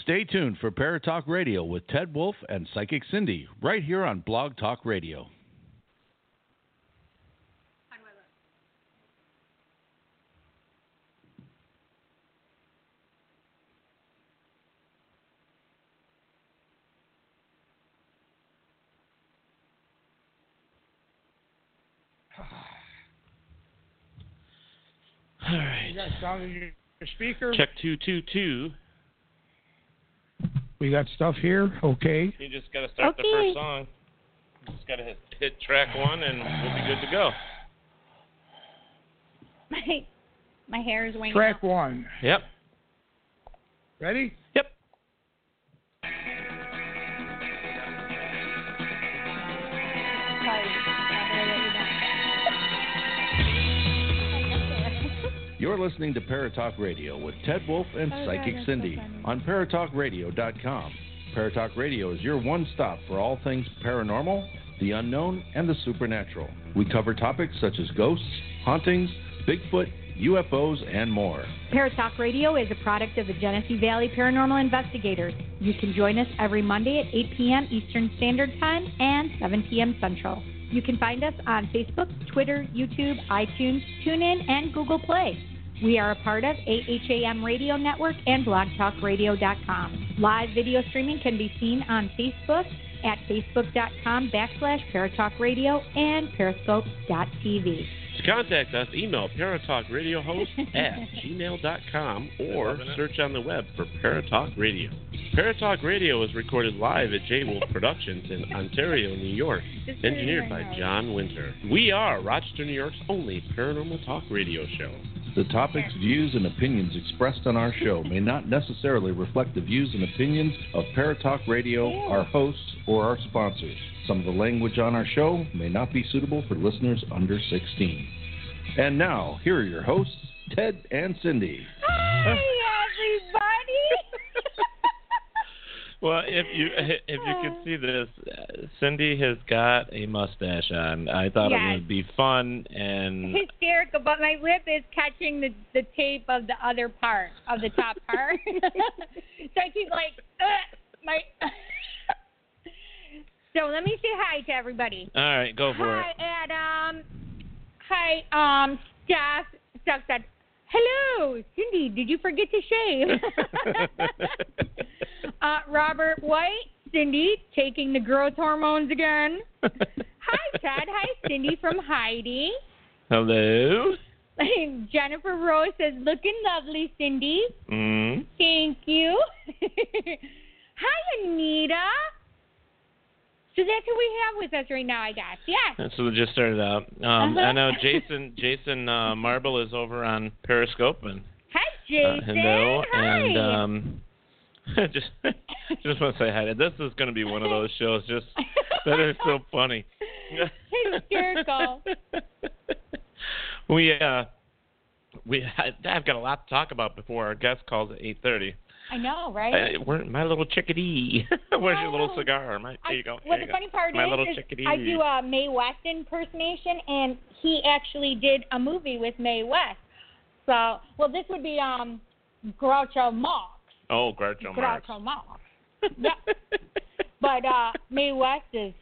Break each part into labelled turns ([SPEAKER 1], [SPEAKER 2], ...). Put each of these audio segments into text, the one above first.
[SPEAKER 1] Stay tuned for Paratalk Radio with Ted Wolf and Psychic Cindy right here on Blog Talk Radio. All right.
[SPEAKER 2] You got sound in your your speaker.
[SPEAKER 1] Check 222.
[SPEAKER 2] We got stuff here. Okay.
[SPEAKER 3] You just got to start the first song. You just got to hit, hit track one, and we'll be good to go.
[SPEAKER 4] My my hair is winging.
[SPEAKER 2] Track one.
[SPEAKER 3] Yep.
[SPEAKER 2] Ready?
[SPEAKER 3] Yep.
[SPEAKER 1] You're listening to Paratalk Radio with Ted Wolf and Psychic Cindy on paratalkradio.com. Paratalk Radio is your one stop for all things paranormal, the unknown, and the supernatural. We cover topics such as ghosts, hauntings, Bigfoot, UFOs, and more.
[SPEAKER 4] Paratalk Radio is a product of the Genesee Valley Paranormal Investigators. You can join us every Monday at 8 p.m. Eastern Standard Time and 7 p.m. Central. You can find us on Facebook, Twitter, YouTube, iTunes, TuneIn, and Google Play. We are a part of AHAM Radio Network and blogtalkradio.com. Live video streaming can be seen on Facebook at facebook.com backslash Paratalk Radio and periscope.tv.
[SPEAKER 3] To contact us, email paratalkradiohost at gmail.com or search on the web for Paratalk Radio. Paratalk Radio is recorded live at J Wolf Productions in Ontario, New York, engineered by John Winter. We are Rochester, New York's only paranormal talk radio show.
[SPEAKER 1] The topics, views, and opinions expressed on our show may not necessarily reflect the views and opinions of Paratalk Radio, our hosts, or our sponsors. Some of the language on our show may not be suitable for listeners under 16. And now, here are your hosts, Ted and Cindy.
[SPEAKER 4] Hi, everybody!
[SPEAKER 3] Well, if you if you could see this, Cindy has got a mustache on. I thought it
[SPEAKER 4] Yes.
[SPEAKER 3] would be fun, and
[SPEAKER 4] Hysterical, but my lip is catching the, the tape of the other part, of the top part. so I keep like, Ugh, my. so let me say hi to everybody.
[SPEAKER 3] all right, go for
[SPEAKER 4] Hi,
[SPEAKER 3] it.
[SPEAKER 4] Adam. Hi, um, Steph. Steph said, "Hello, Cindy. Did you forget to shave?" uh, Robert White, Cindy taking the growth hormones again. Hi, Ted. Hi, Cindy from Heidi.
[SPEAKER 3] Hello.
[SPEAKER 4] Jennifer Rose says, "Looking lovely, Cindy.
[SPEAKER 3] Mm.
[SPEAKER 4] Thank you." Hi, Anita. So that's who we have with us right now, I guess. Yes.
[SPEAKER 3] That's what just started out. Um,
[SPEAKER 4] Uh-huh.
[SPEAKER 3] I know Jason Jason uh, Marble is over on Periscope and
[SPEAKER 4] Hi,
[SPEAKER 3] uh,
[SPEAKER 4] Jason.
[SPEAKER 3] hello
[SPEAKER 4] Hi.
[SPEAKER 3] and um, just just want to say hi. This is going to be one of those shows just that are so funny.
[SPEAKER 4] Hysterical.
[SPEAKER 3] we uh we I, I've got a lot to talk about before our guest calls at eight thirty.
[SPEAKER 4] I know, right?
[SPEAKER 3] Hey, where, my little chickadee. Where's your little
[SPEAKER 4] Oh.
[SPEAKER 3] cigar? My, there you go.
[SPEAKER 4] well,
[SPEAKER 3] there you
[SPEAKER 4] the
[SPEAKER 3] go.
[SPEAKER 4] funny part
[SPEAKER 3] my
[SPEAKER 4] is,
[SPEAKER 3] little
[SPEAKER 4] is
[SPEAKER 3] chickadee.
[SPEAKER 4] I do a Mae West impersonation, and he actually did a movie with Mae West. So, well, this would be um Groucho Marx.
[SPEAKER 3] oh, Groucho Marx.
[SPEAKER 4] Groucho Marx. yeah. But uh, Mae West is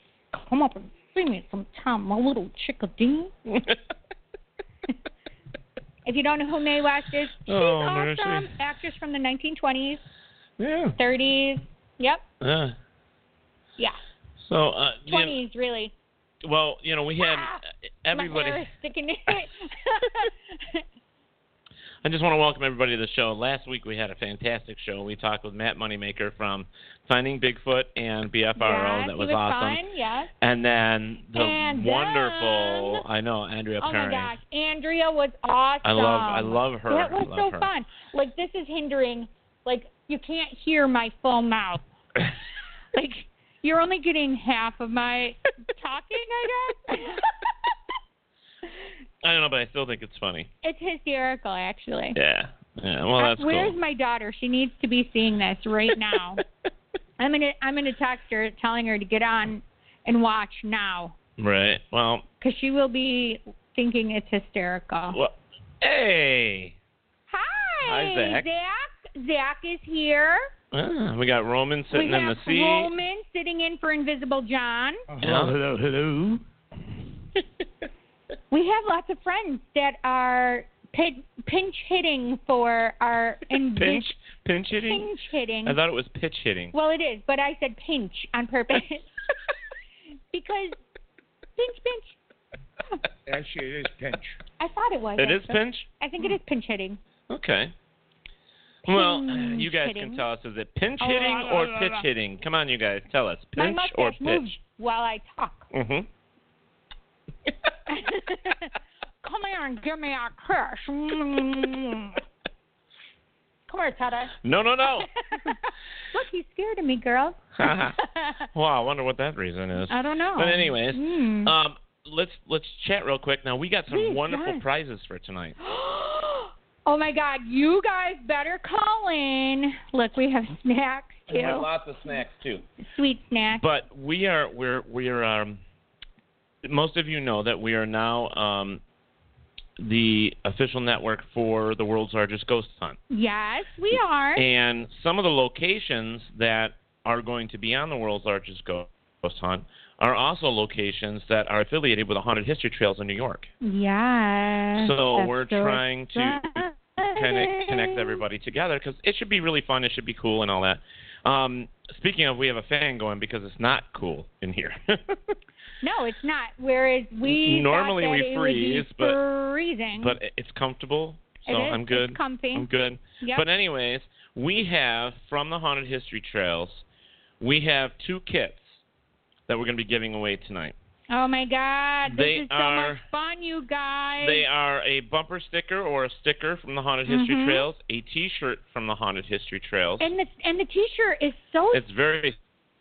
[SPEAKER 4] come up and see me sometime, my little chickadee. If you don't know who Mae West is, she's
[SPEAKER 3] Oh, mercy.
[SPEAKER 4] awesome. Actress from the 1920s,
[SPEAKER 3] yeah.
[SPEAKER 4] 30s. Yep.
[SPEAKER 3] Uh,
[SPEAKER 4] Yeah.
[SPEAKER 3] so, uh, you know-
[SPEAKER 4] Twenties, really.
[SPEAKER 3] well, you know, we had
[SPEAKER 4] Ah,
[SPEAKER 3] everybody.
[SPEAKER 4] My hair is sticking to it.
[SPEAKER 3] I just want to welcome everybody to the show. Last week we had a fantastic show. We talked with Matt Moneymaker from Finding Bigfoot and BFRO.
[SPEAKER 4] Yes,
[SPEAKER 3] that
[SPEAKER 4] it
[SPEAKER 3] was, awesome.
[SPEAKER 4] Fun. Yes.
[SPEAKER 3] And then the
[SPEAKER 4] And
[SPEAKER 3] wonderful, I know, Andrea
[SPEAKER 4] Oh my
[SPEAKER 3] Perrin.
[SPEAKER 4] gosh, Andrea was awesome.
[SPEAKER 3] I love, I love her.
[SPEAKER 4] That was
[SPEAKER 3] I love
[SPEAKER 4] so
[SPEAKER 3] her.
[SPEAKER 4] fun. Like this is hindering. Like you can't hear my full mouth. like you're only getting half of my talking, I guess.
[SPEAKER 3] I don't know, but I still think it's funny.
[SPEAKER 4] it's hysterical, actually.
[SPEAKER 3] Yeah. Yeah. Well, that's
[SPEAKER 4] Where's
[SPEAKER 3] cool.
[SPEAKER 4] my daughter? She needs to be seeing this right now. I'm gonna I'm gonna text her, telling her to get on and watch now,
[SPEAKER 3] right. Well.
[SPEAKER 4] because she will be thinking it's hysterical.
[SPEAKER 3] Well. Hey.
[SPEAKER 4] Hi,
[SPEAKER 3] Hi, Zach.
[SPEAKER 4] Zach. Zach is here.
[SPEAKER 3] Ah, we got Roman sitting
[SPEAKER 4] we
[SPEAKER 3] in the
[SPEAKER 4] have
[SPEAKER 3] seat.
[SPEAKER 4] Roman sitting in for Invisible John.
[SPEAKER 3] Yeah. Oh,
[SPEAKER 1] hello, hello.
[SPEAKER 4] We have lots of friends that are pin, pinch hitting for our invis-
[SPEAKER 3] Pinch. Pinch hitting.
[SPEAKER 4] pinch hitting.
[SPEAKER 3] I thought it was pitch hitting.
[SPEAKER 4] Well, it is, but I said pinch on purpose because pinch, pinch.
[SPEAKER 1] Actually, it is pinch.
[SPEAKER 4] I thought it was.
[SPEAKER 3] it is
[SPEAKER 4] actually.
[SPEAKER 3] pinch.
[SPEAKER 4] I think it is pinch hitting.
[SPEAKER 3] Okay. Well,
[SPEAKER 4] Pinch
[SPEAKER 3] you guys
[SPEAKER 4] Hmm, hitting.
[SPEAKER 3] can tell us is it pinch
[SPEAKER 4] Oh,
[SPEAKER 3] hitting
[SPEAKER 4] la, la,
[SPEAKER 3] or
[SPEAKER 4] la,
[SPEAKER 3] pitch
[SPEAKER 4] la.
[SPEAKER 3] hitting? Come on, you guys, tell us.
[SPEAKER 4] My
[SPEAKER 3] Pinch or
[SPEAKER 4] mustache moves
[SPEAKER 3] pitch?
[SPEAKER 4] while I talk.
[SPEAKER 3] Mhm.
[SPEAKER 4] Come here and give me a kiss. Mm. Come here, Teddy.
[SPEAKER 3] No, no, no.
[SPEAKER 4] Look, you scared of me, girl.
[SPEAKER 3] wow, I wonder what that reason is.
[SPEAKER 4] I don't know.
[SPEAKER 3] But anyways,
[SPEAKER 4] Mm.
[SPEAKER 3] um, let's let's chat real quick. Now we got some
[SPEAKER 4] Please,
[SPEAKER 3] wonderful
[SPEAKER 4] yes.
[SPEAKER 3] prizes for tonight.
[SPEAKER 4] oh my God, you guys better call in. Look, we have snacks too,
[SPEAKER 3] lots of snacks too.
[SPEAKER 4] sweet snacks.
[SPEAKER 3] But we are we're we're um most of you know that we are now um the official network for the world's largest ghost hunt.
[SPEAKER 4] yes, we are.
[SPEAKER 3] And some of the locations that are going to be on the world's largest ghost hunt are also locations that are affiliated with the haunted history trails in New York.
[SPEAKER 4] yes.
[SPEAKER 3] So
[SPEAKER 4] that's
[SPEAKER 3] we're
[SPEAKER 4] so
[SPEAKER 3] trying to connect, connect
[SPEAKER 4] exciting.
[SPEAKER 3] everybody together because it should be really fun. It should be cool and all that. Um, speaking of, we have a fan going because it's not cool in here.
[SPEAKER 4] No, it's not. Whereas we
[SPEAKER 3] N- normally
[SPEAKER 4] thought that
[SPEAKER 3] we
[SPEAKER 4] it would be
[SPEAKER 3] freeze, but-
[SPEAKER 4] freezing.
[SPEAKER 3] but it- it's comfortable, so
[SPEAKER 4] It is.
[SPEAKER 3] I'm good.
[SPEAKER 4] It's comfy.
[SPEAKER 3] I'm good.
[SPEAKER 4] Yep.
[SPEAKER 3] But anyways, we have from the haunted history trails, we have two kits that we're going to be giving away tonight.
[SPEAKER 4] oh my God, this
[SPEAKER 3] They
[SPEAKER 4] is so much
[SPEAKER 3] are-
[SPEAKER 4] fun, you guys.
[SPEAKER 3] They are a bumper sticker or a sticker from the haunted history
[SPEAKER 4] Mhm.
[SPEAKER 3] trails, a T-shirt from the haunted history trails.
[SPEAKER 4] and the and the T-shirt is so
[SPEAKER 3] it's very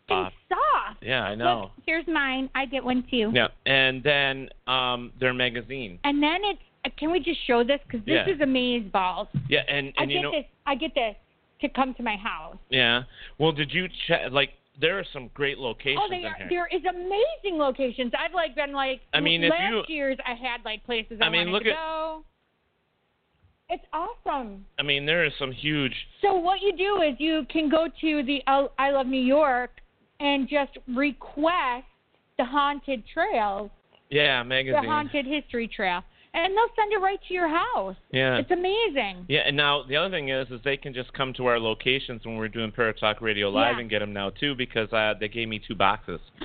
[SPEAKER 4] soft.
[SPEAKER 3] soft. Yeah, I know.
[SPEAKER 4] Look, here's mine. I get one too.
[SPEAKER 3] Yeah, and then um, their magazine.
[SPEAKER 4] And then it's. uh, Can we just show this? Because this
[SPEAKER 3] Yeah.
[SPEAKER 4] is amaze balls.
[SPEAKER 3] Yeah, and
[SPEAKER 4] I
[SPEAKER 3] and you
[SPEAKER 4] get
[SPEAKER 3] know,
[SPEAKER 4] this. I get this to come to my house.
[SPEAKER 3] yeah. Well, did you check? Like, there are some great locations
[SPEAKER 4] Oh, they
[SPEAKER 3] in
[SPEAKER 4] are,
[SPEAKER 3] here.
[SPEAKER 4] there is amazing locations. I've like been like.
[SPEAKER 3] I mean, if
[SPEAKER 4] last
[SPEAKER 3] you-
[SPEAKER 4] year's I had like places I,
[SPEAKER 3] I mean,
[SPEAKER 4] wanted
[SPEAKER 3] look
[SPEAKER 4] to
[SPEAKER 3] at-
[SPEAKER 4] go. It's awesome.
[SPEAKER 3] I mean, there are some huge.
[SPEAKER 4] So what you do is you can go to the L- I Love New York and just request the haunted trails,
[SPEAKER 3] Yeah,
[SPEAKER 4] the
[SPEAKER 3] magazine.
[SPEAKER 4] haunted history trail, and they'll send it right to your house.
[SPEAKER 3] Yeah.
[SPEAKER 4] It's amazing.
[SPEAKER 3] Yeah, and now the other thing is, is they can just come to our locations when we're doing Paratalk Radio Live
[SPEAKER 4] Yeah.
[SPEAKER 3] and get them now too, because uh, they gave me two boxes.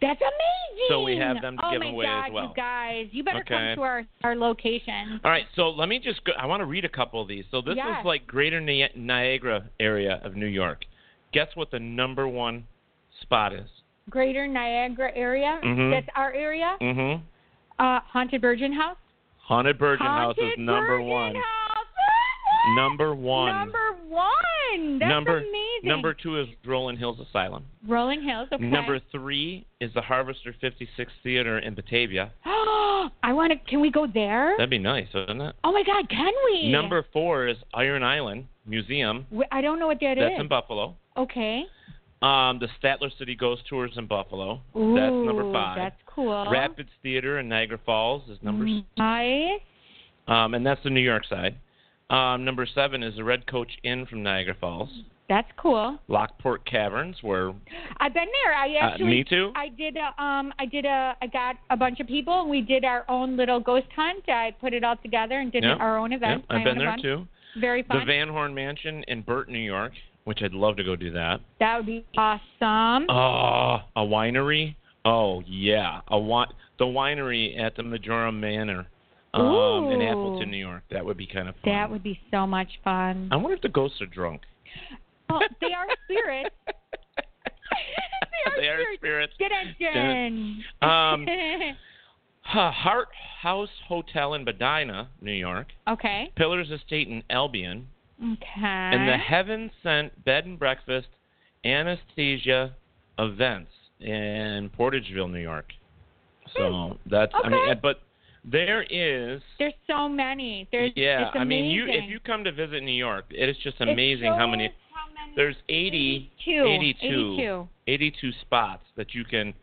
[SPEAKER 4] That's amazing.
[SPEAKER 3] So we have them to
[SPEAKER 4] oh
[SPEAKER 3] give
[SPEAKER 4] my
[SPEAKER 3] away as
[SPEAKER 4] God,
[SPEAKER 3] well.
[SPEAKER 4] You guys, you better
[SPEAKER 3] Okay.
[SPEAKER 4] come to our our location.
[SPEAKER 3] All right, so let me just go. I want to read a couple of these. So this
[SPEAKER 4] Yeah.
[SPEAKER 3] is like Greater Ni- Niagara area of New York. Guess what the number one spot is?
[SPEAKER 4] Greater Niagara area.
[SPEAKER 3] Mhm.
[SPEAKER 4] That's our area.
[SPEAKER 3] Mm-hmm.
[SPEAKER 4] Uh, haunted Virgin House.
[SPEAKER 3] Haunted Virgin House
[SPEAKER 4] haunted
[SPEAKER 3] is number
[SPEAKER 4] Virgin
[SPEAKER 3] one.
[SPEAKER 4] House.
[SPEAKER 3] Number one.
[SPEAKER 4] Number one. That's
[SPEAKER 3] number
[SPEAKER 4] amazing.
[SPEAKER 3] number two is Rolling Hills Asylum.
[SPEAKER 4] Rolling Hills. Okay.
[SPEAKER 3] Number three is the Harvester 56 Theater in Batavia.
[SPEAKER 4] I want to. Can we go there?
[SPEAKER 3] That'd be nice, wouldn't it?
[SPEAKER 4] oh my God, can we?
[SPEAKER 3] Number four is Iron Island Museum.
[SPEAKER 4] Wh- I don't know what that
[SPEAKER 3] That's
[SPEAKER 4] is.
[SPEAKER 3] in Buffalo.
[SPEAKER 4] okay.
[SPEAKER 3] Um, the Statler City Ghost Tours in Buffalo. that's number
[SPEAKER 4] Ooh,
[SPEAKER 3] five.
[SPEAKER 4] That's cool.
[SPEAKER 3] Rapids Theater in Niagara Falls is number, s-
[SPEAKER 4] Nice. Mm-hmm.
[SPEAKER 3] um, and that's the New York side. Um, number seven is the Red Coach Inn from Niagara Falls.
[SPEAKER 4] That's cool.
[SPEAKER 3] Lockport Caverns, where
[SPEAKER 4] I've been there. I
[SPEAKER 3] Uh,
[SPEAKER 4] actually.
[SPEAKER 3] me too.
[SPEAKER 4] I did a um I did a I got a bunch of people and we did our own little ghost hunt. I put it all together and did
[SPEAKER 3] Yeah,
[SPEAKER 4] our own event.
[SPEAKER 3] yeah, I've
[SPEAKER 4] my
[SPEAKER 3] been
[SPEAKER 4] own
[SPEAKER 3] there
[SPEAKER 4] event.
[SPEAKER 3] too.
[SPEAKER 4] Very
[SPEAKER 3] The
[SPEAKER 4] fun.
[SPEAKER 3] Van Horn Mansion in Burt, New York, which I'd love to go do that.
[SPEAKER 4] that would be awesome.
[SPEAKER 3] Oh, a winery. Oh yeah, a wi- the winery at the Majorum Manor um, in
[SPEAKER 4] Ooh.
[SPEAKER 3] Appleton, New York. That would be kind of fun.
[SPEAKER 4] that would be so much fun.
[SPEAKER 3] I wonder if the ghosts are drunk.
[SPEAKER 4] Oh, they are spirits.
[SPEAKER 3] they are
[SPEAKER 4] spirits.
[SPEAKER 3] spirits.
[SPEAKER 4] Get engine.
[SPEAKER 3] Um, Ha- Hart House Hotel in Medina, New York.
[SPEAKER 4] okay.
[SPEAKER 3] Pillars Estate in Albion.
[SPEAKER 4] Okay.
[SPEAKER 3] and the heaven sent bed and breakfast anesthesia events in Portageville, New York. So that's I mean,
[SPEAKER 4] Hmm. Okay.
[SPEAKER 3] but there is
[SPEAKER 4] There's so many. There's
[SPEAKER 3] yeah.
[SPEAKER 4] it's
[SPEAKER 3] I mean, you if
[SPEAKER 4] amazing.
[SPEAKER 3] you come to visit New York, it is just
[SPEAKER 4] It's
[SPEAKER 3] amazing how many
[SPEAKER 4] so- how many-
[SPEAKER 3] there's 80,
[SPEAKER 4] 82,
[SPEAKER 3] 82,
[SPEAKER 4] 82.
[SPEAKER 3] 82 spots that you can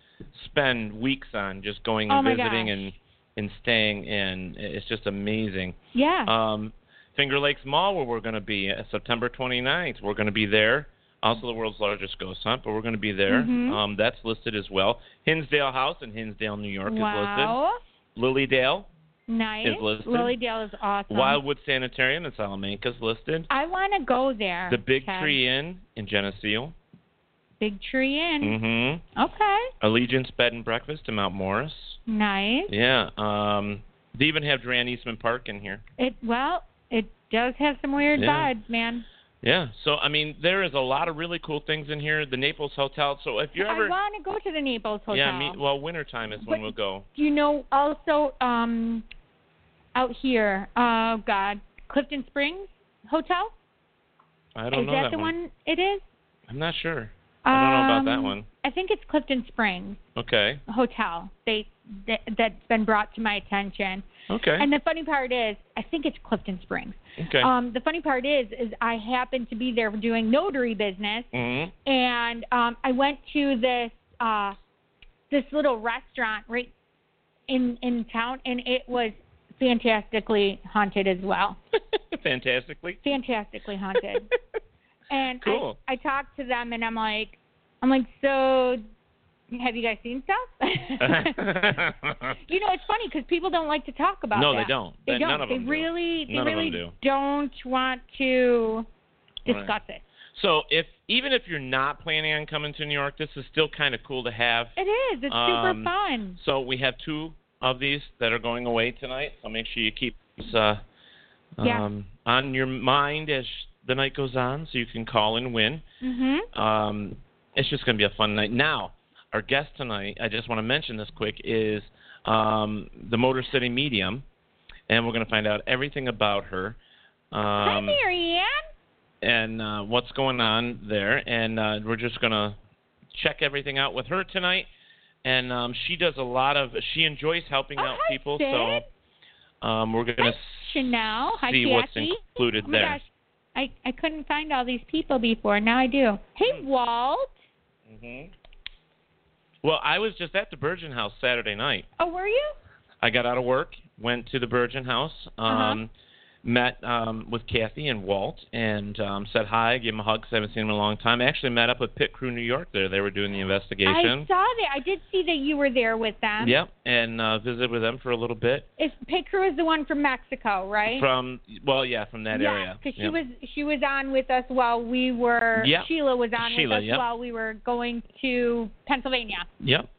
[SPEAKER 3] spend weeks on just going
[SPEAKER 4] Oh
[SPEAKER 3] and
[SPEAKER 4] my
[SPEAKER 3] visiting
[SPEAKER 4] gosh.
[SPEAKER 3] and and staying in. It's just amazing.
[SPEAKER 4] Yeah.
[SPEAKER 3] Um, Finger Lakes Mall, where we're going to be uh, September 29th. We're going to be there. Also, the world's largest ghost hunt, but we're going to be there.
[SPEAKER 4] Mm-hmm.
[SPEAKER 3] Um, that's listed as well. Hinsdale House in Hinsdale, New York
[SPEAKER 4] wow. Uh-huh.
[SPEAKER 3] is listed. Lilydale,
[SPEAKER 4] Nice.
[SPEAKER 3] is listed.
[SPEAKER 4] Lilydale is awesome.
[SPEAKER 3] Wildwood Sanitarium in Salamanca is listed.
[SPEAKER 4] I want to go there.
[SPEAKER 3] The Big
[SPEAKER 4] Ted.
[SPEAKER 3] Tree Inn in Geneseo.
[SPEAKER 4] Big Tree Inn.
[SPEAKER 3] Mm-hmm.
[SPEAKER 4] Okay.
[SPEAKER 3] Allegiance Bed and Breakfast in Mount Morris.
[SPEAKER 4] Nice.
[SPEAKER 3] Yeah. Um, they even have Duran Eastman Park in here.
[SPEAKER 4] It well, it does have some weird
[SPEAKER 3] Yeah.
[SPEAKER 4] vibes, man.
[SPEAKER 3] Yeah. So I mean, there is a lot of really cool things in here. The Naples Hotel. So if you're ever
[SPEAKER 4] I want to go to the Naples Hotel.
[SPEAKER 3] yeah, me, well, wintertime is when
[SPEAKER 4] But-
[SPEAKER 3] we'll go.
[SPEAKER 4] Do you know also um out here? Oh God, Clifton Springs Hotel.
[SPEAKER 3] I don't
[SPEAKER 4] is
[SPEAKER 3] know
[SPEAKER 4] that,
[SPEAKER 3] that,
[SPEAKER 4] the one. it is?
[SPEAKER 3] I'm not sure. I don't know about that
[SPEAKER 4] Um,
[SPEAKER 3] one.
[SPEAKER 4] I think it's Clifton Springs
[SPEAKER 3] Okay.
[SPEAKER 4] Hotel. They that, that's been brought to my attention.
[SPEAKER 3] Okay.
[SPEAKER 4] And the funny part is, I think it's Clifton Springs.
[SPEAKER 3] okay.
[SPEAKER 4] Um, the funny part is, is I happened to be there doing notary business,
[SPEAKER 3] Mhm.
[SPEAKER 4] and um, I went to this uh, this little restaurant right in in town, and it was fantastically haunted as well.
[SPEAKER 3] Fantastically.
[SPEAKER 4] Fantastically haunted. and
[SPEAKER 3] Cool.
[SPEAKER 4] I, I talked to them, and I'm like, I'm like, so have you guys seen stuff? you know, it's funny because people don't like to talk about.
[SPEAKER 3] No, they
[SPEAKER 4] that.
[SPEAKER 3] don't.
[SPEAKER 4] They
[SPEAKER 3] They-
[SPEAKER 4] don't.
[SPEAKER 3] none of
[SPEAKER 4] they
[SPEAKER 3] them do.
[SPEAKER 4] really, they
[SPEAKER 3] None of them
[SPEAKER 4] really
[SPEAKER 3] do.
[SPEAKER 4] not want to
[SPEAKER 3] Right.
[SPEAKER 4] discuss it.
[SPEAKER 3] so if even if you're not planning on coming to New York, this is still kind of cool to have.
[SPEAKER 4] It is. It's
[SPEAKER 3] Um,
[SPEAKER 4] super fun.
[SPEAKER 3] So we have two of these that are going away tonight. So make sure you keep this uh,
[SPEAKER 4] Yeah.
[SPEAKER 3] um, on your mind as the night goes on, so you can call and win.
[SPEAKER 4] hmm
[SPEAKER 3] Um, it's just going to be a fun night. Now, our guest tonight, I just want to mention this quick, is um, the Motor City Medium, and we're going to find out everything about her.
[SPEAKER 4] Hi,
[SPEAKER 3] Um,
[SPEAKER 4] Marianne.
[SPEAKER 3] and uh, what's going on there. And uh, we're just going to check everything out with her tonight. And um, she does a lot of, she enjoys helping
[SPEAKER 4] Oh,
[SPEAKER 3] out
[SPEAKER 4] hi,
[SPEAKER 3] people.
[SPEAKER 4] Sid.
[SPEAKER 3] So um, we're going
[SPEAKER 4] Hi,
[SPEAKER 3] to
[SPEAKER 4] Chanel. Hi,
[SPEAKER 3] see what's
[SPEAKER 4] Kathy.
[SPEAKER 3] included
[SPEAKER 4] oh my
[SPEAKER 3] there.
[SPEAKER 4] Gosh. I, I couldn't find all these people before. Now I do. Hey,
[SPEAKER 3] Hmm.
[SPEAKER 4] Walt.
[SPEAKER 3] Well, I was just at the Virgin House Saturday night.
[SPEAKER 4] Oh, were you?
[SPEAKER 3] I got out of work, went to the Virgin House,
[SPEAKER 4] Uh-huh.
[SPEAKER 3] um, met um, with Kathy and Walt, and um, said hi, gave him a hug 'cause I haven't seen him in a long time. I actually met up with Pit Crew New York there. They were doing the
[SPEAKER 4] I
[SPEAKER 3] investigation.
[SPEAKER 4] saw that. I did see that you were there with them.
[SPEAKER 3] Yep, and uh, visited with them for a little bit.
[SPEAKER 4] Is Picker is the one from Mexico, right?
[SPEAKER 3] From well, yeah, from that area.
[SPEAKER 4] because she
[SPEAKER 3] Yep.
[SPEAKER 4] was she was on with us while we were
[SPEAKER 3] Yep.
[SPEAKER 4] Sheila was on
[SPEAKER 3] Sheila,
[SPEAKER 4] with us
[SPEAKER 3] yep.
[SPEAKER 4] while we were going to Pennsylvania.
[SPEAKER 3] Yep.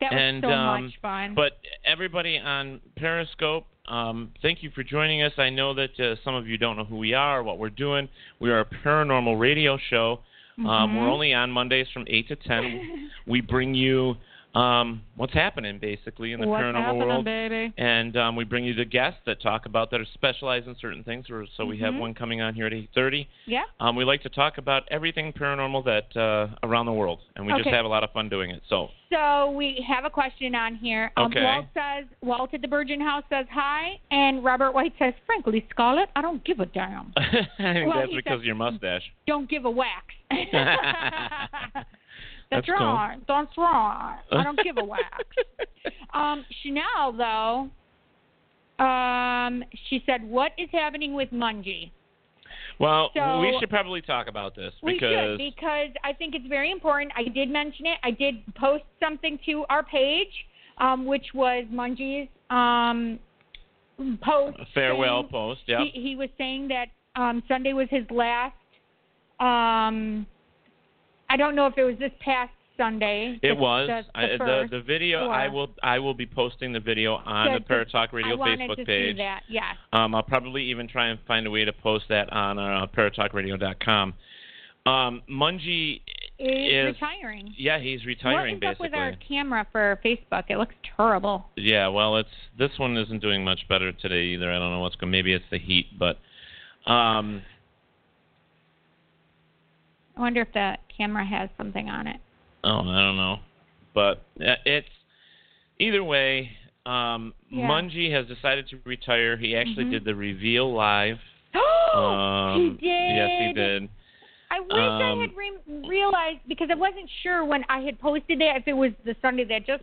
[SPEAKER 4] That
[SPEAKER 3] and
[SPEAKER 4] was so
[SPEAKER 3] um,
[SPEAKER 4] much fun.
[SPEAKER 3] But everybody on Periscope, um, thank you for joining us. I know that uh, some of you don't know who we are, what we're doing. We are a paranormal radio show.
[SPEAKER 4] Mm-hmm.
[SPEAKER 3] Um, we're only on Mondays from eight to ten. we bring you um, what's happening basically in the
[SPEAKER 4] What's
[SPEAKER 3] paranormal
[SPEAKER 4] happening,
[SPEAKER 3] world,
[SPEAKER 4] baby?
[SPEAKER 3] and um, we bring you the guests that talk about that are specialized in certain things. We're- So we
[SPEAKER 4] Mm-hmm.
[SPEAKER 3] have one coming on here at eight thirty.
[SPEAKER 4] yeah.
[SPEAKER 3] Um, we like to talk about everything paranormal that uh, around the world, and we just
[SPEAKER 4] Okay.
[SPEAKER 3] have a lot of fun doing it. So
[SPEAKER 4] So we have a question on here. Um,
[SPEAKER 3] Okay.
[SPEAKER 4] Walt says, Walt at the Virgin House says hi, and Robert White says, frankly, Scarlett, I don't give a damn.
[SPEAKER 3] I think
[SPEAKER 4] Well,
[SPEAKER 3] that's
[SPEAKER 4] he
[SPEAKER 3] because
[SPEAKER 4] said-
[SPEAKER 3] of your mustache.
[SPEAKER 4] Don't give a wax.
[SPEAKER 3] That's
[SPEAKER 4] That's
[SPEAKER 3] cool.
[SPEAKER 4] right. That's right. I don't give a wax. Um, Chanel, though, um, she said, what is happening with Mungie?
[SPEAKER 3] Well,
[SPEAKER 4] So-
[SPEAKER 3] we should probably talk about this
[SPEAKER 4] We
[SPEAKER 3] because
[SPEAKER 4] should because I think it's very important. I did mention it. I did post something to our page, um, which was Mungie's um, post.
[SPEAKER 3] farewell
[SPEAKER 4] saying-
[SPEAKER 3] post. Yep.
[SPEAKER 4] He, he was saying that um, Sunday was his last. Um, I don't know if it was this past Sunday. the-
[SPEAKER 3] it was
[SPEAKER 4] the, the,
[SPEAKER 3] I, the
[SPEAKER 4] first.
[SPEAKER 3] the video. I
[SPEAKER 4] or-
[SPEAKER 3] will I will be posting the video on the,
[SPEAKER 4] The- the-
[SPEAKER 3] Paratalk Radio
[SPEAKER 4] I wanted
[SPEAKER 3] Facebook
[SPEAKER 4] to
[SPEAKER 3] page.
[SPEAKER 4] See that. Yes.
[SPEAKER 3] Um, I'll probably even try and find a way to post that on uh, paratalkradio.com. Um, Mungie
[SPEAKER 4] Is
[SPEAKER 3] is
[SPEAKER 4] retiring.
[SPEAKER 3] yeah he's retiring
[SPEAKER 4] what is
[SPEAKER 3] basically.
[SPEAKER 4] up with our camera for Facebook? It looks terrible.
[SPEAKER 3] Yeah, well, it's this one isn't doing much better today either. I don't know what's going. Maybe it's the heat, but um,
[SPEAKER 4] I wonder if the camera has something on it.
[SPEAKER 3] Oh, I don't know, but uh, it's either way. Um,
[SPEAKER 4] Yeah. Mm-hmm.
[SPEAKER 3] Mungie has decided to retire. He actually did the reveal live.
[SPEAKER 4] Oh, he
[SPEAKER 3] Um,
[SPEAKER 4] did.
[SPEAKER 3] Yes, he did.
[SPEAKER 4] I wish I had
[SPEAKER 3] Um,
[SPEAKER 4] re- realized because I wasn't sure when I had posted it if it was the Sunday that just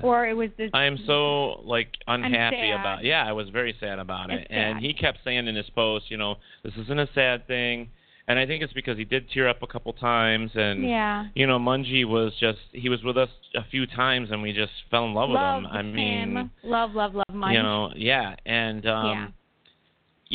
[SPEAKER 3] Yeah.
[SPEAKER 4] or it was the.
[SPEAKER 3] I am so like unhappy
[SPEAKER 4] sad.
[SPEAKER 3] about. Yeah, I was very sad about it,
[SPEAKER 4] It's
[SPEAKER 3] and
[SPEAKER 4] sad.
[SPEAKER 3] he kept saying in his post, you know, this isn't a sad thing, and I think it's because he did tear up a couple times, and
[SPEAKER 4] Yeah.
[SPEAKER 3] you know, Mungie was just he was with us a few times, and we just fell in love
[SPEAKER 4] Love
[SPEAKER 3] with him. I
[SPEAKER 4] him.
[SPEAKER 3] mean,
[SPEAKER 4] love, love, love, money.
[SPEAKER 3] you know, yeah, and um,
[SPEAKER 4] Yeah.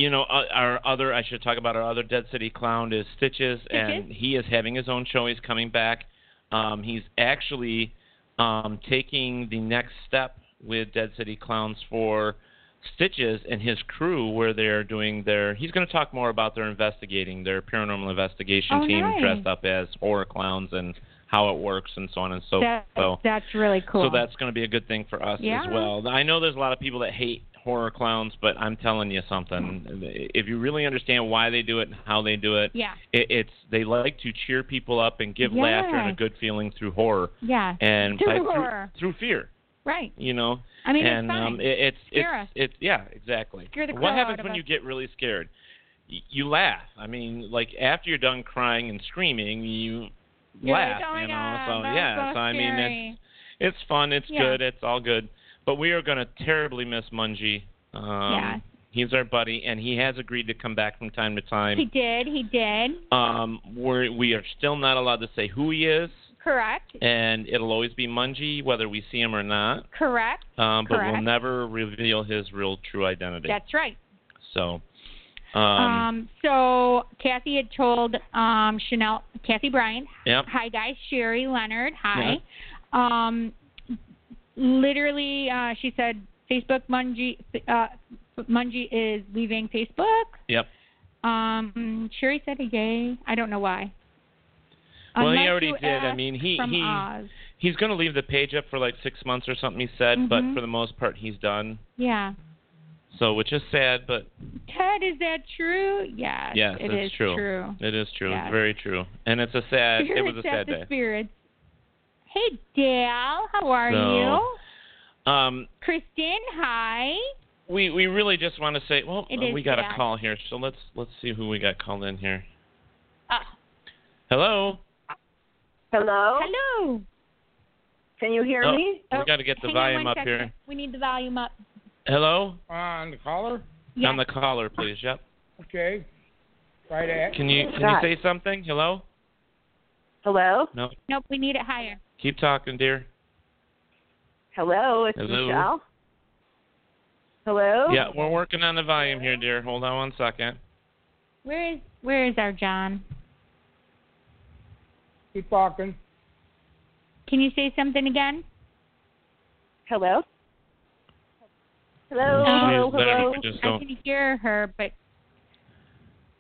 [SPEAKER 3] you know, uh, our other I should talk about our other Dead City clown is Stitches, and he is having his own show. He's coming back. Um, he's actually um, taking the next step with Dead City Clowns for Stitches and his crew, where they're doing their. He's going to talk more about their investigating their paranormal investigation
[SPEAKER 4] Oh,
[SPEAKER 3] team
[SPEAKER 4] nice.
[SPEAKER 3] dressed up as horror clowns and how it works and so on and so
[SPEAKER 4] That-
[SPEAKER 3] so.
[SPEAKER 4] that's really cool.
[SPEAKER 3] So that's going to be a good thing for us
[SPEAKER 4] Yeah.
[SPEAKER 3] as well. I know there's a lot of people that hate horror clowns, but I'm telling you something. If you really understand why they do it and how they do it,
[SPEAKER 4] Yeah.
[SPEAKER 3] it, it's they like to cheer people up and give laughter and a
[SPEAKER 4] Yes.
[SPEAKER 3] good feeling through horror
[SPEAKER 4] yeah.
[SPEAKER 3] and
[SPEAKER 4] Through
[SPEAKER 3] by-
[SPEAKER 4] horror.
[SPEAKER 3] through, through fear.
[SPEAKER 4] right.
[SPEAKER 3] You know,
[SPEAKER 4] I mean, it's
[SPEAKER 3] and
[SPEAKER 4] fine.
[SPEAKER 3] um, it, it's
[SPEAKER 4] Scare
[SPEAKER 3] it's
[SPEAKER 4] us.
[SPEAKER 3] it's yeah, exactly.
[SPEAKER 4] Scare the
[SPEAKER 3] what
[SPEAKER 4] crap
[SPEAKER 3] happens
[SPEAKER 4] out of
[SPEAKER 3] when
[SPEAKER 4] us.
[SPEAKER 3] you get really scared? Y- You laugh. I mean, like after you're done crying and screaming, you
[SPEAKER 4] You're
[SPEAKER 3] laugh.
[SPEAKER 4] like, oh my
[SPEAKER 3] you know,
[SPEAKER 4] God,
[SPEAKER 3] so
[SPEAKER 4] that was
[SPEAKER 3] yeah.
[SPEAKER 4] so
[SPEAKER 3] so I mean,
[SPEAKER 4] scary.
[SPEAKER 3] it's it's fun. It's
[SPEAKER 4] Yeah.
[SPEAKER 3] good. It's all good. But we are going to terribly miss Mungie. Um,
[SPEAKER 4] Yeah.
[SPEAKER 3] He's our buddy, and he has agreed to come back from time to
[SPEAKER 4] He
[SPEAKER 3] time.
[SPEAKER 4] did. He did.
[SPEAKER 3] Um, we're, we are still not allowed to say who he is,
[SPEAKER 4] Correct.
[SPEAKER 3] and it'll always be Mungie, whether we see him or not.
[SPEAKER 4] Correct.
[SPEAKER 3] Um, but we'll
[SPEAKER 4] Correct.
[SPEAKER 3] never reveal his real true identity.
[SPEAKER 4] That's right.
[SPEAKER 3] so, um,
[SPEAKER 4] Um, so Kathy had told um, Chanel, Kathy Bryant,
[SPEAKER 3] Yep.
[SPEAKER 4] hi guys, Sherry Leonard, hi. Um, literally, uh, she said Facebook Mungie, uh, Mungie is leaving Facebook.
[SPEAKER 3] yep.
[SPEAKER 4] Um, Sherry said a yay. I don't know why.
[SPEAKER 3] Well, he
[SPEAKER 4] Unless
[SPEAKER 3] already
[SPEAKER 4] you
[SPEAKER 3] did. I
[SPEAKER 4] ask
[SPEAKER 3] mean, he
[SPEAKER 4] from
[SPEAKER 3] he
[SPEAKER 4] Oz.
[SPEAKER 3] he's going to leave the page up for like six months or something. He said, but
[SPEAKER 4] Mm-hmm.
[SPEAKER 3] for the most part, he's done.
[SPEAKER 4] Yeah.
[SPEAKER 3] So, which is sad, but
[SPEAKER 4] Ted, is that true? Yes.
[SPEAKER 3] yes,
[SPEAKER 4] it
[SPEAKER 3] it's
[SPEAKER 4] is
[SPEAKER 3] true.
[SPEAKER 4] true.
[SPEAKER 3] It is true.
[SPEAKER 4] Yes.
[SPEAKER 3] Very true. And it's a sad. it was a
[SPEAKER 4] Spirits at
[SPEAKER 3] sad
[SPEAKER 4] the
[SPEAKER 3] day.
[SPEAKER 4] Spirits. Hey, Dale, how are
[SPEAKER 3] So-
[SPEAKER 4] you?
[SPEAKER 3] Um,
[SPEAKER 4] Kristen, hi.
[SPEAKER 3] we we really just want to say, well,
[SPEAKER 4] It
[SPEAKER 3] uh,
[SPEAKER 4] is
[SPEAKER 3] we got
[SPEAKER 4] sad.
[SPEAKER 3] a call here, so let's let's see who we got called in here.
[SPEAKER 4] Uh,
[SPEAKER 3] Hello.
[SPEAKER 5] Hello?
[SPEAKER 4] hello.
[SPEAKER 5] Can you hear
[SPEAKER 3] Oh,
[SPEAKER 5] me?
[SPEAKER 3] we got to get the
[SPEAKER 4] Hang
[SPEAKER 3] volume
[SPEAKER 4] on one
[SPEAKER 3] up
[SPEAKER 4] second.
[SPEAKER 3] here.
[SPEAKER 4] We need the volume up.
[SPEAKER 3] Hello.
[SPEAKER 2] On the caller?
[SPEAKER 4] Yes.
[SPEAKER 3] On the caller, please. Yep.
[SPEAKER 2] Okay. Right at.
[SPEAKER 3] Can you can you
[SPEAKER 5] Right.
[SPEAKER 3] say something? Hello?
[SPEAKER 5] Hello?
[SPEAKER 3] No.
[SPEAKER 4] nope, we need it higher.
[SPEAKER 3] Keep talking, dear.
[SPEAKER 5] Hello, it's
[SPEAKER 3] Hello?
[SPEAKER 5] Michelle. Hello?
[SPEAKER 3] Yeah, we're working on the volume here, dear. Hold on one second.
[SPEAKER 4] Where is where is our John?
[SPEAKER 2] Keep talking.
[SPEAKER 4] Can you say something again?
[SPEAKER 5] Hello? Hello,
[SPEAKER 4] No.
[SPEAKER 5] hello,
[SPEAKER 3] Please let
[SPEAKER 5] hello.
[SPEAKER 3] everyone just
[SPEAKER 4] I
[SPEAKER 3] go.
[SPEAKER 4] can hear her, but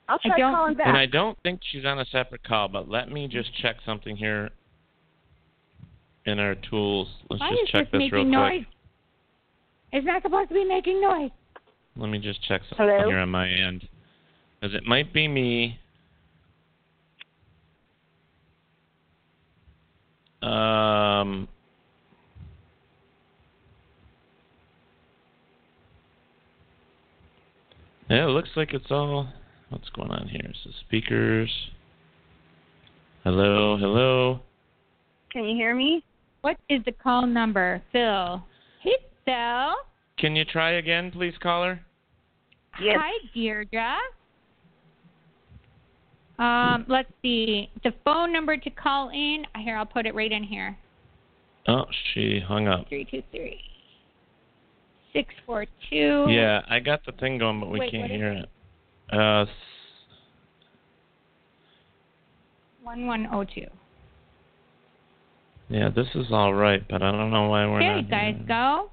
[SPEAKER 5] I'll
[SPEAKER 4] I
[SPEAKER 5] try
[SPEAKER 4] don't-
[SPEAKER 5] calling
[SPEAKER 3] And I
[SPEAKER 5] back.
[SPEAKER 3] don't think she's on a separate call, but let me just check something here in our tools. Let's
[SPEAKER 4] why is
[SPEAKER 3] just check
[SPEAKER 4] this
[SPEAKER 3] this real
[SPEAKER 4] making noise?
[SPEAKER 3] quick.
[SPEAKER 4] It's not supposed to be making noise.
[SPEAKER 3] Let me just check something
[SPEAKER 5] Hello?
[SPEAKER 3] here on my end. Because it might be me. Um, yeah, it looks like it's all. What's going on here? So speakers. Hello, hello.
[SPEAKER 5] Can you hear me?
[SPEAKER 4] What is the call number, Phil? Hey, Phil.
[SPEAKER 3] Can you try again, please, caller?
[SPEAKER 5] Yes.
[SPEAKER 4] Hi, Deirdre. Um, let's see. The phone number to call in. Here, I'll put it right in here.
[SPEAKER 3] Oh, she hung up.
[SPEAKER 4] Three two three six four two.
[SPEAKER 3] Yeah, I got the thing going, but we
[SPEAKER 4] Wait,
[SPEAKER 3] can't
[SPEAKER 4] what is
[SPEAKER 3] hear it. Uh, s-
[SPEAKER 4] One one zero two.
[SPEAKER 3] yeah, this is all right, but I don't know why we're
[SPEAKER 4] There
[SPEAKER 3] not.
[SPEAKER 4] you guys
[SPEAKER 3] hearing it.
[SPEAKER 4] go.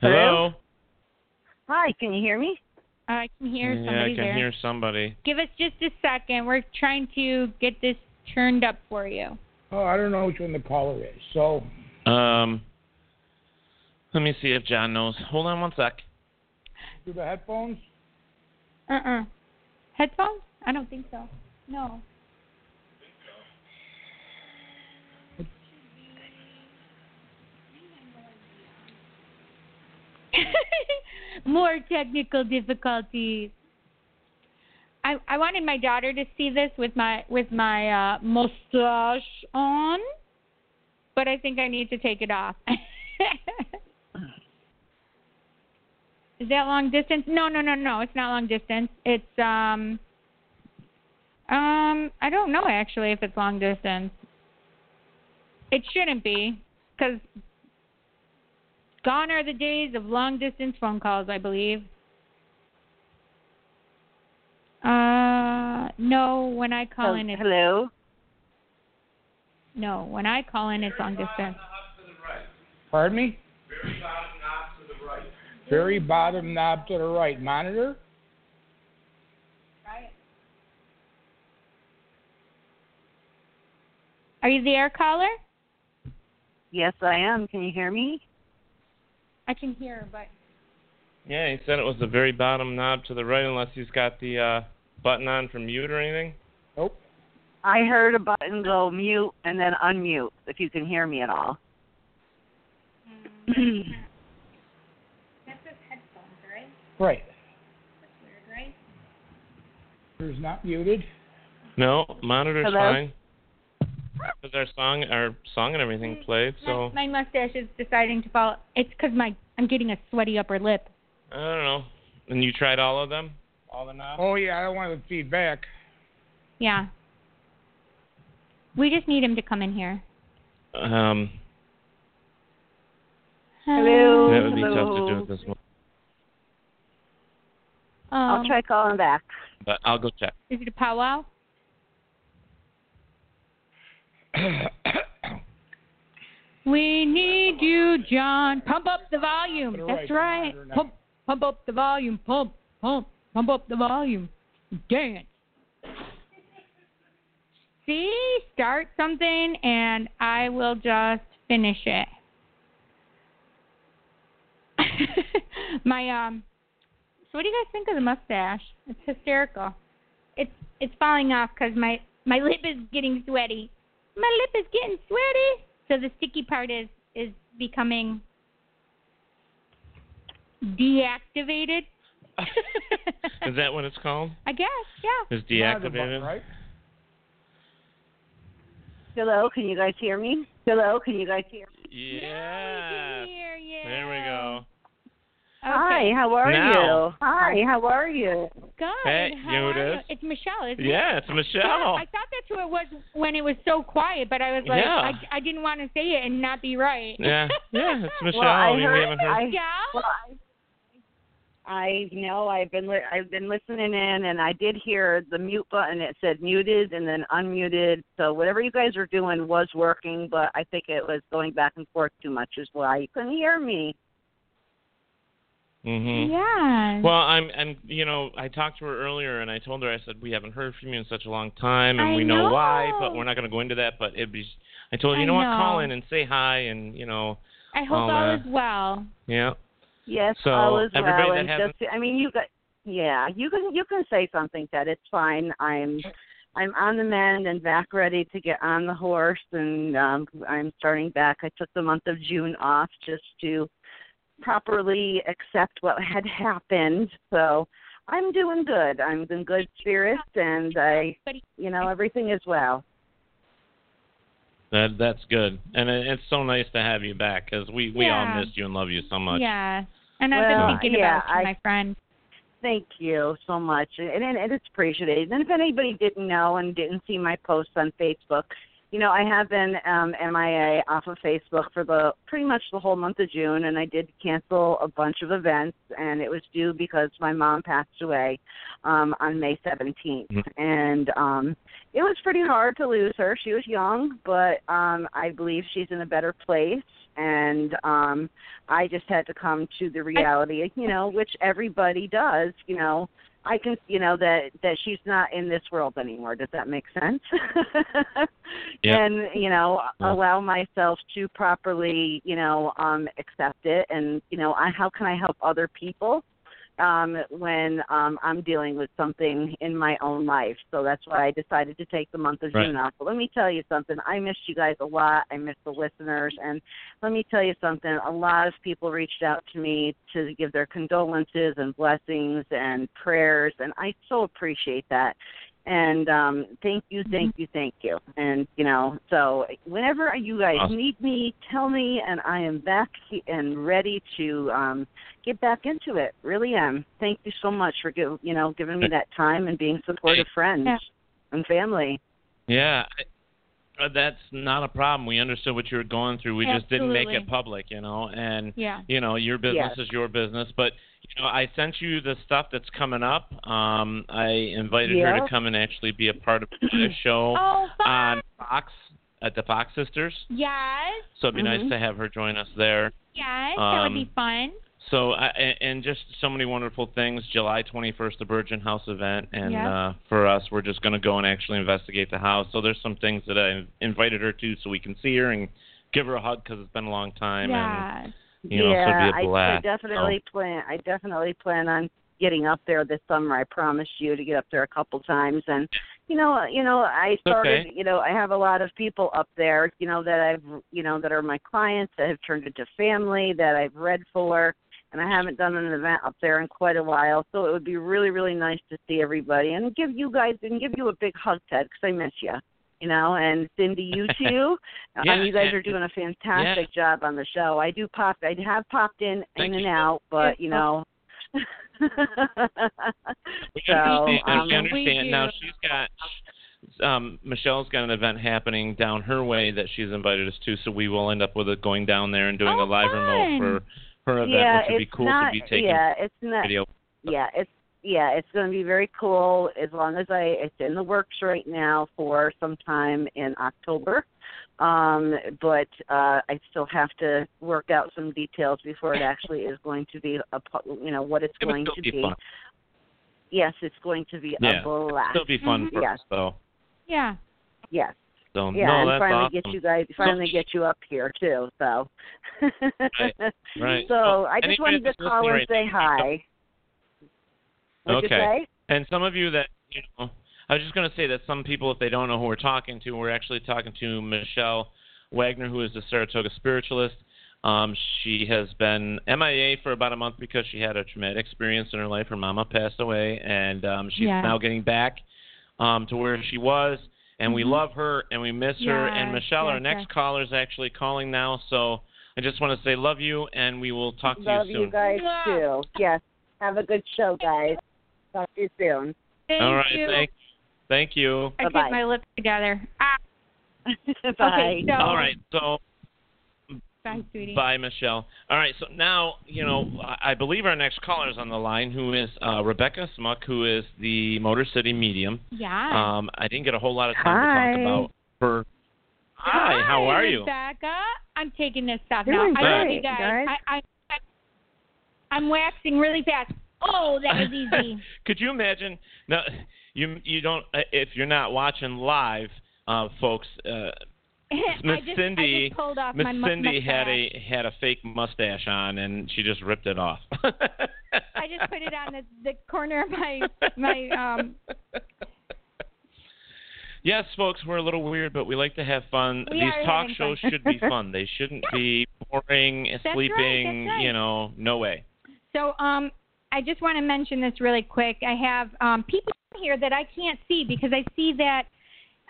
[SPEAKER 3] Hello.
[SPEAKER 5] Hi, can you hear me?
[SPEAKER 4] Uh, I can hear
[SPEAKER 3] yeah, I
[SPEAKER 4] somebody
[SPEAKER 3] can
[SPEAKER 4] there.
[SPEAKER 3] hear somebody.
[SPEAKER 4] Give us just a second. We're trying to get this turned up for you.
[SPEAKER 2] Oh, I don't know which one the caller is. So,
[SPEAKER 3] Um, let me see if John knows. Hold on one sec.
[SPEAKER 2] do the headphones?
[SPEAKER 4] Uh uh Headphones? I don't think so. No. More technical difficulties. I I wanted my daughter to see this with my with my uh, mustache on, but I think I need to take it off. Is that long distance? No, no, no, no. It's not long distance. It's um um I don't know actually if it's long distance. It shouldn't be cuz gone are the days of long distance phone calls, I believe. Uh no, when I call in it's
[SPEAKER 6] Hello.
[SPEAKER 4] no, when I call in it's long distance.
[SPEAKER 2] Pardon me? Very bottom knob to the right. Monitor?
[SPEAKER 4] Are you there, caller?
[SPEAKER 6] Yes, I am. Can you hear me?
[SPEAKER 4] I can hear, but
[SPEAKER 3] Yeah, he said it was the very bottom knob to the right, unless he's got the uh, button on for mute or anything.
[SPEAKER 2] Nope.
[SPEAKER 6] I heard a button go mute and then unmute. If you can hear me at all.
[SPEAKER 4] That's just headphones, right?
[SPEAKER 2] Right.
[SPEAKER 4] That's weird, right?
[SPEAKER 2] Who's not muted?
[SPEAKER 3] No, monitor's
[SPEAKER 6] Hello?
[SPEAKER 3] fine. 'Cause our song, our song and everything played, so
[SPEAKER 4] Mm, my, my mustache is deciding to fall. It's because my I'm getting a sweaty upper lip.
[SPEAKER 3] I don't know. And you tried all of them? All the knobs?
[SPEAKER 2] Oh, yeah, I don't want the feedback.
[SPEAKER 4] Yeah. We just need him to come in here.
[SPEAKER 3] Um,
[SPEAKER 6] Hello.
[SPEAKER 3] that would be tough to
[SPEAKER 6] Hello.
[SPEAKER 3] do with this one,
[SPEAKER 4] Oh,
[SPEAKER 6] I'll try calling back.
[SPEAKER 3] but I'll go check.
[SPEAKER 4] Is it a powwow? we need you, John. Pump up the volume.
[SPEAKER 2] Put it
[SPEAKER 4] That's
[SPEAKER 2] right.
[SPEAKER 4] right.
[SPEAKER 2] Put it
[SPEAKER 4] Pump, pump up the volume. Pump, pump, pump up the volume. Dance. See, start something, and I will just finish it. My um. So what do you guys think of the mustache? It's hysterical. It's it's falling off because my my lip is getting sweaty. My lip is getting sweaty. So the sticky part is is becoming deactivated.
[SPEAKER 3] Is that what it's called?
[SPEAKER 4] I guess, yeah.
[SPEAKER 3] Is
[SPEAKER 2] Monitor button,
[SPEAKER 3] deactivated?
[SPEAKER 2] right?
[SPEAKER 6] Hello. Can you guys hear me? Hello. Can you guys hear? Me?
[SPEAKER 3] Yeah. There we go.
[SPEAKER 6] Hi. How are
[SPEAKER 3] Now.
[SPEAKER 6] you? Hi. How are you?
[SPEAKER 4] Good.
[SPEAKER 3] Hey,
[SPEAKER 4] How
[SPEAKER 3] you know who
[SPEAKER 4] are
[SPEAKER 3] it
[SPEAKER 4] you?
[SPEAKER 3] is?
[SPEAKER 4] It's Michelle, isn't it?
[SPEAKER 3] Yeah, it's Michelle.
[SPEAKER 4] I thought that's who it was when it was so quiet, but I was like,
[SPEAKER 3] Yeah.
[SPEAKER 4] I, I didn't want to say it and not be right.
[SPEAKER 3] Yeah, yeah, it's Michelle.
[SPEAKER 6] Well, I
[SPEAKER 3] I mean, we
[SPEAKER 6] heard-
[SPEAKER 3] haven't heard.
[SPEAKER 6] I-
[SPEAKER 4] Yeah.
[SPEAKER 6] Well, I, I know I've been li- I've been listening in, and I did hear the mute button. It said muted and then unmuted. So whatever you guys were doing was working, but I think it was going back and forth too much, is why you couldn't hear me.
[SPEAKER 3] hmm
[SPEAKER 4] Yeah.
[SPEAKER 3] Well, I'm, I'm, you know, I talked to her earlier, and I told her I said we haven't heard from you in such a long time, and
[SPEAKER 4] I
[SPEAKER 3] we know, why,
[SPEAKER 4] know.
[SPEAKER 3] but we're not going to go into that. But it'd be, I told her, you
[SPEAKER 4] I
[SPEAKER 3] know, what,
[SPEAKER 4] know.
[SPEAKER 3] call in and say hi, and you know,
[SPEAKER 4] I hope
[SPEAKER 3] I'll,
[SPEAKER 4] all
[SPEAKER 3] uh,
[SPEAKER 4] is well.
[SPEAKER 3] yeah,
[SPEAKER 6] Yes,
[SPEAKER 3] So,
[SPEAKER 6] all is
[SPEAKER 3] everybody
[SPEAKER 6] well.
[SPEAKER 3] that
[SPEAKER 6] and
[SPEAKER 3] hasn't-
[SPEAKER 6] just, I mean, you got yeah, you can you can say something Ted. it's fine. I'm I'm on the mend and back ready to get on the horse, and um, I'm starting back. I took the month of June off just to properly accept what had happened. So I'm doing good. I'm in good spirits, and I, you know, everything is well.
[SPEAKER 3] that that's good, and it, it's so nice to have you back because we we
[SPEAKER 4] Yeah.
[SPEAKER 3] all missed you and love you so much.
[SPEAKER 4] Yeah. And I've
[SPEAKER 6] Well,
[SPEAKER 4] been thinking
[SPEAKER 6] yeah,
[SPEAKER 4] about you,
[SPEAKER 6] I-
[SPEAKER 4] my friend.
[SPEAKER 6] Thank you so much, and, and, and it's appreciated. And if anybody didn't know and didn't see my posts on Facebook, you know I have been um, MIA off of Facebook for the pretty much the whole month of June, and I did cancel a bunch of events, and it was due because my mom passed away um, on May 17th,
[SPEAKER 3] Mhm.
[SPEAKER 6] and um, it was pretty hard to lose her. She was young, but um, I believe she's in a better place, and um, I just had to come to the reality, you know, which everybody does, you know. I can, you know, that that she's not in this world anymore. Does that make sense?
[SPEAKER 3] Yeah.
[SPEAKER 6] And you know,
[SPEAKER 3] Yeah.
[SPEAKER 6] allow myself to properly, you know, um accept it and, you know, I, how can I help other people? um, when um, I'm dealing with something in my own life. So that's why I decided to take the month of
[SPEAKER 3] Right.
[SPEAKER 6] June off. But let me tell you something. I missed you guys a lot. I missed the listeners. And let me tell you something. A lot of people reached out to me to give their condolences and blessings and prayers. And I so appreciate that. And um, thank you, thank you, thank you. And, you know, so whenever you guys
[SPEAKER 3] Awesome.
[SPEAKER 6] need me, tell me, and I am back he- and ready to um, get back into it. Really am. Thank you so much for give, you know giving me that time and being supportive friends
[SPEAKER 4] Yeah.
[SPEAKER 6] and family.
[SPEAKER 3] Yeah, I- uh, that's not a problem. We understood what you were going through. We just didn't make it
[SPEAKER 4] Absolutely.
[SPEAKER 3] public, you know. And
[SPEAKER 4] Yeah.
[SPEAKER 3] you know, your business
[SPEAKER 6] Yes.
[SPEAKER 3] is your business. But you know, I sent you the stuff that's coming up. Um, I invited her
[SPEAKER 6] Yeah.
[SPEAKER 3] to come and actually be a part of the show
[SPEAKER 4] Oh, fun.
[SPEAKER 3] on Fox at the Fox Sisters.
[SPEAKER 4] Yes.
[SPEAKER 3] So it'd be
[SPEAKER 4] Mm-hmm.
[SPEAKER 3] nice to have her join us there.
[SPEAKER 4] Yes. that
[SPEAKER 3] Um,
[SPEAKER 4] would be fun.
[SPEAKER 3] So I, and, and just so many wonderful things. July 21st, the Virgin House event, and
[SPEAKER 4] Yeah.
[SPEAKER 3] uh, for us, we're just going to go and actually investigate the house. So there's some things that I invited her to, so we can see her and give her a hug because it's been a long time.
[SPEAKER 4] Yes.
[SPEAKER 3] And, you know, so
[SPEAKER 6] yeah,
[SPEAKER 3] it'd
[SPEAKER 6] I,
[SPEAKER 3] be a
[SPEAKER 6] I
[SPEAKER 3] blast.
[SPEAKER 6] definitely plan. I definitely plan on getting up there this summer. I promise you to get up there a couple times. And you know, you know, I started. You know, I have a lot of people up there. You know that I've, you know, that are my clients that have turned into family that I've read for. And I haven't done an event up there in quite a while, so it would be really, really nice to see everybody and give you guys and give you a big hug, Ted, because I miss you. You know, and Cindy, you too.
[SPEAKER 3] Yeah,
[SPEAKER 6] um, you guys
[SPEAKER 3] and-
[SPEAKER 6] are doing a fantastic job on the show. I do pop. I have popped in
[SPEAKER 3] Thank
[SPEAKER 6] in and
[SPEAKER 3] you.
[SPEAKER 6] out, but you know. so
[SPEAKER 3] and,
[SPEAKER 6] um,
[SPEAKER 3] we understand
[SPEAKER 4] do-
[SPEAKER 3] now she's got. Um, Michelle's got an event happening down her way that she's invited us to, so we will end up with it going down there and doing
[SPEAKER 4] Oh,
[SPEAKER 3] a live
[SPEAKER 4] fun.
[SPEAKER 3] remote for her event,
[SPEAKER 6] yeah,
[SPEAKER 3] which would be
[SPEAKER 6] it's
[SPEAKER 3] cool
[SPEAKER 6] not,
[SPEAKER 3] to be taking
[SPEAKER 6] Yeah, it's not.
[SPEAKER 3] video.
[SPEAKER 6] Yeah, it's yeah, it's going to be very cool as long as I it's in the works right now for sometime in October. Um, but uh, I still have to work out some details before it actually is going to be a pu- you know what it's
[SPEAKER 3] It would
[SPEAKER 6] going
[SPEAKER 3] still
[SPEAKER 6] to
[SPEAKER 3] be fun.
[SPEAKER 6] Yes, it's going to be
[SPEAKER 3] Yeah,
[SPEAKER 6] a blast. Mm-hmm.
[SPEAKER 3] It'll be fun
[SPEAKER 4] Mhm.
[SPEAKER 3] for
[SPEAKER 6] Yeah.
[SPEAKER 3] us, though.
[SPEAKER 4] Yeah.
[SPEAKER 6] yes.
[SPEAKER 3] So,
[SPEAKER 6] Yeah,
[SPEAKER 3] no,
[SPEAKER 6] and
[SPEAKER 3] that's
[SPEAKER 6] finally
[SPEAKER 3] awesome. Oh,
[SPEAKER 6] get you guys finally get you up here too. So
[SPEAKER 3] right.
[SPEAKER 6] So I just
[SPEAKER 3] Anybody
[SPEAKER 6] wanted to
[SPEAKER 3] that's
[SPEAKER 6] call
[SPEAKER 3] listening
[SPEAKER 6] and
[SPEAKER 3] right
[SPEAKER 6] say
[SPEAKER 3] now,
[SPEAKER 6] hi. What'd
[SPEAKER 3] Okay.
[SPEAKER 6] you say?
[SPEAKER 3] And some of you that, you know, I was just going to say that some people, if they don't know who we're talking to, we're actually talking to Michelle Wagner, who is the Saratoga spiritualist. Um, she has been MIA for about a month because she had a traumatic experience in her life. Her mama passed away, and um, she's
[SPEAKER 4] Yeah.
[SPEAKER 3] now getting back um, to where she was. And we love her and we miss her. And
[SPEAKER 4] Yes,
[SPEAKER 3] Michelle, our
[SPEAKER 4] yes,
[SPEAKER 3] next
[SPEAKER 4] yes.
[SPEAKER 3] caller, is actually calling now. So I just want to say love you, and we will talk to
[SPEAKER 6] Love
[SPEAKER 3] you soon.
[SPEAKER 6] you guys
[SPEAKER 4] Yeah.
[SPEAKER 6] too. Yes. Have a good show, guys. Talk to you soon.
[SPEAKER 4] Thank
[SPEAKER 3] All right.
[SPEAKER 4] you.
[SPEAKER 3] Thank, thank you.
[SPEAKER 4] I
[SPEAKER 6] Bye-bye.
[SPEAKER 4] get my lips together. Ah,
[SPEAKER 6] Bye.
[SPEAKER 4] Okay, so,
[SPEAKER 3] All right. So
[SPEAKER 4] Bye, sweetie.
[SPEAKER 3] bye, Michelle. All right. So now, you know, I- I believe our next caller is on the line, who is uh, Rebecca Smuck, who is the Motor City medium.
[SPEAKER 4] Yeah.
[SPEAKER 3] Um, I didn't get a whole lot of time
[SPEAKER 6] Hi.
[SPEAKER 3] to talk about her. Hi. How are you? Uh,
[SPEAKER 4] Rebecca. I'm taking this stuff
[SPEAKER 6] Doing
[SPEAKER 4] now. I love
[SPEAKER 6] great,
[SPEAKER 4] you guys.
[SPEAKER 6] guys.
[SPEAKER 4] I, I, I, I'm waxing really fast. Oh, that was easy.
[SPEAKER 3] Could you imagine? No, you you don't. uh, If you're not watching live, uh, folks, uh,
[SPEAKER 4] I
[SPEAKER 3] Miss
[SPEAKER 4] just, I
[SPEAKER 3] Cindy,
[SPEAKER 4] just pulled off
[SPEAKER 3] Miss
[SPEAKER 4] my mu-
[SPEAKER 3] Cindy had
[SPEAKER 4] mustache.
[SPEAKER 3] a had a fake mustache on, and she just ripped it off.
[SPEAKER 4] I just put it on the, the corner of my my um.
[SPEAKER 3] Yes, folks, we're a little weird, but we like to have fun.
[SPEAKER 4] We
[SPEAKER 3] These
[SPEAKER 4] are
[SPEAKER 3] talk
[SPEAKER 4] having
[SPEAKER 3] shows
[SPEAKER 4] fun.
[SPEAKER 3] should be fun. They shouldn't be boring,
[SPEAKER 4] right,
[SPEAKER 3] sleeping.
[SPEAKER 4] that's right.
[SPEAKER 3] You know, no way.
[SPEAKER 4] So um, I just want to mention this really quick. I have um people here that I can't see because I see that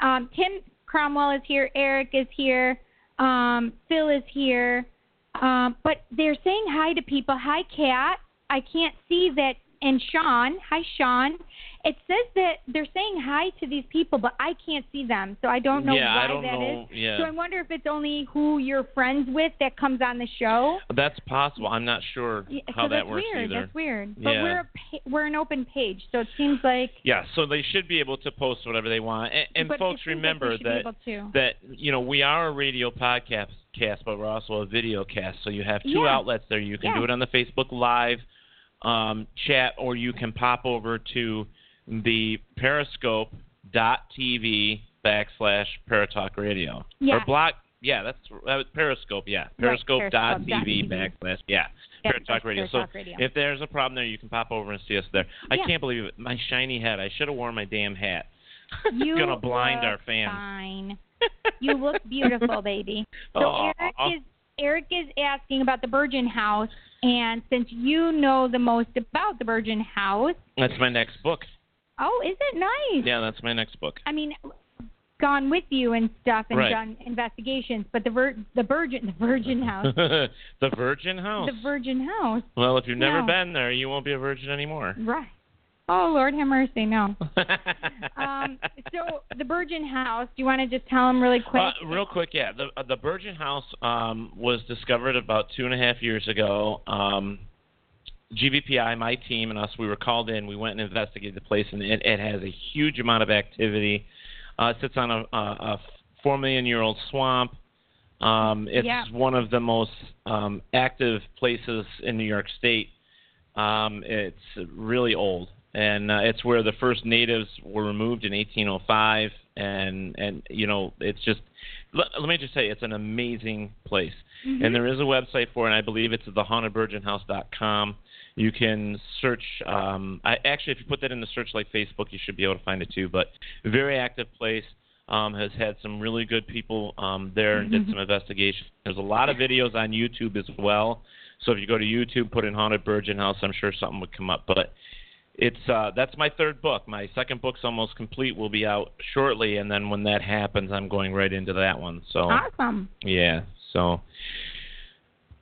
[SPEAKER 4] um Tim Cromwell is here, Eric is here, um Phil is here, um but they're saying hi to people. Hi, Kat. I can't see that. And Sean, hi Sean. It says that they're saying hi to these people, but I can't see them, so I don't know
[SPEAKER 3] yeah,
[SPEAKER 4] why
[SPEAKER 3] I don't
[SPEAKER 4] that is.
[SPEAKER 3] know. Yeah,
[SPEAKER 4] So I wonder if it's only who you're friends with that comes on the show.
[SPEAKER 3] that's possible. I'm not sure
[SPEAKER 4] Yeah,
[SPEAKER 3] how
[SPEAKER 4] so
[SPEAKER 3] that
[SPEAKER 4] that's
[SPEAKER 3] works
[SPEAKER 4] weird.
[SPEAKER 3] either.
[SPEAKER 4] That's weird. But
[SPEAKER 3] Yeah.
[SPEAKER 4] we're a pa- we're an open page, so it seems like.
[SPEAKER 3] Yeah, so they should be able to post whatever they want. And, and
[SPEAKER 4] but it
[SPEAKER 3] folks,
[SPEAKER 4] seems like
[SPEAKER 3] remember
[SPEAKER 4] we should be
[SPEAKER 3] that
[SPEAKER 4] able to.
[SPEAKER 3] that you know we are a radio podcast cast, but we're also a video cast. So you have two
[SPEAKER 4] Yeah.
[SPEAKER 3] outlets there. You can
[SPEAKER 4] Yeah.
[SPEAKER 3] do it on the Facebook Live um, chat, or you can pop over to the Periscope.tv backslash Paratalk Radio
[SPEAKER 4] Yeah.
[SPEAKER 3] or Block Yeah, that's that was Periscope. Yeah,
[SPEAKER 4] Right,
[SPEAKER 3] Periscope dot TV
[SPEAKER 4] periscope.tv.
[SPEAKER 3] backslash. Yeah,
[SPEAKER 4] Yeah,
[SPEAKER 3] Paratalk
[SPEAKER 4] that's
[SPEAKER 3] Radio. So
[SPEAKER 4] Paratalk Radio.
[SPEAKER 3] if there's a problem there, you can pop over and see us there. I
[SPEAKER 4] Yeah.
[SPEAKER 3] can't believe it. My shiny hat. I should have worn my damn hat.
[SPEAKER 4] You
[SPEAKER 3] Gonna blind
[SPEAKER 4] look
[SPEAKER 3] our fans.
[SPEAKER 4] Fine. You look beautiful, baby. So
[SPEAKER 3] Aw.
[SPEAKER 4] Eric is Eric is asking about the Virgin House, and since you know the most about the Virgin House,
[SPEAKER 3] That's my next book.
[SPEAKER 4] oh, is it nice?
[SPEAKER 3] Yeah, that's my next book.
[SPEAKER 4] I mean, gone with you and stuff and
[SPEAKER 3] Right.
[SPEAKER 4] done investigations, but the vir- the Virgin the Virgin House,
[SPEAKER 3] the Virgin House.
[SPEAKER 4] the Virgin House,
[SPEAKER 3] well, if you've never
[SPEAKER 4] No.
[SPEAKER 3] been there, you won't be a virgin anymore.
[SPEAKER 4] right? Oh Lord, have mercy, no. Um, so the Virgin House, do you want to just tell him really quick?
[SPEAKER 3] Uh, real quick, yeah. The uh, the Virgin House um, was discovered about two and a half years ago. Um, GVPI, my team, and us, we were called in. We went and investigated the place, and it, it has a huge amount of activity. Uh, it sits on a, a, a four million year old swamp. Um, it's
[SPEAKER 4] Yeah.
[SPEAKER 3] one of the most um, active places in New York State. Um, it's really old, and uh, it's where the first natives were removed in 1805. And and you know, it's just let, let me just say, it's an amazing place. And there is a website for it. and I believe it's thehauntedvirginhouse.com. You can search. Um, I, actually, if you put that in the search like Facebook, you should be able to find it too. But very active place. Um, has had some really good people um, there and
[SPEAKER 4] Mm-hmm.
[SPEAKER 3] did some investigation. There's a lot of videos on YouTube as well. So if you go to YouTube, put in haunted virgin house, I'm sure something would come up. But it's uh, that's my third book. My second book's almost complete. Will be out shortly, and then when that happens, I'm going right into that one. So
[SPEAKER 4] awesome.
[SPEAKER 3] yeah. So,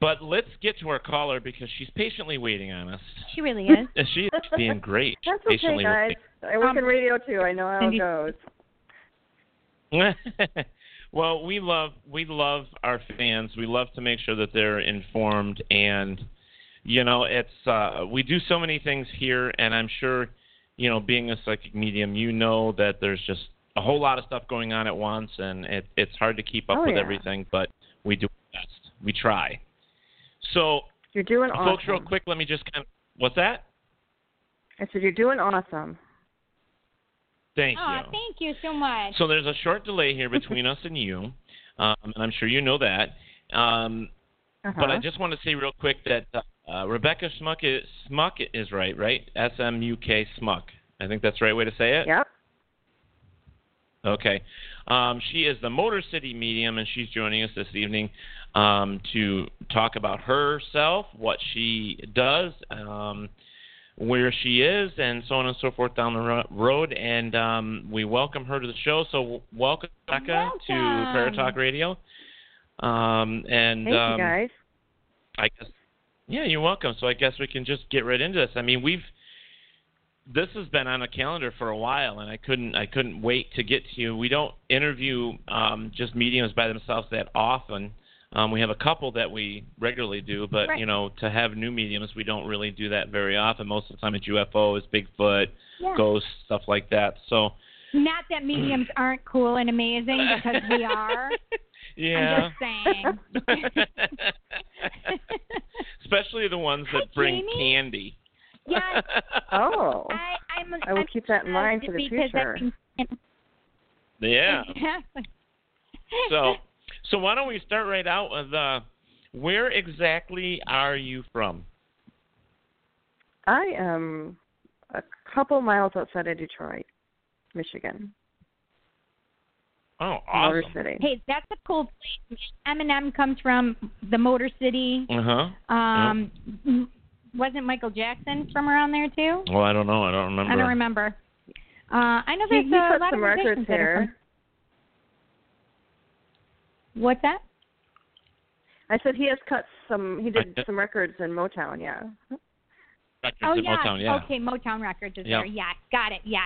[SPEAKER 3] but let's get to our caller because she's patiently waiting on us.
[SPEAKER 4] She really is.
[SPEAKER 3] And She's being great.
[SPEAKER 6] That's okay,
[SPEAKER 3] patiently
[SPEAKER 6] guys. I work
[SPEAKER 4] Um,
[SPEAKER 6] in radio too. I know how
[SPEAKER 4] Cindy-
[SPEAKER 6] it goes.
[SPEAKER 3] waiting. well, we love we love our fans. We love to make sure that they're informed, and you know, it's uh, we do so many things here, and I'm sure, you know, being a psychic medium, you know that there's just a whole lot of stuff going on at once, and it, it's hard to keep up
[SPEAKER 6] Oh,
[SPEAKER 3] with
[SPEAKER 6] yeah.
[SPEAKER 3] everything. But we do our best. We try. So
[SPEAKER 6] You're doing awesome.
[SPEAKER 3] Folks, real quick, let me just kind of. What's that?
[SPEAKER 6] I said you're doing awesome.
[SPEAKER 3] Thank
[SPEAKER 4] Aw,
[SPEAKER 3] you.
[SPEAKER 4] Oh, thank you so much.
[SPEAKER 3] So there's a short delay here between us and you, um, and I'm sure you know that. Um,
[SPEAKER 6] Uh-huh.
[SPEAKER 3] But I just want to say real quick that uh, Rebecca Smuck is, Smuck is right, right? S M U K Smuck. I think that's the right way to say it.
[SPEAKER 6] Yep.
[SPEAKER 3] Okay. Um, she is the Motor City medium, and she's joining us this evening um, to talk about herself, what she does, um, where she is, and so on and so forth down the ro- road. And um, we welcome her to the show. So, w- welcome, Becca, to
[SPEAKER 4] Welcome.
[SPEAKER 3] Paratalk Radio. Um, and
[SPEAKER 6] Thank
[SPEAKER 3] um,
[SPEAKER 6] you guys.
[SPEAKER 3] I guess. Yeah, you're welcome. So I guess we can just get right into this. I mean, we've this has been on a calendar for a while, and I couldn't I couldn't wait to get to you. We don't interview um, just mediums by themselves that often. Um, we have a couple that we regularly do, but
[SPEAKER 4] Right.
[SPEAKER 3] you know, to have new mediums, we don't really do that very often. Most of the time, it's UFOs, Bigfoot,
[SPEAKER 4] Yeah.
[SPEAKER 3] ghosts, stuff like that. So
[SPEAKER 4] Not that mediums aren't cool and amazing because we are.
[SPEAKER 3] yeah,
[SPEAKER 4] I'm just saying.
[SPEAKER 3] especially the ones that
[SPEAKER 4] Hi,
[SPEAKER 3] bring
[SPEAKER 4] Jamie.
[SPEAKER 3] candy.
[SPEAKER 4] yes,
[SPEAKER 6] Oh.
[SPEAKER 4] I, I'm.
[SPEAKER 6] I will
[SPEAKER 4] I'm
[SPEAKER 6] keep that in mind for the
[SPEAKER 4] because
[SPEAKER 6] future.
[SPEAKER 4] I can,
[SPEAKER 3] yeah.
[SPEAKER 4] Exactly.
[SPEAKER 3] So, so why don't we start right out with uh, where exactly are you from?
[SPEAKER 6] I am a couple miles outside of Detroit, Michigan,
[SPEAKER 3] Oh,
[SPEAKER 6] Motor
[SPEAKER 3] awesome.
[SPEAKER 6] City.
[SPEAKER 4] hey, that's a cool place. Eminem comes from the Motor City.
[SPEAKER 3] Uh huh.
[SPEAKER 4] Um, m- wasn't Michael Jackson from around there too?
[SPEAKER 3] Well, I don't know. I don't remember.
[SPEAKER 4] I don't remember. Uh, I know
[SPEAKER 6] he,
[SPEAKER 4] there's
[SPEAKER 6] he
[SPEAKER 4] a
[SPEAKER 6] put
[SPEAKER 4] lot
[SPEAKER 6] some
[SPEAKER 4] of musicians
[SPEAKER 6] records
[SPEAKER 4] that are
[SPEAKER 6] here.
[SPEAKER 4] from- What's that?
[SPEAKER 6] I said he has cut some. He did
[SPEAKER 3] I-
[SPEAKER 6] some records in Motown. Yeah.
[SPEAKER 3] Records
[SPEAKER 4] Oh
[SPEAKER 3] in
[SPEAKER 4] yeah.
[SPEAKER 3] Motown, yeah.
[SPEAKER 4] Okay, Motown Records is
[SPEAKER 3] Yeah.
[SPEAKER 4] there. Yeah, got it. Yeah,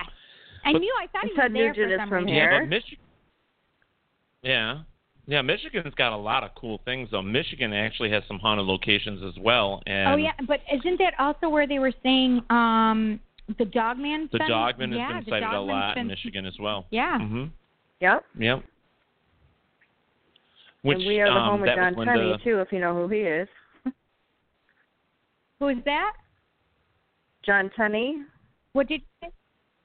[SPEAKER 4] I
[SPEAKER 3] But-
[SPEAKER 4] knew. I thought he
[SPEAKER 6] Ted
[SPEAKER 4] was there
[SPEAKER 6] Nugent
[SPEAKER 4] for
[SPEAKER 6] is
[SPEAKER 4] some
[SPEAKER 6] from
[SPEAKER 4] reason.
[SPEAKER 6] here.
[SPEAKER 3] Yeah,
[SPEAKER 6] Air?
[SPEAKER 3] but Michigan. Yeah, yeah. Michigan's got a lot of cool things though. Michigan actually has some haunted locations as well. And
[SPEAKER 4] Oh yeah, but isn't that also where they were saying um the Dogman?
[SPEAKER 3] The Dogman has
[SPEAKER 4] yeah,
[SPEAKER 3] been
[SPEAKER 4] the
[SPEAKER 3] cited a
[SPEAKER 4] Dogman's
[SPEAKER 3] lot in
[SPEAKER 4] been-
[SPEAKER 3] Michigan as well.
[SPEAKER 4] Yeah.
[SPEAKER 3] Mhm.
[SPEAKER 6] Yep.
[SPEAKER 3] Yep. Which
[SPEAKER 6] and we are the
[SPEAKER 3] um,
[SPEAKER 6] home of
[SPEAKER 3] that was
[SPEAKER 6] John
[SPEAKER 3] when
[SPEAKER 6] Penny
[SPEAKER 3] the-
[SPEAKER 6] too, if you know who he is.
[SPEAKER 4] Who's that?
[SPEAKER 6] John Penny.
[SPEAKER 4] What did you say?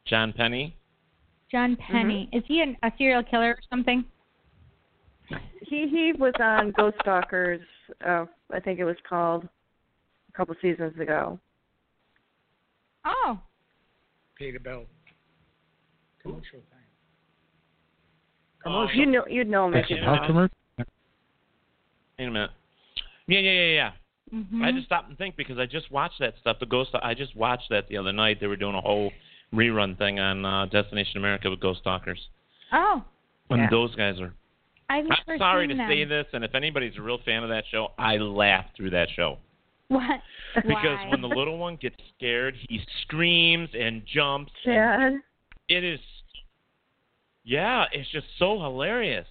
[SPEAKER 3] John Penny.
[SPEAKER 6] Mm-hmm.
[SPEAKER 4] John Penny? Is he an, a serial killer or something?
[SPEAKER 6] he he was on Ghost Stalkers. Uh, I think it was called a couple seasons ago.
[SPEAKER 4] Oh,
[SPEAKER 7] Pay the bill. Commercial time.
[SPEAKER 6] You know you'd know him if you saw him.
[SPEAKER 3] Hang on a minute. Yeah, yeah, yeah, yeah.
[SPEAKER 4] Mm-hmm.
[SPEAKER 3] I had to stop and think because I just watched that stuff. The Ghost. I just watched that the other night. They were doing a whole rerun thing on uh, Destination America with Ghost Stalkers.
[SPEAKER 4] oh,
[SPEAKER 3] And
[SPEAKER 6] Yeah.
[SPEAKER 3] those guys are.
[SPEAKER 4] I've never
[SPEAKER 3] I'm sorry to
[SPEAKER 4] seen them.
[SPEAKER 3] say this, and if anybody's a real fan of that show, I laugh through that show
[SPEAKER 4] What?
[SPEAKER 3] because
[SPEAKER 4] Why?
[SPEAKER 3] when the little one gets scared, he screams and jumps.
[SPEAKER 6] Chad.
[SPEAKER 3] and It is. Yeah, it's just so hilarious.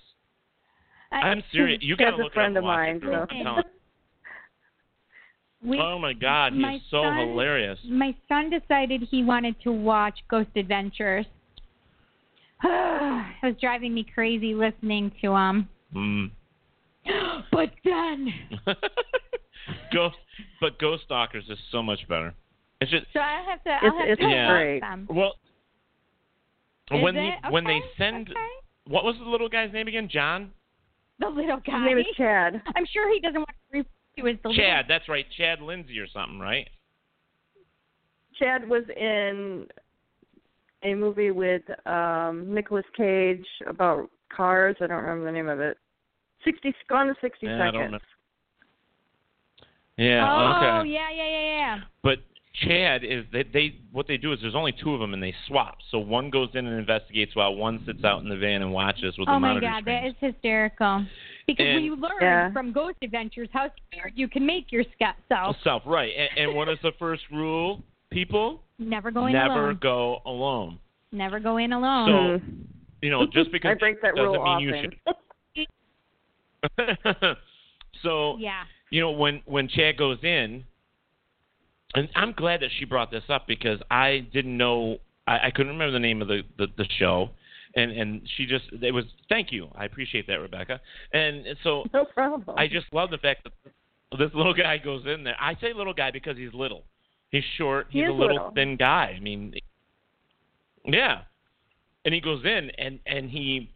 [SPEAKER 4] I-
[SPEAKER 3] I'm serious. You gotta
[SPEAKER 6] Chad's a
[SPEAKER 3] look
[SPEAKER 6] friend
[SPEAKER 3] it
[SPEAKER 6] of
[SPEAKER 3] up and watch
[SPEAKER 6] mine,
[SPEAKER 3] it, girl.
[SPEAKER 4] so-
[SPEAKER 3] I'm telling
[SPEAKER 4] we,
[SPEAKER 3] you. Oh my God, he's
[SPEAKER 4] My
[SPEAKER 3] so
[SPEAKER 4] son-
[SPEAKER 3] hilarious.
[SPEAKER 4] my son decided he wanted to watch Ghost Adventures. it was driving me crazy listening to him.
[SPEAKER 3] Mm.
[SPEAKER 4] But then,
[SPEAKER 3] Ghost, but Ghost Stalkers is so much better. It's just
[SPEAKER 4] so I'll have to. I'll
[SPEAKER 6] It's-
[SPEAKER 4] have
[SPEAKER 6] it's
[SPEAKER 4] to
[SPEAKER 3] Yeah.
[SPEAKER 6] great.
[SPEAKER 4] watch them.
[SPEAKER 3] well,
[SPEAKER 4] Is
[SPEAKER 3] when
[SPEAKER 4] it?
[SPEAKER 3] they when they
[SPEAKER 4] Okay,
[SPEAKER 3] send
[SPEAKER 4] okay.
[SPEAKER 3] what was the little guy's name again? John.
[SPEAKER 4] the little guy,
[SPEAKER 6] His name is Chad.
[SPEAKER 4] I'm sure he doesn't want to refer to as
[SPEAKER 6] Mm-hmm.
[SPEAKER 4] the
[SPEAKER 3] Chad. That's right, Chad Lindsay or something, right?
[SPEAKER 6] Chad was in a movie with um Nicolas Cage about cars. I don't remember the name of it. Sixty gone to sixty
[SPEAKER 3] Yeah, I don't
[SPEAKER 6] seconds.
[SPEAKER 3] remember. Yeah.
[SPEAKER 4] Oh
[SPEAKER 3] okay.
[SPEAKER 4] yeah, yeah, yeah, yeah.
[SPEAKER 3] But Chad is they, they what they do is there's only two of them and they swap. So one goes in and investigates while one sits out in the van and watches with
[SPEAKER 4] oh
[SPEAKER 3] the
[SPEAKER 4] my
[SPEAKER 3] monitor
[SPEAKER 4] god,
[SPEAKER 3] screens.
[SPEAKER 4] that is hysterical. Because
[SPEAKER 3] And-
[SPEAKER 4] we learned
[SPEAKER 6] Yeah.
[SPEAKER 4] from Ghost Adventures how scared you can make yourself.
[SPEAKER 3] Self right. And, and what is the first rule? People
[SPEAKER 4] Never go in
[SPEAKER 3] never
[SPEAKER 4] alone.
[SPEAKER 3] go alone.
[SPEAKER 4] Never go in alone.
[SPEAKER 3] So you know, just because
[SPEAKER 6] Hmm. I break that
[SPEAKER 3] doesn't
[SPEAKER 6] rule
[SPEAKER 3] mean you
[SPEAKER 6] often.
[SPEAKER 3] should. so
[SPEAKER 4] yeah.
[SPEAKER 3] you know when when Chad goes in, and I'm glad that she brought this up because I didn't know I, I couldn't remember the name of the, the the show, and and she just it was thank you I appreciate that Rebecca, and so
[SPEAKER 6] no problem.
[SPEAKER 3] I just love the fact that this little guy goes in there. I say little guy because he's little, he's short,
[SPEAKER 6] He is
[SPEAKER 3] he's a little,
[SPEAKER 6] little.
[SPEAKER 3] thin guy. I mean, yeah, and he goes in and and he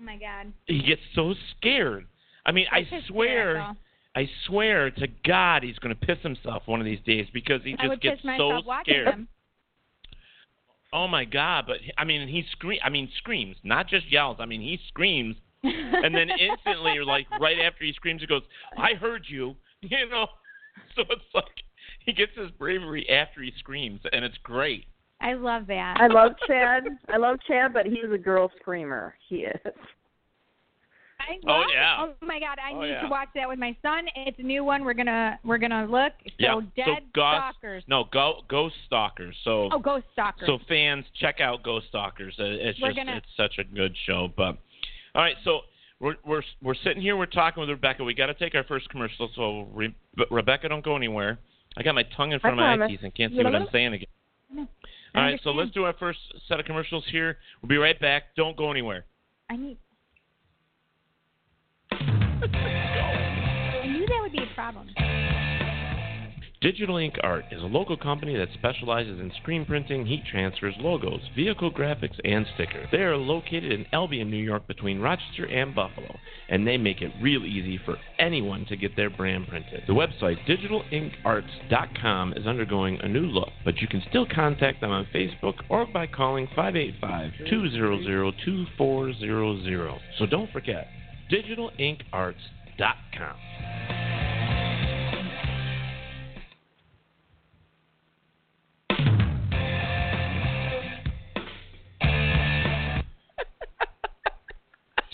[SPEAKER 4] Oh my god.
[SPEAKER 3] he gets so scared. I mean, I
[SPEAKER 4] That's
[SPEAKER 3] swear,
[SPEAKER 4] hysterical.
[SPEAKER 3] I swear to God, he's going to piss himself one of these days because he
[SPEAKER 4] I would
[SPEAKER 3] just gets
[SPEAKER 4] piss
[SPEAKER 3] so
[SPEAKER 4] myself watching
[SPEAKER 3] scared.
[SPEAKER 4] them.
[SPEAKER 3] Oh my God! But he- I mean, he scream. I mean, screams, not just yells. I mean, he screams, and then instantly, or like right after he screams, he goes, "I heard you," you know. So it's like he gets his bravery after he screams, and it's great.
[SPEAKER 4] I love that.
[SPEAKER 6] I love Chad. I love Chad, but he's a girl screamer. He is.
[SPEAKER 4] I
[SPEAKER 3] Oh,
[SPEAKER 4] love it.
[SPEAKER 3] yeah.
[SPEAKER 4] Oh my god, I
[SPEAKER 3] Oh,
[SPEAKER 4] need
[SPEAKER 3] yeah.
[SPEAKER 4] to watch that with my son. It's a new one. We're gonna we're gonna look. So
[SPEAKER 3] yeah.
[SPEAKER 4] dead
[SPEAKER 3] so ghost,
[SPEAKER 4] stalkers.
[SPEAKER 3] No, go, ghost stalkers. So
[SPEAKER 4] Oh, ghost stalkers.
[SPEAKER 3] So fans, check out Ghost Stalkers. Uh, It's
[SPEAKER 4] We're
[SPEAKER 3] just
[SPEAKER 4] gonna-
[SPEAKER 3] it's such a good show. But all right, so we're we're we're sitting here, we're talking with Rebecca. We got to take our first commercial. So Re- but Rebecca, don't go anywhere. I got my tongue in front of my eye
[SPEAKER 6] promise.
[SPEAKER 3] keys and can't see what I'm saying again. All right, so
[SPEAKER 4] understand.
[SPEAKER 3] let's do our first set of commercials here. We'll be right back. Don't go anywhere.
[SPEAKER 4] I need. I knew that would be a problem.
[SPEAKER 3] Digital Ink Art is a local company that specializes in screen printing, heat transfers, logos, vehicle graphics, and stickers. They are located in Albion, New York, between Rochester and Buffalo, and they make it real easy for anyone to get their brand printed. The website digitalinkarts.com is undergoing a new look, but you can still contact them on Facebook or by calling 585-200-2400. So don't forget digitalinkarts.com.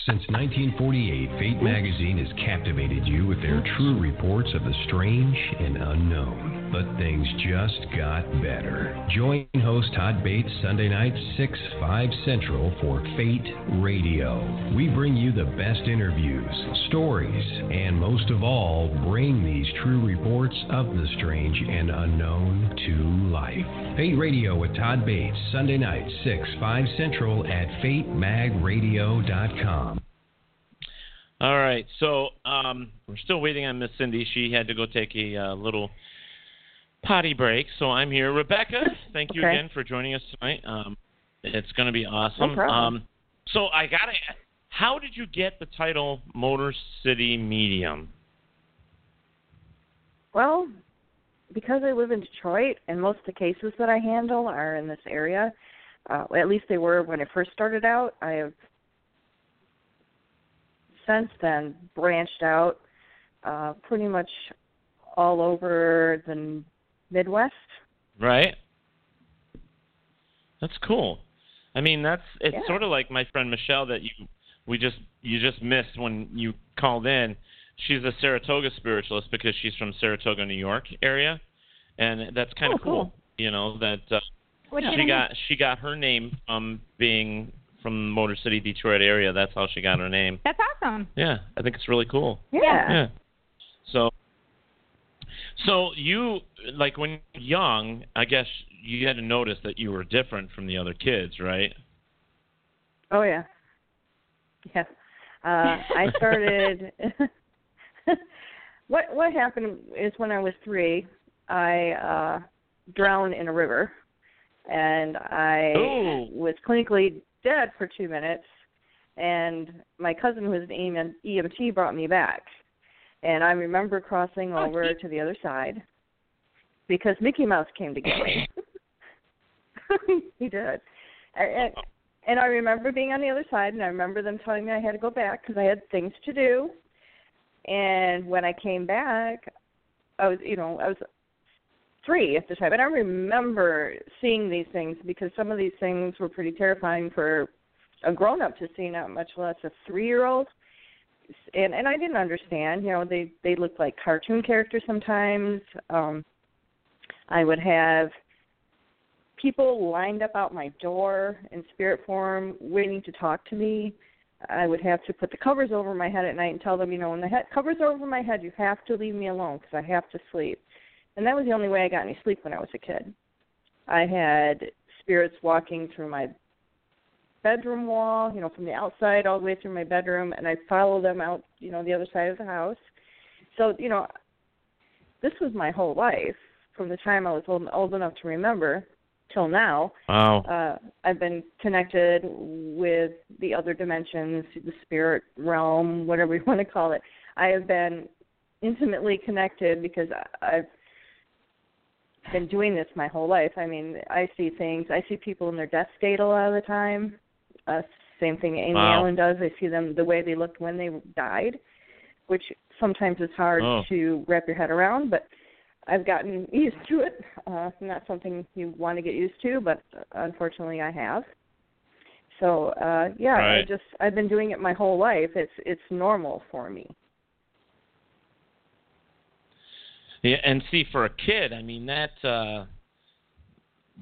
[SPEAKER 8] Since 1948, Fate magazine has captivated you with their true reports of the strange and unknown. But things just got better. Join host Todd Bates Sunday night, 6, 5 Central for Fate Radio. We bring you the best interviews, stories, and most of all, bring these true reports of the strange and unknown to life. Fate Radio with Todd Bates, Sunday night, 6, 5 Central at FateMagRadio.com.
[SPEAKER 3] All right, so um, we're still waiting on Miss Cindy. She had to go take a uh, little potty break, so I'm here. Rebecca, thank you
[SPEAKER 6] Okay.
[SPEAKER 3] again for joining us tonight. Um, it's going to be awesome.
[SPEAKER 6] problem.
[SPEAKER 3] um, so I got to. How did you get the title Motor City Medium?
[SPEAKER 2] Well, because I live in Detroit and most of the cases that I handle are in this area, uh, at least they were when I first started out, I have since then branched out uh, pretty much all over the Midwest.
[SPEAKER 3] Right. That's cool. I mean, that's it's
[SPEAKER 2] Yeah.
[SPEAKER 3] sort of like my friend Michelle that you we just you just missed when you called in. She's a Saratoga spiritualist because she's from Saratoga, New York area, and that's kind
[SPEAKER 4] Oh,
[SPEAKER 3] of
[SPEAKER 4] cool.
[SPEAKER 3] cool. You know that uh,
[SPEAKER 4] What did I
[SPEAKER 3] she
[SPEAKER 4] miss?
[SPEAKER 3] got she got her name from being from Motor City, Detroit area. That's how she got her name.
[SPEAKER 4] That's awesome.
[SPEAKER 3] Yeah, I think it's really cool.
[SPEAKER 4] Yeah.
[SPEAKER 3] Yeah. So, so you like when you were young, I guess you had to notice that you were different from the other kids, right?
[SPEAKER 2] Oh yeah, yeah. Uh, I started. what what happened is when I was three, I uh, drowned in a river, and I
[SPEAKER 6] Ooh.
[SPEAKER 2] was clinically dead for two minutes. And my cousin, who was an EM- EMT, brought me back. And I remember crossing over to the other side because Mickey Mouse came to get me. he did. And, and, and I remember being on the other side, and I remember them telling me I had to go back because I had things to do. And when I came back, I was, you know, I was three at the time, and I remember seeing these things because some of these things were pretty terrifying for a grown up to see, not much less a three year old. And and I didn't understand, you know, they they looked like cartoon characters sometimes. Um I would have people lined up out my door in spirit form waiting to talk to me. I would have to put the covers over my head at night and tell them, you know, when the head covers are over my head, you have to leave me alone because I have to sleep. And that was the only way I got any sleep when I was a kid. I had spirits walking through my bedroom wall, you know, from the outside all the way through my bedroom, and I follow them out, you know, the other side of the house. So, you know, this was my whole life from the time I was old, old enough to remember till now.
[SPEAKER 3] Wow.
[SPEAKER 2] Uh, I've been connected with the other dimensions, the spirit realm, whatever you want to call it. I have been intimately connected because I- I've been doing this my whole life. I mean, I see things. I see people in their death state a lot of the time. Uh, same thing Amy
[SPEAKER 6] Wow.
[SPEAKER 2] Allen does. I see them the way they looked when they died, which sometimes is hard
[SPEAKER 6] Oh.
[SPEAKER 2] to wrap your head around. But I've gotten used to it. Uh, not something you want to get used to, but unfortunately, I have. So uh, yeah, I
[SPEAKER 6] Right.
[SPEAKER 2] just I've been doing it my whole life. It's it's normal for me.
[SPEAKER 3] Yeah, and see, for a kid, I mean that uh,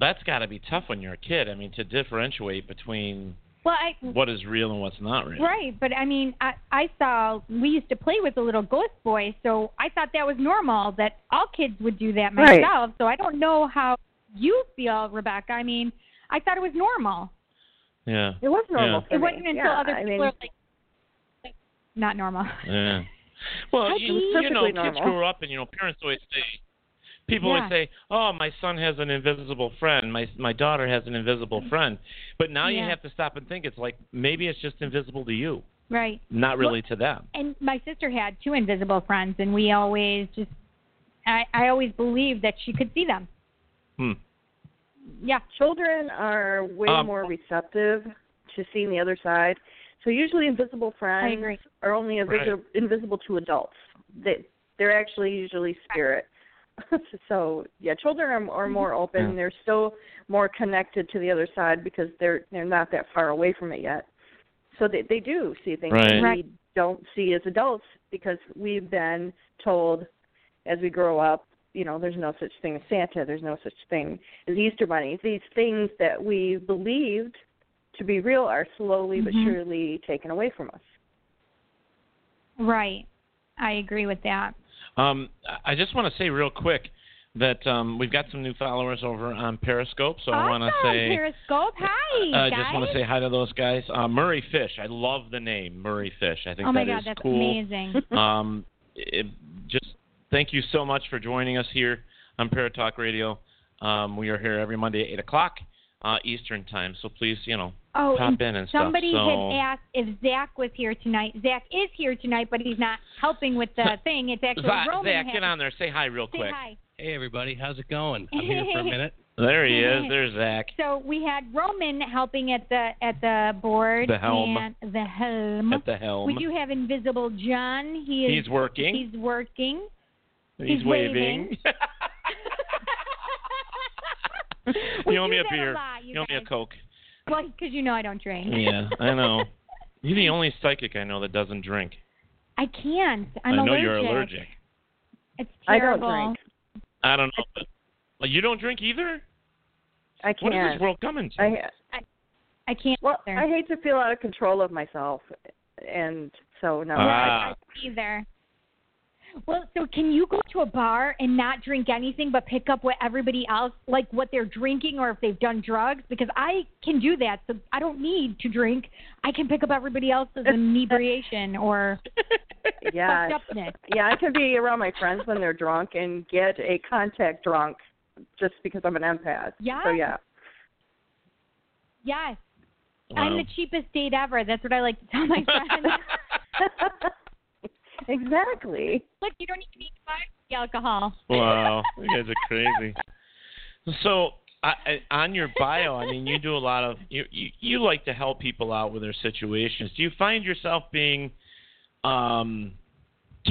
[SPEAKER 3] that's got to be tough when you're a kid. I mean, to differentiate between
[SPEAKER 4] Well, I
[SPEAKER 2] Mm.
[SPEAKER 3] what is real and what's not real.
[SPEAKER 4] Right, but I mean, I, I saw we used to play with the little ghost boy, so I thought that was normal that all kids would do that
[SPEAKER 3] Right.
[SPEAKER 4] myself. So I don't know how you feel, Rebecca. I mean, I thought it was normal.
[SPEAKER 3] Yeah.
[SPEAKER 2] It was
[SPEAKER 4] normal
[SPEAKER 3] Yeah.
[SPEAKER 4] It wasn't until
[SPEAKER 2] Yeah,
[SPEAKER 4] other
[SPEAKER 2] I
[SPEAKER 4] people
[SPEAKER 2] mean-
[SPEAKER 4] were like, like, not normal.
[SPEAKER 3] Yeah. Well,
[SPEAKER 4] That's
[SPEAKER 3] you, you know,
[SPEAKER 4] perfectly
[SPEAKER 3] kids
[SPEAKER 4] normal.
[SPEAKER 3] grow up, and you know, parents always say, people
[SPEAKER 4] Yeah.
[SPEAKER 3] always say, "Oh, my son has an invisible friend. My my daughter has an invisible friend." But now
[SPEAKER 4] Yeah.
[SPEAKER 3] you have to stop and think. It's like maybe it's just invisible to you,
[SPEAKER 4] Right.
[SPEAKER 3] not
[SPEAKER 4] Well,
[SPEAKER 3] really to them.
[SPEAKER 4] and my sister had two invisible friends, and we always just, I, I always believed that she could see them.
[SPEAKER 3] Hmm.
[SPEAKER 4] Yeah.
[SPEAKER 2] Children are way
[SPEAKER 4] Um,
[SPEAKER 2] more receptive to seeing the other side. So usually invisible friends
[SPEAKER 4] agree.
[SPEAKER 2] are only
[SPEAKER 4] Right.
[SPEAKER 2] invisible, invisible to adults. They they're actually usually spirit. so yeah, children are,
[SPEAKER 4] Mm-hmm.
[SPEAKER 2] are more open.
[SPEAKER 6] Yeah.
[SPEAKER 2] They're still more connected to the other side because they're they're not that far away from it yet. So they they do see things that
[SPEAKER 6] Right. Right.
[SPEAKER 2] we don't see as adults because we've been told as we grow up, you know, there's no such thing as Santa, there's no such thing as Easter bunnies. These things that we believed to be real are slowly but
[SPEAKER 4] Mhm.
[SPEAKER 2] surely taken away from us.
[SPEAKER 4] Right. I agree with that.
[SPEAKER 3] Um, I I just want to say real quick that um, we've got some new followers over on Periscope, so I want to
[SPEAKER 4] awesome.
[SPEAKER 3] say.
[SPEAKER 4] Periscope. Hi,
[SPEAKER 3] I
[SPEAKER 4] guys.
[SPEAKER 3] just want to say hi to those guys. Uh, Murray Fish. I love the name Murray Fish. I think
[SPEAKER 4] oh my
[SPEAKER 3] that
[SPEAKER 4] God,
[SPEAKER 3] is
[SPEAKER 4] that's
[SPEAKER 3] cool.
[SPEAKER 4] amazing.
[SPEAKER 3] um, it- just thank you so much for joining us here on Paratalk Radio. Um, we are here every Monday at 8 o'clock. uh, Eastern time. So please, you know,
[SPEAKER 4] Oh,
[SPEAKER 3] pop
[SPEAKER 4] and
[SPEAKER 3] in and
[SPEAKER 4] somebody
[SPEAKER 3] stuff. So,
[SPEAKER 4] had asked if Zach was here tonight. Zach is here tonight, but he's not helping with the thing. It's actually
[SPEAKER 3] Zach,
[SPEAKER 4] Roman.
[SPEAKER 3] Zach,
[SPEAKER 4] who
[SPEAKER 3] get
[SPEAKER 4] has-
[SPEAKER 3] on there. Say hi real
[SPEAKER 4] Say
[SPEAKER 3] quick.
[SPEAKER 4] hi.
[SPEAKER 9] Hey, everybody. How's it going? I'm here for a minute.
[SPEAKER 3] There he is. There's Zach.
[SPEAKER 4] So we had Roman helping at the at the board
[SPEAKER 3] The helm.
[SPEAKER 4] and the helm.
[SPEAKER 3] At the helm.
[SPEAKER 4] We do have Invisible John. He is
[SPEAKER 3] He's working.
[SPEAKER 4] He's working.
[SPEAKER 3] He's,
[SPEAKER 4] he's
[SPEAKER 3] waving.
[SPEAKER 4] waving.
[SPEAKER 3] you owe me a
[SPEAKER 4] that a
[SPEAKER 3] beer.
[SPEAKER 4] lot, you
[SPEAKER 3] owe me a Coke.
[SPEAKER 4] Well, because you know I don't drink.
[SPEAKER 3] Yeah, I know. You're the only psychic I know that doesn't drink.
[SPEAKER 4] I can't. I'm
[SPEAKER 3] I know
[SPEAKER 4] allergic.
[SPEAKER 3] you're allergic.
[SPEAKER 4] It's
[SPEAKER 6] I don't
[SPEAKER 4] terrible.
[SPEAKER 6] drink.
[SPEAKER 3] I don't know. But, well, you don't drink either?
[SPEAKER 6] I
[SPEAKER 3] What
[SPEAKER 6] can't.
[SPEAKER 3] is this world coming to?
[SPEAKER 6] I, uh,
[SPEAKER 4] I can't.
[SPEAKER 6] Well, I hate to feel out of control of myself, and so no. I-
[SPEAKER 3] Ah.
[SPEAKER 4] either. Well, so can you go to a bar and not drink anything but pick up what everybody else, like what they're drinking or if they've done drugs? Because I can do that. So I don't need to drink. I can pick up everybody else's inebriation or
[SPEAKER 6] I- yeah,
[SPEAKER 4] fucked-upness.
[SPEAKER 6] yeah. I can be around my friends when they're drunk and get a contact drunk, just because I'm an empath. So
[SPEAKER 4] Yes.
[SPEAKER 6] yeah.
[SPEAKER 4] Yes. I'm
[SPEAKER 6] Wow.
[SPEAKER 4] the cheapest date ever. That's what I like to tell my friends.
[SPEAKER 6] exactly.
[SPEAKER 4] Look, you don't even need to buy the alcohol.
[SPEAKER 3] Wow, you guys are crazy. So, I, I, on your bio, I mean, you do a lot of you, you. You like to help people out with their situations. Do you find yourself being um,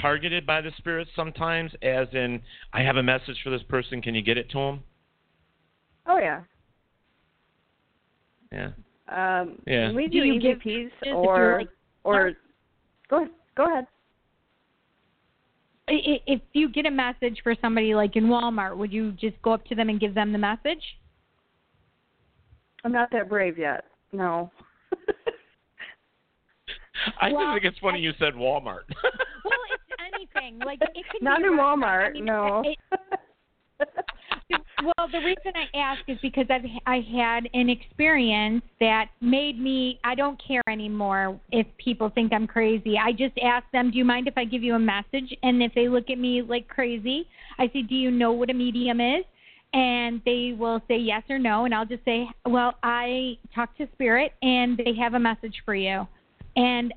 [SPEAKER 3] targeted by the spirits sometimes? As in, I have a message for this person. Can you get it to them?
[SPEAKER 6] Oh yeah.
[SPEAKER 3] Yeah.
[SPEAKER 6] Um,
[SPEAKER 3] Yeah.
[SPEAKER 6] We
[SPEAKER 4] Do
[SPEAKER 6] do,
[SPEAKER 4] you give
[SPEAKER 6] EVPs
[SPEAKER 4] messages if you're
[SPEAKER 6] or
[SPEAKER 4] like-
[SPEAKER 6] or go go ahead.
[SPEAKER 4] I- i- If you get a message for somebody like in Walmart, would you just go up to them and give them the message?
[SPEAKER 6] I'm not that brave yet. No.
[SPEAKER 3] I
[SPEAKER 4] Well,
[SPEAKER 3] just think it's funny you said Walmart.
[SPEAKER 4] well, it's anything. Like it could
[SPEAKER 6] Not
[SPEAKER 4] be
[SPEAKER 6] in
[SPEAKER 4] a restaurant.
[SPEAKER 6] Walmart,
[SPEAKER 4] I mean,
[SPEAKER 6] no.
[SPEAKER 4] it- well, the reason I ask is because I've I had an experience that made me I don't care anymore if people think I'm crazy. I just ask them, "Do you mind if I give you a message?" And if they look at me like crazy, I say, "Do you know what a medium is?" And they will say yes or no, and I'll just say, "Well, I talked to spirit, and they have a message for you." And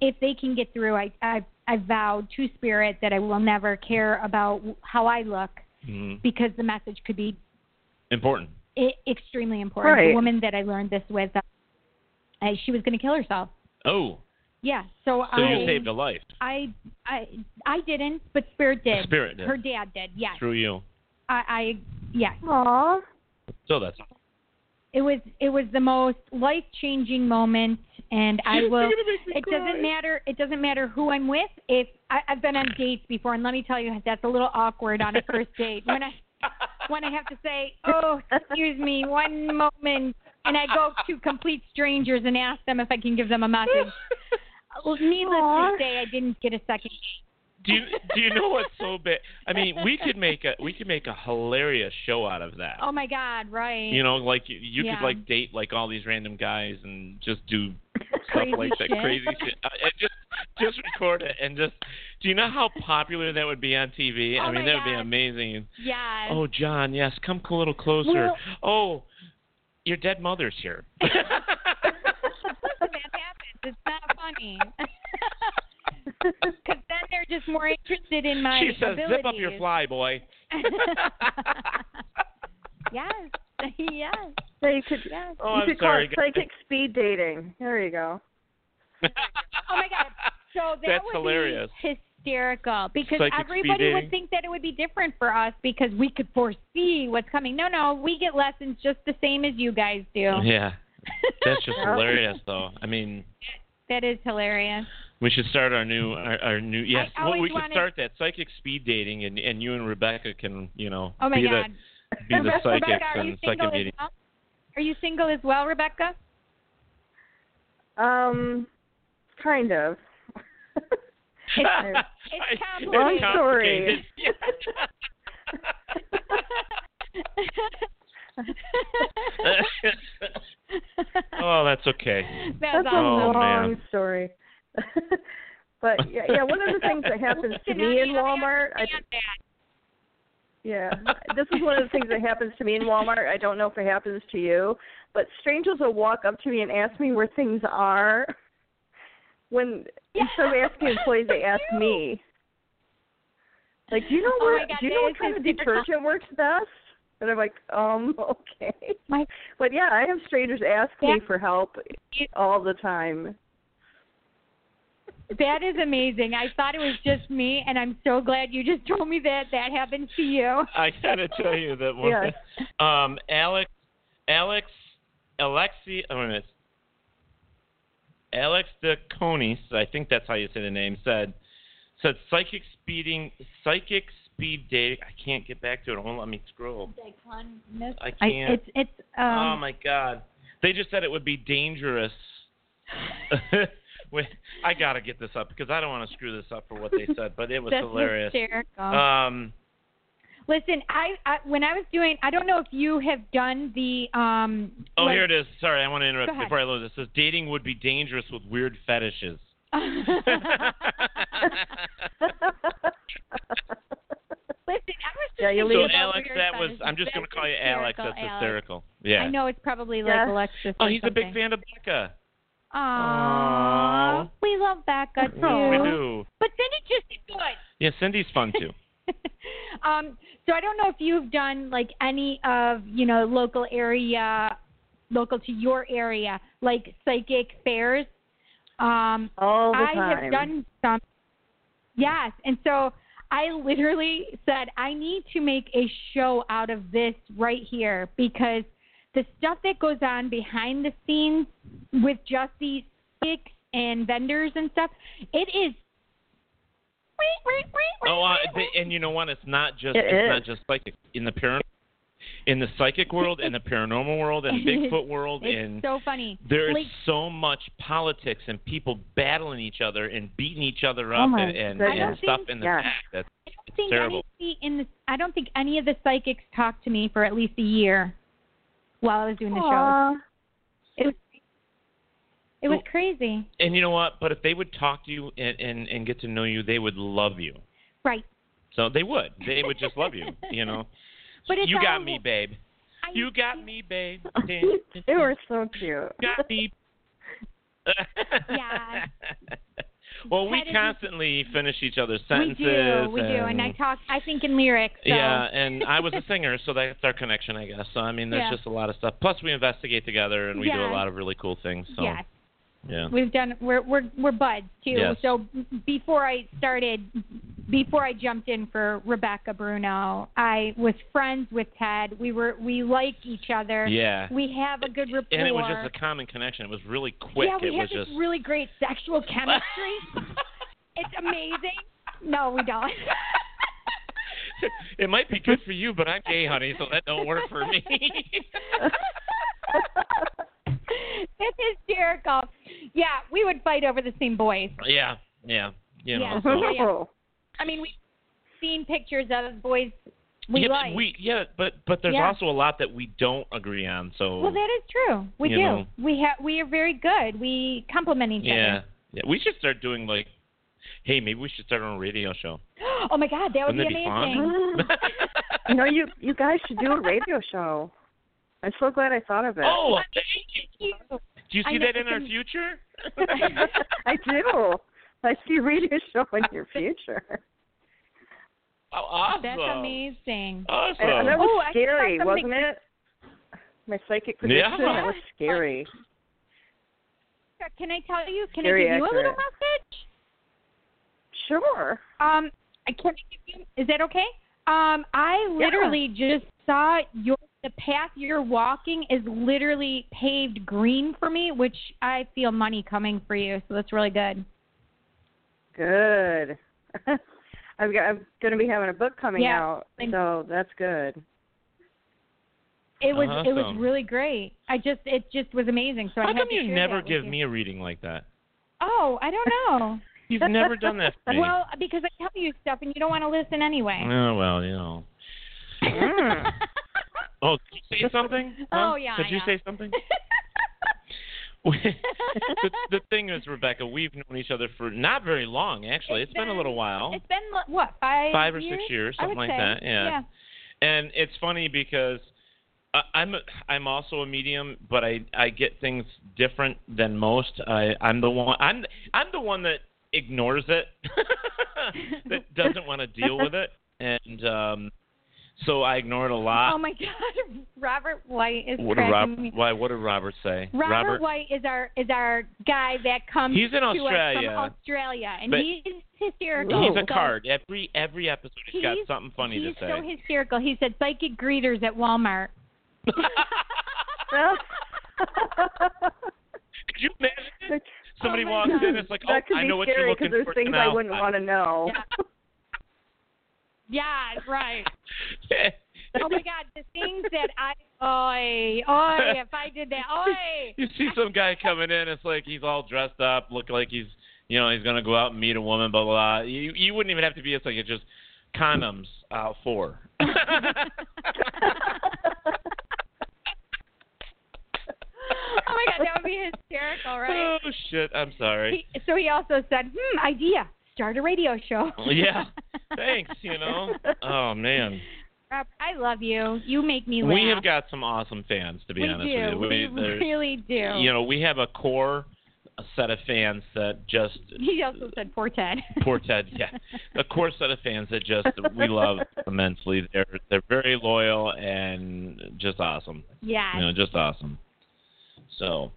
[SPEAKER 4] if they can get through, I I I vowed to spirit that I will never care about how I look
[SPEAKER 3] Mhm.
[SPEAKER 4] because the message could be
[SPEAKER 3] Important.
[SPEAKER 4] i extremely important. The
[SPEAKER 3] Right.
[SPEAKER 4] woman that I learned this with, uh, I- she was going to kill herself.
[SPEAKER 3] Oh,
[SPEAKER 4] Yeah, so,
[SPEAKER 3] so
[SPEAKER 4] I
[SPEAKER 3] you saved a life
[SPEAKER 4] I I I didn't, but spirit did.
[SPEAKER 3] Spirit did.
[SPEAKER 4] Her dad did. Yes.
[SPEAKER 3] through you.
[SPEAKER 4] I, I yes. Aww.
[SPEAKER 3] So that's
[SPEAKER 4] It was it was the most life changing moment, and I
[SPEAKER 3] You're
[SPEAKER 4] will.
[SPEAKER 3] gonna make me
[SPEAKER 4] It
[SPEAKER 3] cry.
[SPEAKER 4] doesn't matter. It doesn't matter who I'm with. If I, I've been on dates before, and let me tell you, that's a little awkward on a first date when I when I have to say, "Oh, excuse me, one moment," and I go to complete strangers and ask them if I can give them a message. Well, Needless to say, I didn't get a second.
[SPEAKER 3] do you do you know what's so bad? I mean, we could make a we could make a hilarious show out of that.
[SPEAKER 4] Oh my God! Right.
[SPEAKER 3] You know, like you, you
[SPEAKER 4] Yeah.
[SPEAKER 3] could like date like all these random guys and just do
[SPEAKER 4] Crazy
[SPEAKER 3] stuff like that
[SPEAKER 4] shit.
[SPEAKER 3] crazy shit. I, I just just record it and just. Do you know how popular that would be on TV? I
[SPEAKER 4] Oh
[SPEAKER 3] mean,
[SPEAKER 4] my
[SPEAKER 3] that would be
[SPEAKER 4] God.
[SPEAKER 3] amazing.
[SPEAKER 4] Yes.
[SPEAKER 3] Oh, John, yes, come a little closer.
[SPEAKER 4] Well-
[SPEAKER 3] oh, your dead mother's here.
[SPEAKER 4] Listen, that happens. It's not funny. Because then they're just more interested in my
[SPEAKER 3] she says,
[SPEAKER 4] abilities.
[SPEAKER 3] "Zip up your fly, boy."
[SPEAKER 4] yes. yes.
[SPEAKER 6] So you could,
[SPEAKER 3] Oh,
[SPEAKER 6] you
[SPEAKER 3] I'm
[SPEAKER 6] could
[SPEAKER 3] sorry,
[SPEAKER 6] call
[SPEAKER 3] guys.
[SPEAKER 6] it psychic speed dating. There you go.
[SPEAKER 4] Oh my god. So that
[SPEAKER 3] That's
[SPEAKER 4] would
[SPEAKER 3] hilarious.
[SPEAKER 4] be hysterical because
[SPEAKER 3] Psychic speed
[SPEAKER 4] everybody
[SPEAKER 3] dating.
[SPEAKER 4] would think that it would be different for us because we could foresee what's coming. No, no, we get lessons just the same as you guys do.
[SPEAKER 3] Yeah, that's just hilarious, though. I mean.
[SPEAKER 4] That is hilarious.
[SPEAKER 3] We should start our new our, our new yes.
[SPEAKER 4] I
[SPEAKER 3] Well,
[SPEAKER 4] always
[SPEAKER 3] we could
[SPEAKER 4] wanted-
[SPEAKER 3] start that psychic speed dating, and and you and Rebecca can you know
[SPEAKER 4] Oh my
[SPEAKER 3] be
[SPEAKER 4] god.
[SPEAKER 3] the be the psychics
[SPEAKER 4] Rebecca, are you
[SPEAKER 3] and
[SPEAKER 4] single
[SPEAKER 3] psychic
[SPEAKER 4] as
[SPEAKER 3] dating.
[SPEAKER 4] well? Are you single as well, Rebecca?
[SPEAKER 6] Um, kind of.
[SPEAKER 4] It's,
[SPEAKER 3] it's
[SPEAKER 6] Long
[SPEAKER 4] complicated.
[SPEAKER 6] story.
[SPEAKER 3] oh, that's okay.
[SPEAKER 6] That's a long
[SPEAKER 3] oh man.
[SPEAKER 6] story. but yeah, yeah, one of the things that happens to me in Walmart, I,
[SPEAKER 2] Yeah, this is one of the things that happens to me in Walmart. I don't know if it happens to you, but strangers will walk up to me and ask me where things are. When instead of asking employees, they ask me. Like, do you know
[SPEAKER 4] Oh
[SPEAKER 2] where?
[SPEAKER 4] my God,
[SPEAKER 2] do you know
[SPEAKER 4] that
[SPEAKER 2] what
[SPEAKER 4] is
[SPEAKER 2] kind of
[SPEAKER 4] hysterical.
[SPEAKER 2] detergent works best? And I'm like, um, okay. but yeah, I have strangers ask me for help all the time.
[SPEAKER 4] That is amazing. I thought it was just me, and I'm so glad you just told me that that happened to you.
[SPEAKER 3] I gotta tell you that one.
[SPEAKER 4] Yes.
[SPEAKER 3] Um, Alex, Alex, Alexi. Oh, wait a minute. Alex DeConis, I think that's how you say the name, said said psychic speeding, psychic speed dating. I can't get back to it. Hold on, let me scroll. I can't.
[SPEAKER 4] it's it's um,
[SPEAKER 3] oh my god! They just said it would be dangerous. Wait, I gotta get this up because I don't want to screw this up for what they said, but it was
[SPEAKER 4] That's
[SPEAKER 3] hilarious.
[SPEAKER 4] hysterical.
[SPEAKER 3] Um,
[SPEAKER 4] Listen, I, I when I was doing, I don't know if you have done the um.
[SPEAKER 3] Oh,
[SPEAKER 4] like-
[SPEAKER 3] here it is. Sorry, I want to interrupt
[SPEAKER 4] Go ahead.
[SPEAKER 3] before I lose this. It says dating would be dangerous with weird fetishes.
[SPEAKER 4] Listen, I was just
[SPEAKER 3] Yeah, you
[SPEAKER 4] thinking
[SPEAKER 3] leave-
[SPEAKER 4] about
[SPEAKER 3] So, Alex,
[SPEAKER 4] weird
[SPEAKER 3] that was-
[SPEAKER 4] fetishes.
[SPEAKER 3] I'm just gonna
[SPEAKER 4] That's
[SPEAKER 3] call you Alex. That's hysterical. Yeah.
[SPEAKER 4] I know it's probably like
[SPEAKER 3] Yeah.
[SPEAKER 4] Alexis.
[SPEAKER 3] Oh,
[SPEAKER 4] or
[SPEAKER 3] he's a big
[SPEAKER 4] something.
[SPEAKER 3] fan of Becca.
[SPEAKER 4] Aww. We love Becca too.
[SPEAKER 3] We do.
[SPEAKER 4] But then it just is good.
[SPEAKER 3] Yeah, Cindy's fun too.
[SPEAKER 4] Um, so I don't know if you've done like any of you know local area, local to your area, like psychic fairs. Um,
[SPEAKER 2] All the
[SPEAKER 4] I
[SPEAKER 2] time.
[SPEAKER 4] have done some. Yes, and so I literally said I need to make a show out of this right here because the stuff that goes on behind the scenes with just these sticks and vendors and stuff, it is.
[SPEAKER 3] Oh, uh, they, and you know what? It's not just
[SPEAKER 4] It
[SPEAKER 3] it's
[SPEAKER 4] is.
[SPEAKER 3] not just psychic in the paranormal, in the psychic world, in the paranormal world, in the Bigfoot world,
[SPEAKER 4] it's
[SPEAKER 3] and
[SPEAKER 4] so funny.
[SPEAKER 3] There is
[SPEAKER 4] Like,
[SPEAKER 3] so much politics and people battling each other and beating each other
[SPEAKER 4] Oh
[SPEAKER 3] up
[SPEAKER 4] my
[SPEAKER 3] and, and,
[SPEAKER 4] goodness. I
[SPEAKER 3] and
[SPEAKER 4] don't
[SPEAKER 3] stuff
[SPEAKER 4] think-
[SPEAKER 3] in the
[SPEAKER 4] yeah.
[SPEAKER 3] back. That's
[SPEAKER 4] I don't
[SPEAKER 3] it's
[SPEAKER 4] think
[SPEAKER 3] terrible.
[SPEAKER 4] any in the, I don't think any of the psychics talked to me for at least a year while I was doing the
[SPEAKER 3] Aw.
[SPEAKER 4] show. It was it was crazy.
[SPEAKER 3] And you know what? But if they would talk to you and, and, and get to know you, they would love you.
[SPEAKER 4] Right.
[SPEAKER 3] So they would. They would just love you, you know.
[SPEAKER 4] But it's
[SPEAKER 3] you got
[SPEAKER 4] all-
[SPEAKER 3] me, babe. You got me, babe. they
[SPEAKER 2] were so cute.
[SPEAKER 3] Got me.
[SPEAKER 4] Yeah.
[SPEAKER 3] well, we
[SPEAKER 4] How did you-
[SPEAKER 3] constantly finish each other's
[SPEAKER 4] we
[SPEAKER 3] sentences.
[SPEAKER 4] do, we do. And I
[SPEAKER 3] and-
[SPEAKER 4] talk I think in lyrics. So.
[SPEAKER 3] Yeah, and I was a singer, so that's our connection, I guess. So I mean, there's
[SPEAKER 4] Yeah.
[SPEAKER 3] just a lot of stuff. Plus, we investigate together, and we do
[SPEAKER 4] Yeah.
[SPEAKER 3] a lot of really cool things. So
[SPEAKER 4] Yes.
[SPEAKER 3] yeah,
[SPEAKER 4] We've done. We're we're we're buds too.
[SPEAKER 3] Yes.
[SPEAKER 4] So before I started, before I jumped in for Rebecca Bruno, I was friends with Ted. We were we like each other.
[SPEAKER 3] Yeah.
[SPEAKER 4] We have a good rapport.
[SPEAKER 3] and it was just a common connection. It was really quick.
[SPEAKER 4] Yeah, we
[SPEAKER 3] it
[SPEAKER 4] have
[SPEAKER 3] was
[SPEAKER 4] this
[SPEAKER 3] just
[SPEAKER 4] really great sexual chemistry. it's amazing. No, we don't.
[SPEAKER 3] it might be good for you, but I'm gay, honey, so that don't work for me.
[SPEAKER 4] it's hysterical. Yeah, we would fight over the same boys.
[SPEAKER 3] yeah, yeah, you know.
[SPEAKER 4] Yeah,
[SPEAKER 3] so-
[SPEAKER 4] yeah, yeah.
[SPEAKER 2] Oh.
[SPEAKER 4] I mean, we've seen pictures of boys we
[SPEAKER 3] yeah, but
[SPEAKER 4] like.
[SPEAKER 3] we yeah, but but there's
[SPEAKER 4] Yeah.
[SPEAKER 3] also a lot that we don't agree on. So
[SPEAKER 4] well, that is true. We
[SPEAKER 3] You
[SPEAKER 4] do.
[SPEAKER 3] know.
[SPEAKER 4] We have. We are very good. We complement each
[SPEAKER 3] yeah, yeah, we should start doing like, hey, maybe we should start our own radio show.
[SPEAKER 4] other. Oh my God, that would
[SPEAKER 3] Wouldn't
[SPEAKER 4] be
[SPEAKER 3] it be
[SPEAKER 4] amazing.
[SPEAKER 3] fun?
[SPEAKER 2] you know, you you guys should do a radio show. I'm so glad I thought of it.
[SPEAKER 3] Oh, thank you. Do you
[SPEAKER 2] I
[SPEAKER 3] see
[SPEAKER 2] know
[SPEAKER 3] that
[SPEAKER 2] we
[SPEAKER 3] in our
[SPEAKER 2] can-
[SPEAKER 3] future?
[SPEAKER 2] I do. I see a radio show in your future.
[SPEAKER 3] Oh, awesome.
[SPEAKER 4] That's amazing.
[SPEAKER 2] And, and that was
[SPEAKER 4] Oh, I just
[SPEAKER 2] scary,
[SPEAKER 4] saw something-
[SPEAKER 2] wasn't it? My psychic prediction.
[SPEAKER 3] Yeah.
[SPEAKER 2] That was scary.
[SPEAKER 4] Can I tell you? Can
[SPEAKER 2] Very
[SPEAKER 4] I give you a little
[SPEAKER 2] accurate.
[SPEAKER 4] message?
[SPEAKER 2] Sure.
[SPEAKER 4] Um, I can give you. Is that okay? Um, I
[SPEAKER 2] Yeah.
[SPEAKER 4] literally just saw your the path you're walking is literally paved green for me, which I feel money coming for you. So that's really good.
[SPEAKER 2] Good. I've got, I'm going to be having a book coming
[SPEAKER 4] Yeah.
[SPEAKER 2] out, so that's good.
[SPEAKER 4] It was it was
[SPEAKER 3] Uh-huh. Awesome.
[SPEAKER 4] really great. I just it just was amazing. So I
[SPEAKER 3] How
[SPEAKER 4] had
[SPEAKER 3] come
[SPEAKER 4] to
[SPEAKER 3] you
[SPEAKER 4] share
[SPEAKER 3] never
[SPEAKER 4] that with
[SPEAKER 3] give
[SPEAKER 4] you.
[SPEAKER 3] me a reading like that?
[SPEAKER 4] Oh, I don't know.
[SPEAKER 3] You've never done that for me.
[SPEAKER 4] Well, because I tell you stuff and you don't want to listen anyway.
[SPEAKER 3] Oh well, you know. Oh, did you say something? Huh?
[SPEAKER 4] Hmm. Oh, yeah,
[SPEAKER 3] Did you
[SPEAKER 4] yeah.
[SPEAKER 3] say something? the, the thing is, Rebecca, we've known each other for not very long, actually. it's been, a little while.
[SPEAKER 4] It's been what five
[SPEAKER 3] Five or
[SPEAKER 4] years?
[SPEAKER 3] six years,
[SPEAKER 4] I
[SPEAKER 3] something
[SPEAKER 4] would
[SPEAKER 3] like
[SPEAKER 4] say.
[SPEAKER 3] that, yeah. And it's funny because I, I'm a, I'm also a medium, but I I get things different than most. I I'm the one I'm I'm the one that ignores it, that doesn't want to deal with it, and um, so I ignore it a lot.
[SPEAKER 2] Um,
[SPEAKER 4] Oh my God, Robert White is
[SPEAKER 3] what did
[SPEAKER 4] cracking
[SPEAKER 3] Rob,
[SPEAKER 4] me.
[SPEAKER 3] Why? What did Robert say?
[SPEAKER 4] Robert, White is our is our guy that comes.
[SPEAKER 3] He's in
[SPEAKER 4] to
[SPEAKER 3] Australia.
[SPEAKER 4] us from Australia, and
[SPEAKER 3] But-
[SPEAKER 4] he's hysterical.
[SPEAKER 2] Oh,
[SPEAKER 3] He's
[SPEAKER 4] So-
[SPEAKER 3] a card. Every every episode, he's got
[SPEAKER 4] He's-
[SPEAKER 3] something funny
[SPEAKER 4] He's
[SPEAKER 3] to say.
[SPEAKER 4] so hysterical. He said psychic greeters at Walmart.
[SPEAKER 3] Could you imagine it? Somebody walks in, it's like,
[SPEAKER 2] that
[SPEAKER 3] oh,
[SPEAKER 2] could
[SPEAKER 3] I
[SPEAKER 2] be
[SPEAKER 3] know what
[SPEAKER 2] scary
[SPEAKER 3] you're looking
[SPEAKER 2] there's
[SPEAKER 3] for
[SPEAKER 2] things
[SPEAKER 3] now.
[SPEAKER 2] I wouldn't want to know.
[SPEAKER 4] Yeah, right. oh my God, the things that I oi oi if I did that oi.
[SPEAKER 3] you see some guy coming in, it's like he's all dressed up, look like he's, you know, he's gonna go out and meet a woman, blah blah. blah. You you wouldn't even have to be. It's like it's just condoms out for.
[SPEAKER 4] Oh my God, that would be hysterical, right?
[SPEAKER 3] Oh shit! I'm sorry.
[SPEAKER 4] He- so he also said, hmm, idea, start a radio show.
[SPEAKER 3] yeah. Thanks. You know. Oh man.
[SPEAKER 4] Rob, I love you. You make me laugh.
[SPEAKER 3] We have got some awesome fans, to be
[SPEAKER 4] We
[SPEAKER 3] honest
[SPEAKER 4] do.
[SPEAKER 3] with you.
[SPEAKER 4] We
[SPEAKER 3] there's-
[SPEAKER 4] really do.
[SPEAKER 3] You know, we have a core set of fans that just
[SPEAKER 4] he also said poor Ted.
[SPEAKER 3] poor Ted, yeah, a core set of fans that just we love immensely. They're they're very loyal and just awesome.
[SPEAKER 4] Yes.
[SPEAKER 3] You know, just awesome. So,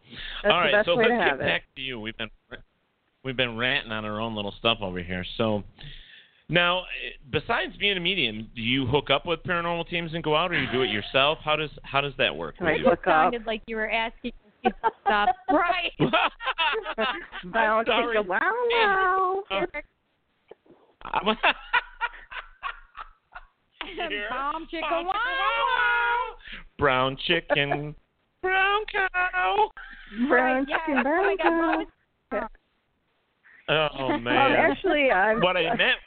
[SPEAKER 4] That's
[SPEAKER 3] all
[SPEAKER 4] the
[SPEAKER 3] right,
[SPEAKER 4] best
[SPEAKER 3] so
[SPEAKER 4] way to
[SPEAKER 3] let's get
[SPEAKER 4] have it.
[SPEAKER 3] back to you. We've been we've been ranting on our own little stuff over here. So. Now, eh, besides being a medium, do you hook up with paranormal teams and go out, or you do it yourself? How does how does that work? with you?
[SPEAKER 4] Sounded like you were asking me to stop. right.
[SPEAKER 2] Bound to
[SPEAKER 3] Sorry.
[SPEAKER 2] go, wow, wow.
[SPEAKER 3] Oh. I'm-
[SPEAKER 4] Bomb chicka
[SPEAKER 3] Bomb chicka
[SPEAKER 4] wow.
[SPEAKER 3] Brown chicken. Brown cow.
[SPEAKER 2] Brown
[SPEAKER 4] Right, yeah.
[SPEAKER 2] chicken,
[SPEAKER 4] Oh my
[SPEAKER 2] brown
[SPEAKER 4] God,
[SPEAKER 2] cow.
[SPEAKER 3] Oh man.
[SPEAKER 2] Um, actually, I'm.
[SPEAKER 3] What I meant.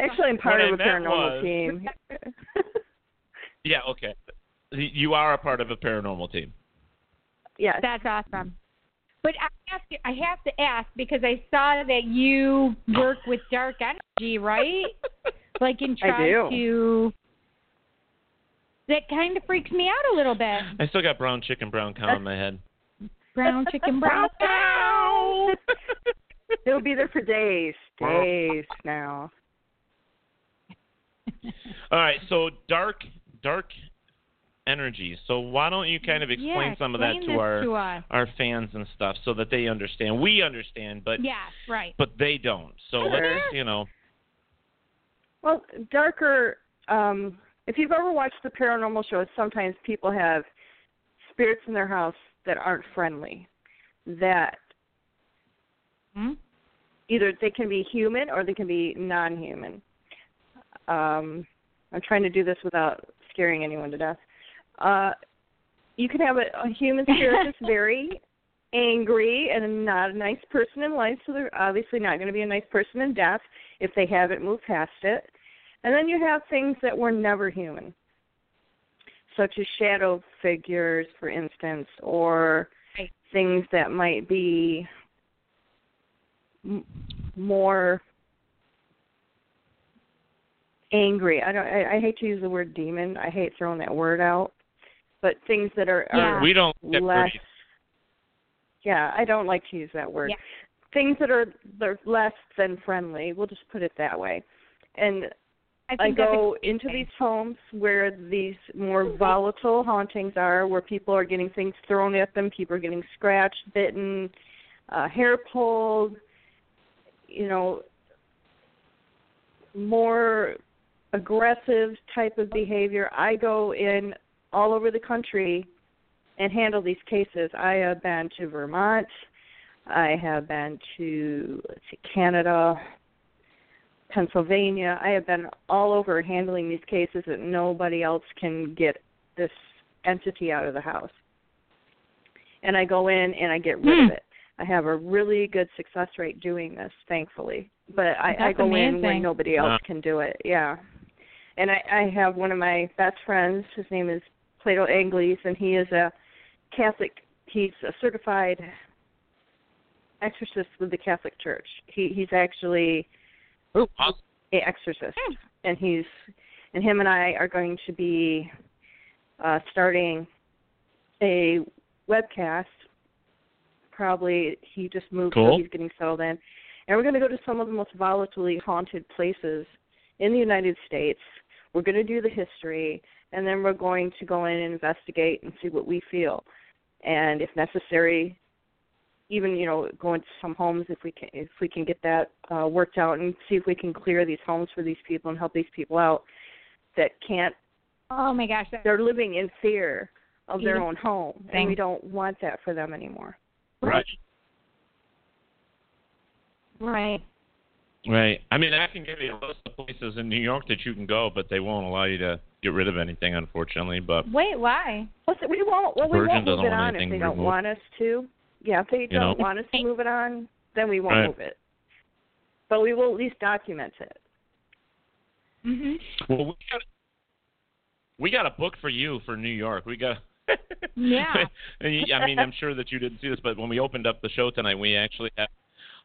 [SPEAKER 2] Actually, I'm part
[SPEAKER 3] what I
[SPEAKER 2] of a
[SPEAKER 3] meant
[SPEAKER 2] paranormal
[SPEAKER 3] was-
[SPEAKER 2] team.
[SPEAKER 3] Yeah. Okay. You are a part of a paranormal team.
[SPEAKER 2] Yes.
[SPEAKER 4] That's awesome. But I have to I have to ask because I saw that you work with dark energy, right? like in
[SPEAKER 3] I
[SPEAKER 4] try
[SPEAKER 3] do.
[SPEAKER 4] to that kind of freaks me out a little bit.
[SPEAKER 3] I still got brown chicken, brown cow in my head.
[SPEAKER 4] Brown chicken brown cow.
[SPEAKER 2] It'll be there for days, days now.
[SPEAKER 3] All right. So dark, dark energy. So why don't you kind of explain
[SPEAKER 4] Yeah,
[SPEAKER 3] some of that
[SPEAKER 4] explain
[SPEAKER 3] to
[SPEAKER 4] this
[SPEAKER 3] our
[SPEAKER 4] to us.
[SPEAKER 3] our fans and stuff so that they understand. We understand, but
[SPEAKER 4] yes, right.
[SPEAKER 3] but they don't. So let's you know.
[SPEAKER 2] Well, darker. Um, if you've ever watched the paranormal shows, sometimes people have spirits in their house that aren't friendly. That either they can be human or they can be non-human. Um, I'm trying to do this without scaring anyone to death. Uh, you can have a, a human spirit that's very angry and not a nice person in life, so they're obviously not going to be a nice person in death if they haven't moved past it. And then you have things that were never human, such as shadow figures, for instance, or things that might be m- more angry. I don't. I, I hate to use the word demon. I hate throwing that word out, but things that are, are
[SPEAKER 3] We don't get
[SPEAKER 2] less.
[SPEAKER 3] pretty
[SPEAKER 2] Yeah, I don't like to use that word.
[SPEAKER 4] Yeah.
[SPEAKER 2] Things that are they're less than friendly. We'll just put it that way. And
[SPEAKER 4] I
[SPEAKER 2] I
[SPEAKER 4] think that's
[SPEAKER 2] go
[SPEAKER 4] a-
[SPEAKER 2] into these homes where these more volatile hauntings are, where people are getting things thrown at them, people are getting scratched, bitten, uh, hair pulled, you know, more aggressive type of behavior. I go in all over the country and handle these cases. I have been to Vermont. I have been to let's see, Canada, Pennsylvania. I have been all over handling these cases that nobody else can get this entity out of the house. And I go in and I get rid
[SPEAKER 4] Hmm.
[SPEAKER 2] of it. I have a really good success rate doing this, thankfully. But I, I
[SPEAKER 4] That's
[SPEAKER 2] go in when
[SPEAKER 4] amazing.
[SPEAKER 2] nobody else
[SPEAKER 4] Wow.
[SPEAKER 2] can do it. Yeah. And I, I have one of my best friends. His name is Plato Angles, and he is a Catholic. He's a certified exorcist with the Catholic Church. He he's actually
[SPEAKER 3] an
[SPEAKER 2] exorcist, and he's and him and I are going to be uh, starting a webcast. Probably he just moved, so
[SPEAKER 10] Cool.
[SPEAKER 2] he's getting settled in, and we're going to go to some of the most volatilely haunted places in the United States. We're going to do the history, and then we're going to go in and investigate and see what we feel, and if necessary, even you know go into some homes if we can if we can get that uh, worked out and see if we can clear these homes for these people and help these people out that can't
[SPEAKER 4] Oh my gosh, that
[SPEAKER 2] they're living in fear of their
[SPEAKER 4] Yeah.
[SPEAKER 2] own home and we
[SPEAKER 4] Thanks.
[SPEAKER 2] don't want that for them anymore
[SPEAKER 3] Right.
[SPEAKER 4] right.
[SPEAKER 3] Right. I mean, I can give you a list of places in New York that you can go, but they won't allow you to get rid of anything, unfortunately. But
[SPEAKER 4] Wait, why?
[SPEAKER 2] Plus, we won't. Well, we
[SPEAKER 3] Virgin
[SPEAKER 2] won't move
[SPEAKER 3] doesn't
[SPEAKER 2] it
[SPEAKER 3] want
[SPEAKER 2] on if
[SPEAKER 3] anything
[SPEAKER 2] they don't
[SPEAKER 3] removed.
[SPEAKER 2] want us to. Yeah, if they
[SPEAKER 3] You
[SPEAKER 2] don't
[SPEAKER 3] know?
[SPEAKER 2] want us to move it on, then we won't
[SPEAKER 3] Right.
[SPEAKER 2] move it. But we will at least document it.
[SPEAKER 4] Mhm.
[SPEAKER 3] well, we got we got a book for you for New York. We got.
[SPEAKER 4] Yeah.
[SPEAKER 3] And you- I mean, I'm sure that you didn't see this, but when we opened up the show tonight, we actually have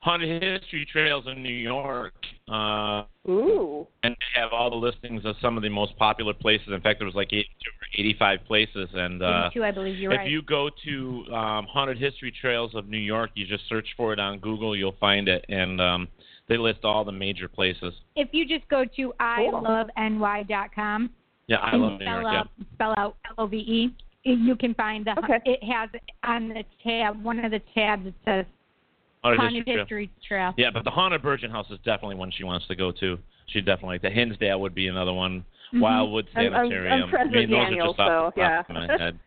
[SPEAKER 3] haunted history trails in New York. Uh,
[SPEAKER 2] Ooh.
[SPEAKER 3] and they have all the listings of some of the most popular places. In fact, there was like 82 or 85 places, and uh,
[SPEAKER 4] Two, I believe you're
[SPEAKER 3] if
[SPEAKER 4] right.
[SPEAKER 3] you go to um, Haunted History Trails of New York, you just search for it on Google, you'll find it, and um, they list all the major places.
[SPEAKER 4] if you just go to iloveny.com
[SPEAKER 3] Yeah, I
[SPEAKER 4] and
[SPEAKER 3] love New
[SPEAKER 4] spell
[SPEAKER 3] York.
[SPEAKER 4] out spell out L O V E, you can find the it has on the tab one of the tabs it says
[SPEAKER 3] yeah.
[SPEAKER 4] haunted
[SPEAKER 3] Trail.
[SPEAKER 4] history trail.
[SPEAKER 3] Yeah, but the Haunted Virgin House is definitely one she wants to go to. She definitely the Hinsdale would be another one.
[SPEAKER 4] Mhm.
[SPEAKER 3] Wildwood
[SPEAKER 2] Mm-hmm. I'm- I'm- I'm
[SPEAKER 3] Sanitarium.
[SPEAKER 2] friends
[SPEAKER 3] I mean,
[SPEAKER 2] with
[SPEAKER 3] those
[SPEAKER 2] Daniel,
[SPEAKER 3] are just off
[SPEAKER 2] so,
[SPEAKER 3] the top of
[SPEAKER 2] yeah.
[SPEAKER 3] my head,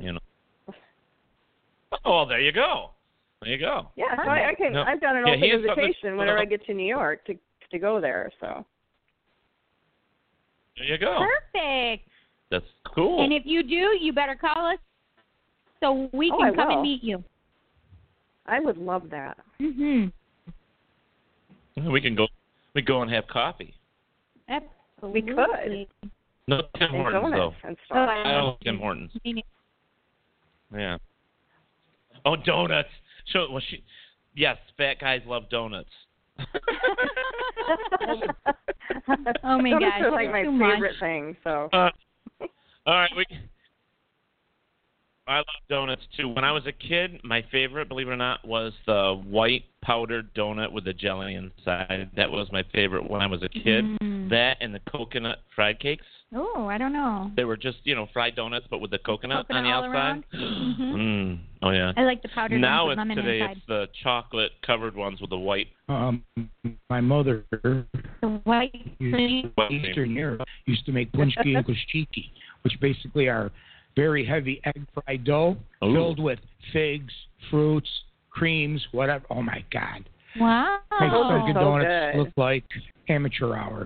[SPEAKER 3] you know. Oh, well, there you go. There you go.
[SPEAKER 2] Yeah, so I, I can.
[SPEAKER 3] No.
[SPEAKER 2] I've done an
[SPEAKER 3] Yeah,
[SPEAKER 2] open
[SPEAKER 3] he has something-
[SPEAKER 2] invitation whenever I get to New York to to go there. So
[SPEAKER 3] There you go.
[SPEAKER 4] Perfect.
[SPEAKER 3] That's cool.
[SPEAKER 4] And if you do, you better call us so we
[SPEAKER 2] Oh,
[SPEAKER 4] can
[SPEAKER 2] I
[SPEAKER 4] come
[SPEAKER 2] will.
[SPEAKER 4] and meet you.
[SPEAKER 2] I would love that.
[SPEAKER 4] Mhm.
[SPEAKER 3] we can go. We go and have coffee.
[SPEAKER 4] Absolutely. Oh,
[SPEAKER 2] We could.
[SPEAKER 3] No Tim
[SPEAKER 2] And
[SPEAKER 3] Hortons
[SPEAKER 2] donuts
[SPEAKER 3] though.
[SPEAKER 2] and stuff.
[SPEAKER 3] I don't like Tim Hortons.
[SPEAKER 4] Meaning-
[SPEAKER 3] Yeah. Oh, donuts. So well, she. Yes, fat guys love donuts.
[SPEAKER 4] oh my
[SPEAKER 2] Donuts
[SPEAKER 4] gosh,
[SPEAKER 2] are like
[SPEAKER 4] you're
[SPEAKER 2] my
[SPEAKER 4] too much.
[SPEAKER 2] favorite thing. So
[SPEAKER 3] Uh, all right, we. I love donuts too. When I was a kid, my favorite, believe it or not, was the white powdered donut with the jelly inside. That was my favorite when I was a kid.
[SPEAKER 4] Mm.
[SPEAKER 3] That and the coconut fried cakes.
[SPEAKER 4] Oh, I don't know.
[SPEAKER 3] They were just, you know, fried donuts but with the coconut, on
[SPEAKER 4] Coconut
[SPEAKER 3] the
[SPEAKER 4] all
[SPEAKER 3] outside.
[SPEAKER 4] around. Mhm.
[SPEAKER 3] Mm. Oh yeah.
[SPEAKER 4] I like the powdered
[SPEAKER 3] now it's
[SPEAKER 4] ones with lemon
[SPEAKER 3] today
[SPEAKER 4] inside.
[SPEAKER 3] it's the chocolate covered ones with the white.
[SPEAKER 7] Um, my mother
[SPEAKER 4] The white
[SPEAKER 7] used,
[SPEAKER 3] Whipped cream.
[SPEAKER 7] Eastern Europe used to make bunchki and koshiki, which basically are very heavy egg fried dough
[SPEAKER 3] Ooh.
[SPEAKER 7] filled with figs, fruits, creams, whatever. Oh my God!
[SPEAKER 4] Wow.
[SPEAKER 7] Makes so good
[SPEAKER 4] Oh, So
[SPEAKER 7] donuts
[SPEAKER 4] good.
[SPEAKER 7] look like amateur hour.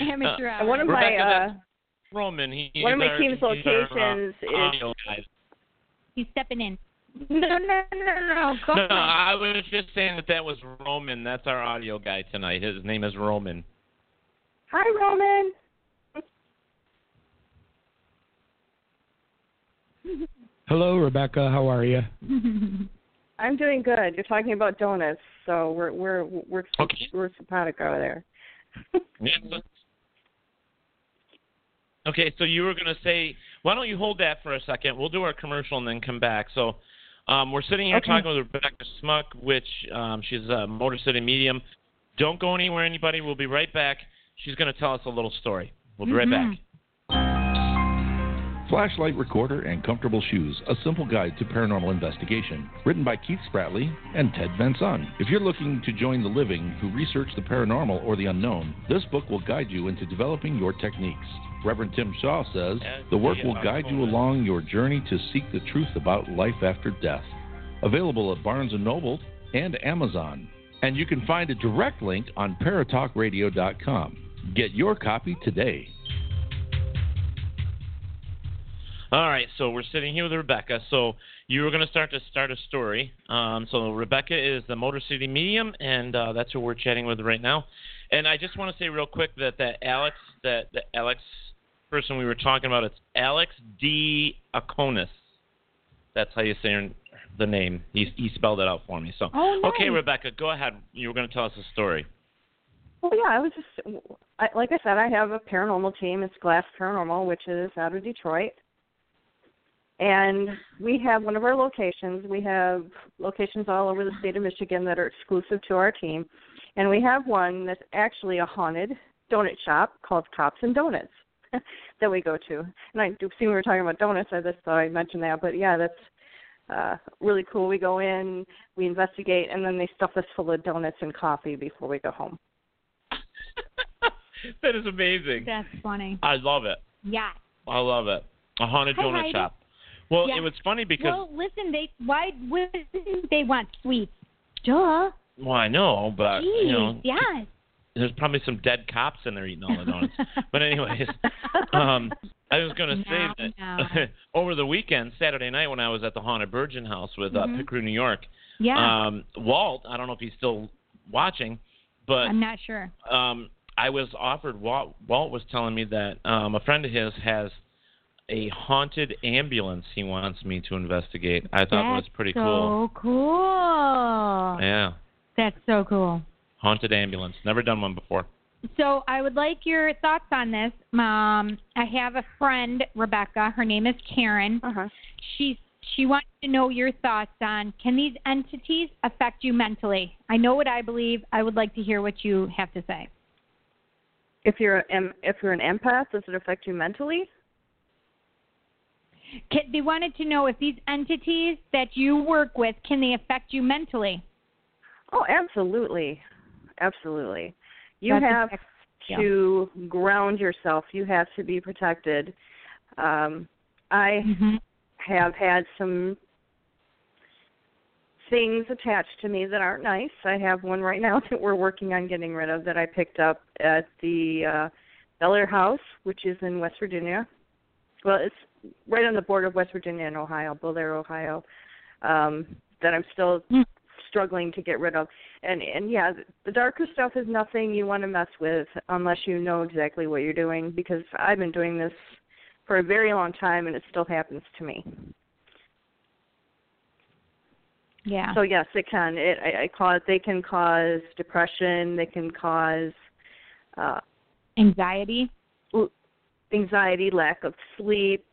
[SPEAKER 4] Amateur
[SPEAKER 2] And one of
[SPEAKER 3] Rebecca,
[SPEAKER 2] my uh,
[SPEAKER 3] that's Roman. He,
[SPEAKER 2] one of
[SPEAKER 3] he's
[SPEAKER 2] my
[SPEAKER 3] our-
[SPEAKER 2] team's
[SPEAKER 3] he's our, uh,
[SPEAKER 2] locations is-
[SPEAKER 3] audio guy.
[SPEAKER 4] He's stepping in. No, no, no, no, no. Go
[SPEAKER 3] No,
[SPEAKER 4] on.
[SPEAKER 3] I was just saying that that was Roman. That's our audio guy tonight. His name is Roman.
[SPEAKER 2] hi Roman.
[SPEAKER 7] Hello, Rebecca. How are you?
[SPEAKER 2] I'm doing good. You're talking about donuts, so we're we're we're we're simpatico there.
[SPEAKER 3] Yeah, so- Okay, so you were going to say, why don't you hold that for a second? We'll do our commercial and then come back. So um, we're sitting here
[SPEAKER 11] Okay.
[SPEAKER 3] talking with Rebecca Smuck, which um, she's a Motor City medium. Don't go anywhere, anybody. We'll be right back. She's going to tell us a little story. We'll be right back.
[SPEAKER 2] Mm-hmm.
[SPEAKER 1] Flashlight Recorder and Comfortable Shoes, a simple guide to paranormal investigation, written by Keith Spratley and Ted Van Son. If you're looking to join the living who research the paranormal or the unknown, this book will guide you into developing your techniques. Reverend Tim Shaw says the work will guide you along your journey to seek the truth about life after death. Available at Barnes & Noble and Amazon. And you can find a direct link on paratalkradio.com. Get your copy today.
[SPEAKER 3] All right, so we're sitting here with Rebecca. So you were going to start to start a story. Um, so Rebecca is the Motor City medium, and uh, that's who we're chatting with right now. And I just want to say real quick that that Alex, that the Alex person we were talking about, it's Alex D. Aconis. That's how you say her- the name. He he spelled it out for me. So
[SPEAKER 11] Oh, nice.
[SPEAKER 3] okay, Rebecca, go ahead. You were going to tell us a story.
[SPEAKER 4] Well, yeah, I was just I, like I said, I have a paranormal team. It's Glass Paranormal, which is out of Detroit, and we have one of our locations. We have locations all over the state of Michigan that are exclusive to our team, and we have one that's actually a haunted donut shop called Cops and Donuts that we go to. And I do see we were talking about donuts. I just thought I mentioned that, but yeah, that's uh really cool. We go in, we investigate, and then they stuff us full of donuts and coffee before we go home.
[SPEAKER 3] That is amazing.
[SPEAKER 2] That's funny.
[SPEAKER 3] I love it.
[SPEAKER 2] Yeah.
[SPEAKER 3] I love it. A haunted
[SPEAKER 2] Hi,
[SPEAKER 3] donut
[SPEAKER 2] Heidi.
[SPEAKER 3] shop. Well,
[SPEAKER 2] Yeah.
[SPEAKER 3] it was funny because
[SPEAKER 2] well, listen, they why wouldn't they want sweets? Duh.
[SPEAKER 3] well, I know, but
[SPEAKER 2] Jeez,
[SPEAKER 3] you know, uh,
[SPEAKER 2] yes.
[SPEAKER 3] there's probably some dead cops in there eating all the donuts. but anyways, um, I was going to
[SPEAKER 2] No,
[SPEAKER 3] say that
[SPEAKER 2] no.
[SPEAKER 3] over the weekend, Saturday night, when I was at the Haunted Virgin House with
[SPEAKER 2] Mhm.
[SPEAKER 3] uh, Picru, New York,
[SPEAKER 2] Yeah.
[SPEAKER 3] um, Walt, I don't know if he's still watching, but
[SPEAKER 2] I'm not sure.
[SPEAKER 3] um, I was offered. Walt, Walt was telling me that um, a friend of his has a haunted ambulance he wants me to investigate. I thought it was
[SPEAKER 2] That's
[SPEAKER 3] pretty
[SPEAKER 2] so
[SPEAKER 3] cool.
[SPEAKER 2] cool.
[SPEAKER 3] Yeah,
[SPEAKER 2] That's so cool.
[SPEAKER 3] haunted ambulance. Never done one before.
[SPEAKER 2] So I would like your thoughts on this. Um, I have a friend, Rebecca. Her name is Karen.
[SPEAKER 4] Uh-huh.
[SPEAKER 2] She she wants to know your thoughts on can these entities affect you mentally? I know what I believe. I would like to hear what you have to say.
[SPEAKER 4] If you're a, em- if you're an empath, does it affect you mentally?
[SPEAKER 2] Can, they wanted to know if these entities that you work with can they affect you mentally?
[SPEAKER 4] Oh, absolutely, absolutely. You
[SPEAKER 2] That's
[SPEAKER 4] have
[SPEAKER 2] yeah.
[SPEAKER 4] to ground yourself. You have to be protected. Um, I have had some things attached to me that aren't nice. I have one right now that we're working on getting rid of that I picked up at the uh, Bel Air House, which is in West Virginia. Well, it's right on the border of West Virginia and Ohio, Bel Air, Ohio. Um, that I'm still struggling to get rid of. And and yeah, the darker stuff is nothing you want to mess with unless you know exactly what you're doing because I've been doing this for a very long time and it still happens to me.
[SPEAKER 2] Yeah.
[SPEAKER 4] So yes, it can. It I, I cause they can cause depression. They can cause uh,
[SPEAKER 2] anxiety,
[SPEAKER 4] anxiety, lack of sleep,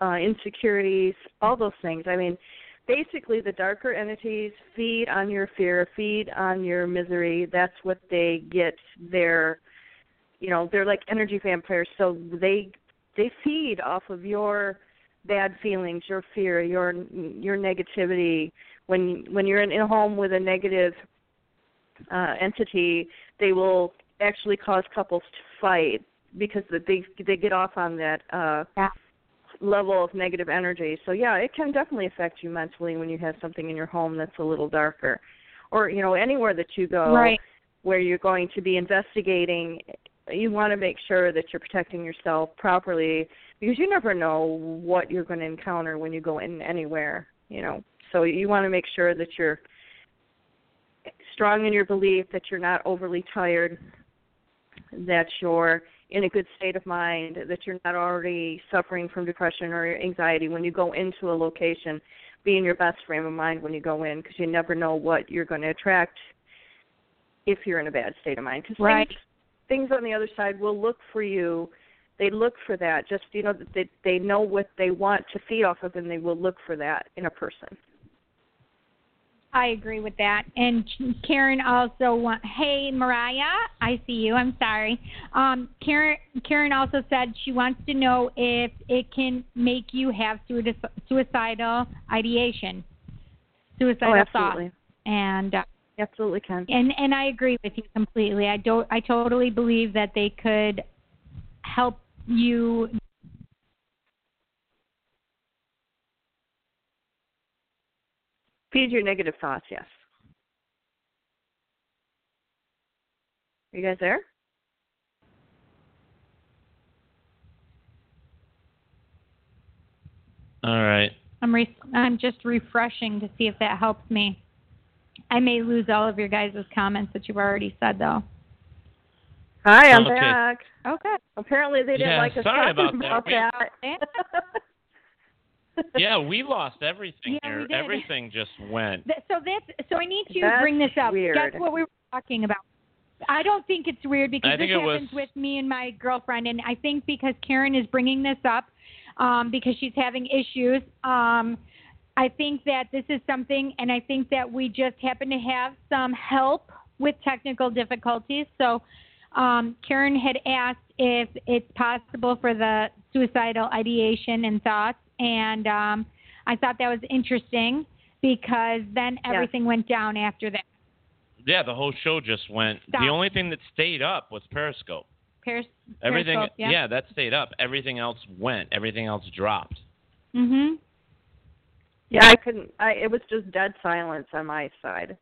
[SPEAKER 4] uh, insecurities, all those things. I mean, basically, the darker entities feed on your fear, feed on your misery. That's what they get. Their, you know, they're like energy vampires. So they they feed off of your bad feelings, your fear, your your negativity. When when you're in a home with a negative uh, entity, they will actually cause couples to fight because the- they they get off on that uh, level of negative energy. So yeah, it can definitely affect you mentally when you have something in your home that's a little darker, or you know anywhere that you go
[SPEAKER 2] Right.
[SPEAKER 4] where you're going to be investigating. You want to make sure that you're protecting yourself properly because you never know what you're going to encounter when you go in anywhere. You know, so you want to make sure that you're strong in your belief that you're not overly tired, that you're in a good state of mind, that you're not already suffering from depression or anxiety when you go into a location. Be in your best frame of mind when you go in because you never know what you're going to attract if you're in a bad state of mind. 'Cause
[SPEAKER 2] Right.
[SPEAKER 4] Things, things on the other side will look for you. They look for that. Just you know, that they they know what they want to feed off of, and they will look for that in a person.
[SPEAKER 2] I agree with that. And Karen also want. Hey, Mariah, I see you. I'm sorry. Um, Karen Karen also said she wants to know if it can make you have suici- suicidal ideation, suicidal
[SPEAKER 4] oh,
[SPEAKER 2] thoughts,
[SPEAKER 4] absolutely.
[SPEAKER 2] and uh,
[SPEAKER 4] absolutely can.
[SPEAKER 2] And and I agree with you completely. I don't. I totally believe that they could help you
[SPEAKER 4] Feed your negative thoughts, yes. Are you guys there?
[SPEAKER 3] All right.
[SPEAKER 2] I'm re- I'm just refreshing to see if that helps me. I may lose all of your guys' comments that you've already said though. Oh,
[SPEAKER 4] Hi, I'm
[SPEAKER 2] Okay.
[SPEAKER 4] back.
[SPEAKER 2] Okay.
[SPEAKER 4] Apparently they didn't
[SPEAKER 3] Yeah,
[SPEAKER 4] like us
[SPEAKER 3] sorry
[SPEAKER 4] talking
[SPEAKER 3] about that.
[SPEAKER 4] that.
[SPEAKER 3] Yeah, we lost everything
[SPEAKER 2] Yeah, we
[SPEAKER 3] here.
[SPEAKER 2] did.
[SPEAKER 3] Everything just went.
[SPEAKER 2] Th- so that's so I need to
[SPEAKER 4] That's
[SPEAKER 2] bring this up.
[SPEAKER 4] weird.
[SPEAKER 2] That's what we were talking about.
[SPEAKER 4] I don't think it's weird because
[SPEAKER 3] I
[SPEAKER 4] this
[SPEAKER 3] think it was-
[SPEAKER 4] happens with me and my girlfriend, and I think because Karen is bringing this up um, because she's having issues. Um, I think that this is something, and I think that we just happen to have some help with technical difficulties. So, um, Karen had asked if it's possible for the suicidal ideation and thoughts, and um, I thought that was interesting because then everything went down after that.
[SPEAKER 3] Yeah, the whole show just went.
[SPEAKER 4] Stop.
[SPEAKER 3] The only thing that stayed up was Periscope.
[SPEAKER 4] Paris,
[SPEAKER 3] Everything,
[SPEAKER 4] Periscope,
[SPEAKER 3] yeah. that stayed up. Everything else went. Everything else dropped.
[SPEAKER 4] Mm-hmm.
[SPEAKER 6] Yeah, I couldn't. I it was just dead silence on my side.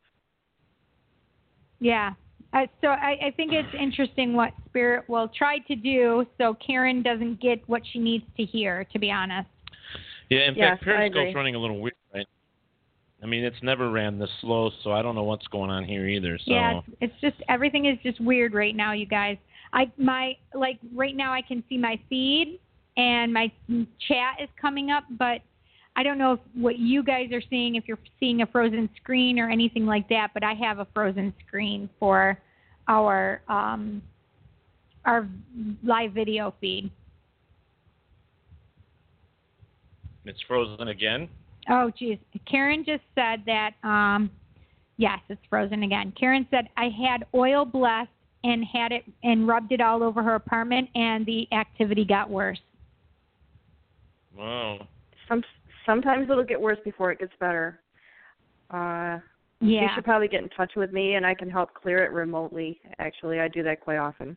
[SPEAKER 4] Yeah. Uh, so I, I think it's interesting what Spirit will try to do so Karen doesn't get what she needs to hear, to be honest.
[SPEAKER 3] Yeah, in
[SPEAKER 4] Yes, I
[SPEAKER 3] fact, Periscope's
[SPEAKER 4] agree.
[SPEAKER 3] running a little weird, right? I mean, it's never ran this slow, so I don't know what's going on here either. So
[SPEAKER 4] Yeah, it's, it's just everything is just weird right now, you guys. I my like right now I can see my feed and my chat is coming up, but I don't know if what you guys are seeing if you're seeing a frozen screen or anything like that, but I have a frozen screen for our um our live video feed.
[SPEAKER 3] it's frozen again.
[SPEAKER 4] Oh, geez. Karen just said that, um, yes, it's frozen again. Karen said, I had oil blessed and had it and rubbed it all over her apartment, and the activity got worse.
[SPEAKER 3] Wow.
[SPEAKER 6] Some sometimes it'll get worse before it gets better. Uh, you
[SPEAKER 4] Yeah.
[SPEAKER 6] should probably get in touch with me, and I can help clear it remotely. Actually, I do that quite often.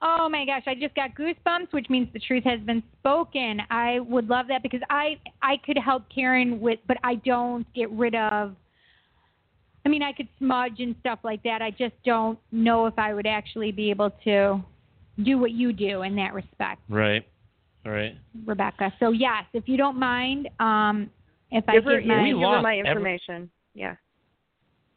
[SPEAKER 4] Oh my gosh, I just got goosebumps, which means the truth has been spoken. I would love that because I I could help Karen with, but I don't get rid of. I mean, I could smudge and stuff like that. I just don't know if I would actually be able to do what you do in that respect.
[SPEAKER 3] Right. All right.
[SPEAKER 4] Rebecca. So yes, if you don't mind, um, if I
[SPEAKER 6] Give her-
[SPEAKER 4] give my
[SPEAKER 3] We give her lost my every-
[SPEAKER 6] information. yeah.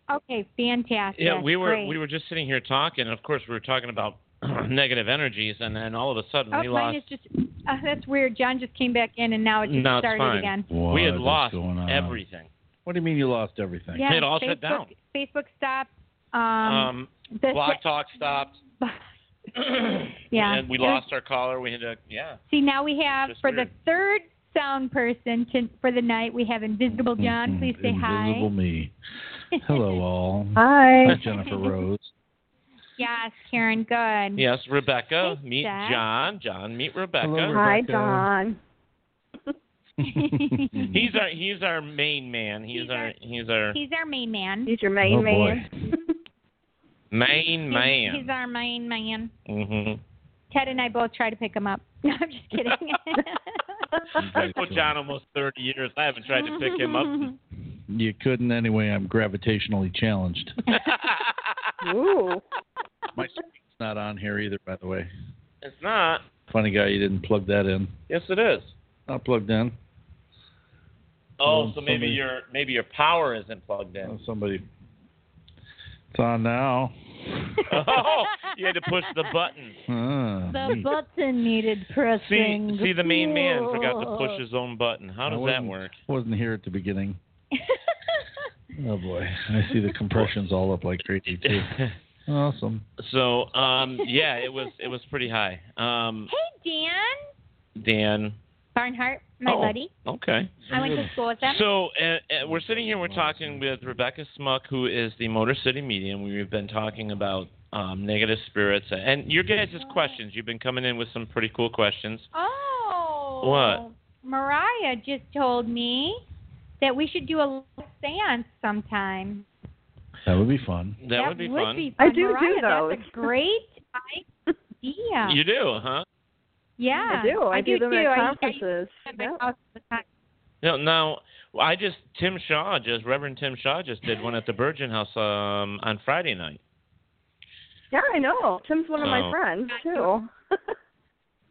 [SPEAKER 4] Okay, fantastic.
[SPEAKER 3] Yeah, we were
[SPEAKER 4] Great.
[SPEAKER 3] we were just sitting here talking, and of course we were talking about negative energies, and then all of a sudden
[SPEAKER 4] Oh,
[SPEAKER 3] we
[SPEAKER 4] mine
[SPEAKER 3] lost.
[SPEAKER 4] is just. Uh, that's weird. John just came back in, and now it just
[SPEAKER 3] no, it's
[SPEAKER 4] started
[SPEAKER 3] fine.
[SPEAKER 4] again.
[SPEAKER 3] we
[SPEAKER 1] What
[SPEAKER 3] had
[SPEAKER 1] is
[SPEAKER 3] lost
[SPEAKER 1] going on?
[SPEAKER 3] everything.
[SPEAKER 1] What do you mean you lost everything?
[SPEAKER 4] Yeah,
[SPEAKER 3] it all
[SPEAKER 4] Facebook,
[SPEAKER 3] shut down.
[SPEAKER 4] Facebook stopped. Um,
[SPEAKER 3] Um,
[SPEAKER 4] the-
[SPEAKER 3] Blog Talk stopped.
[SPEAKER 4] yeah.
[SPEAKER 3] And we
[SPEAKER 4] It was-
[SPEAKER 3] lost our caller. We had to, yeah.
[SPEAKER 4] See, now we have
[SPEAKER 3] Just
[SPEAKER 4] for
[SPEAKER 3] weird.
[SPEAKER 4] the third sound person to, for the night. We have Invisible John. Please say
[SPEAKER 1] Mm-hmm. Invisible me. Hello, all.
[SPEAKER 4] Hi.
[SPEAKER 1] I'm Jennifer Rose.
[SPEAKER 4] hi. Yes, Karen. Good.
[SPEAKER 3] Yes, Rebecca, meet
[SPEAKER 4] Jack.
[SPEAKER 3] John. John, meet Rebecca.
[SPEAKER 6] Don.
[SPEAKER 3] he's our he's our main man. He's, our, he's our
[SPEAKER 4] He's our main man.
[SPEAKER 6] He's your main
[SPEAKER 3] Oh, boy.
[SPEAKER 6] man.
[SPEAKER 3] main man.
[SPEAKER 4] He's, he's our main man.
[SPEAKER 3] Mhm.
[SPEAKER 4] Ted and I both try to pick him up. No, I'm just kidding.
[SPEAKER 3] I've known John almost 30 years. I haven't tried to pick him up.
[SPEAKER 1] You couldn't anyway. I'm gravitationally challenged.
[SPEAKER 6] Ooh.
[SPEAKER 1] My screen's not on here either, by the way.
[SPEAKER 3] It's not.
[SPEAKER 1] Funny guy, you didn't plug that in.
[SPEAKER 3] Yes, it is.
[SPEAKER 1] Not plugged in.
[SPEAKER 3] Oh,
[SPEAKER 1] Oh,
[SPEAKER 3] so maybe
[SPEAKER 1] somebody-
[SPEAKER 3] your maybe your power isn't plugged in.
[SPEAKER 1] Somebody. It's on now.
[SPEAKER 3] oh, you had to push the button.
[SPEAKER 1] Ah.
[SPEAKER 4] the button needed pressing.
[SPEAKER 3] See, see, the main man forgot to push his own button. How
[SPEAKER 1] I
[SPEAKER 3] does that
[SPEAKER 1] wasn't-
[SPEAKER 3] work?
[SPEAKER 1] Wasn't here at the beginning. oh boy, I see the compressions all up like crazy too. Awesome.
[SPEAKER 3] So, um, yeah, it was it was pretty high. Um,
[SPEAKER 4] Hey, Dan
[SPEAKER 3] Dan.
[SPEAKER 4] Barnhart, my
[SPEAKER 3] Oh,
[SPEAKER 4] buddy.
[SPEAKER 3] Okay.
[SPEAKER 4] I went to school with them.
[SPEAKER 3] So uh, uh, we're sitting here. We're talking with Rebecca Smuck, who is the Motor City medium. We've been talking about um, negative spirits and your guys' questions. You've been coming in with some pretty cool questions.
[SPEAKER 4] oh.
[SPEAKER 3] What?
[SPEAKER 4] Mariah just told me that we should do a live seance sometime.
[SPEAKER 1] That would be fun.
[SPEAKER 3] That, would be fun.
[SPEAKER 4] fun.
[SPEAKER 6] I do do
[SPEAKER 4] Mariah,
[SPEAKER 6] those.
[SPEAKER 4] That's a great idea.
[SPEAKER 3] You do, huh?
[SPEAKER 4] Yeah.
[SPEAKER 6] I do. I, do, them
[SPEAKER 4] too.
[SPEAKER 6] at
[SPEAKER 4] I- I
[SPEAKER 6] conferences. Yep.
[SPEAKER 3] No, now I just Tim Shaw just Reverend Tim Shaw just did one at the Virgin House um, on Friday night.
[SPEAKER 6] Yeah, I know. Tim's one of
[SPEAKER 3] So-
[SPEAKER 6] my friends too.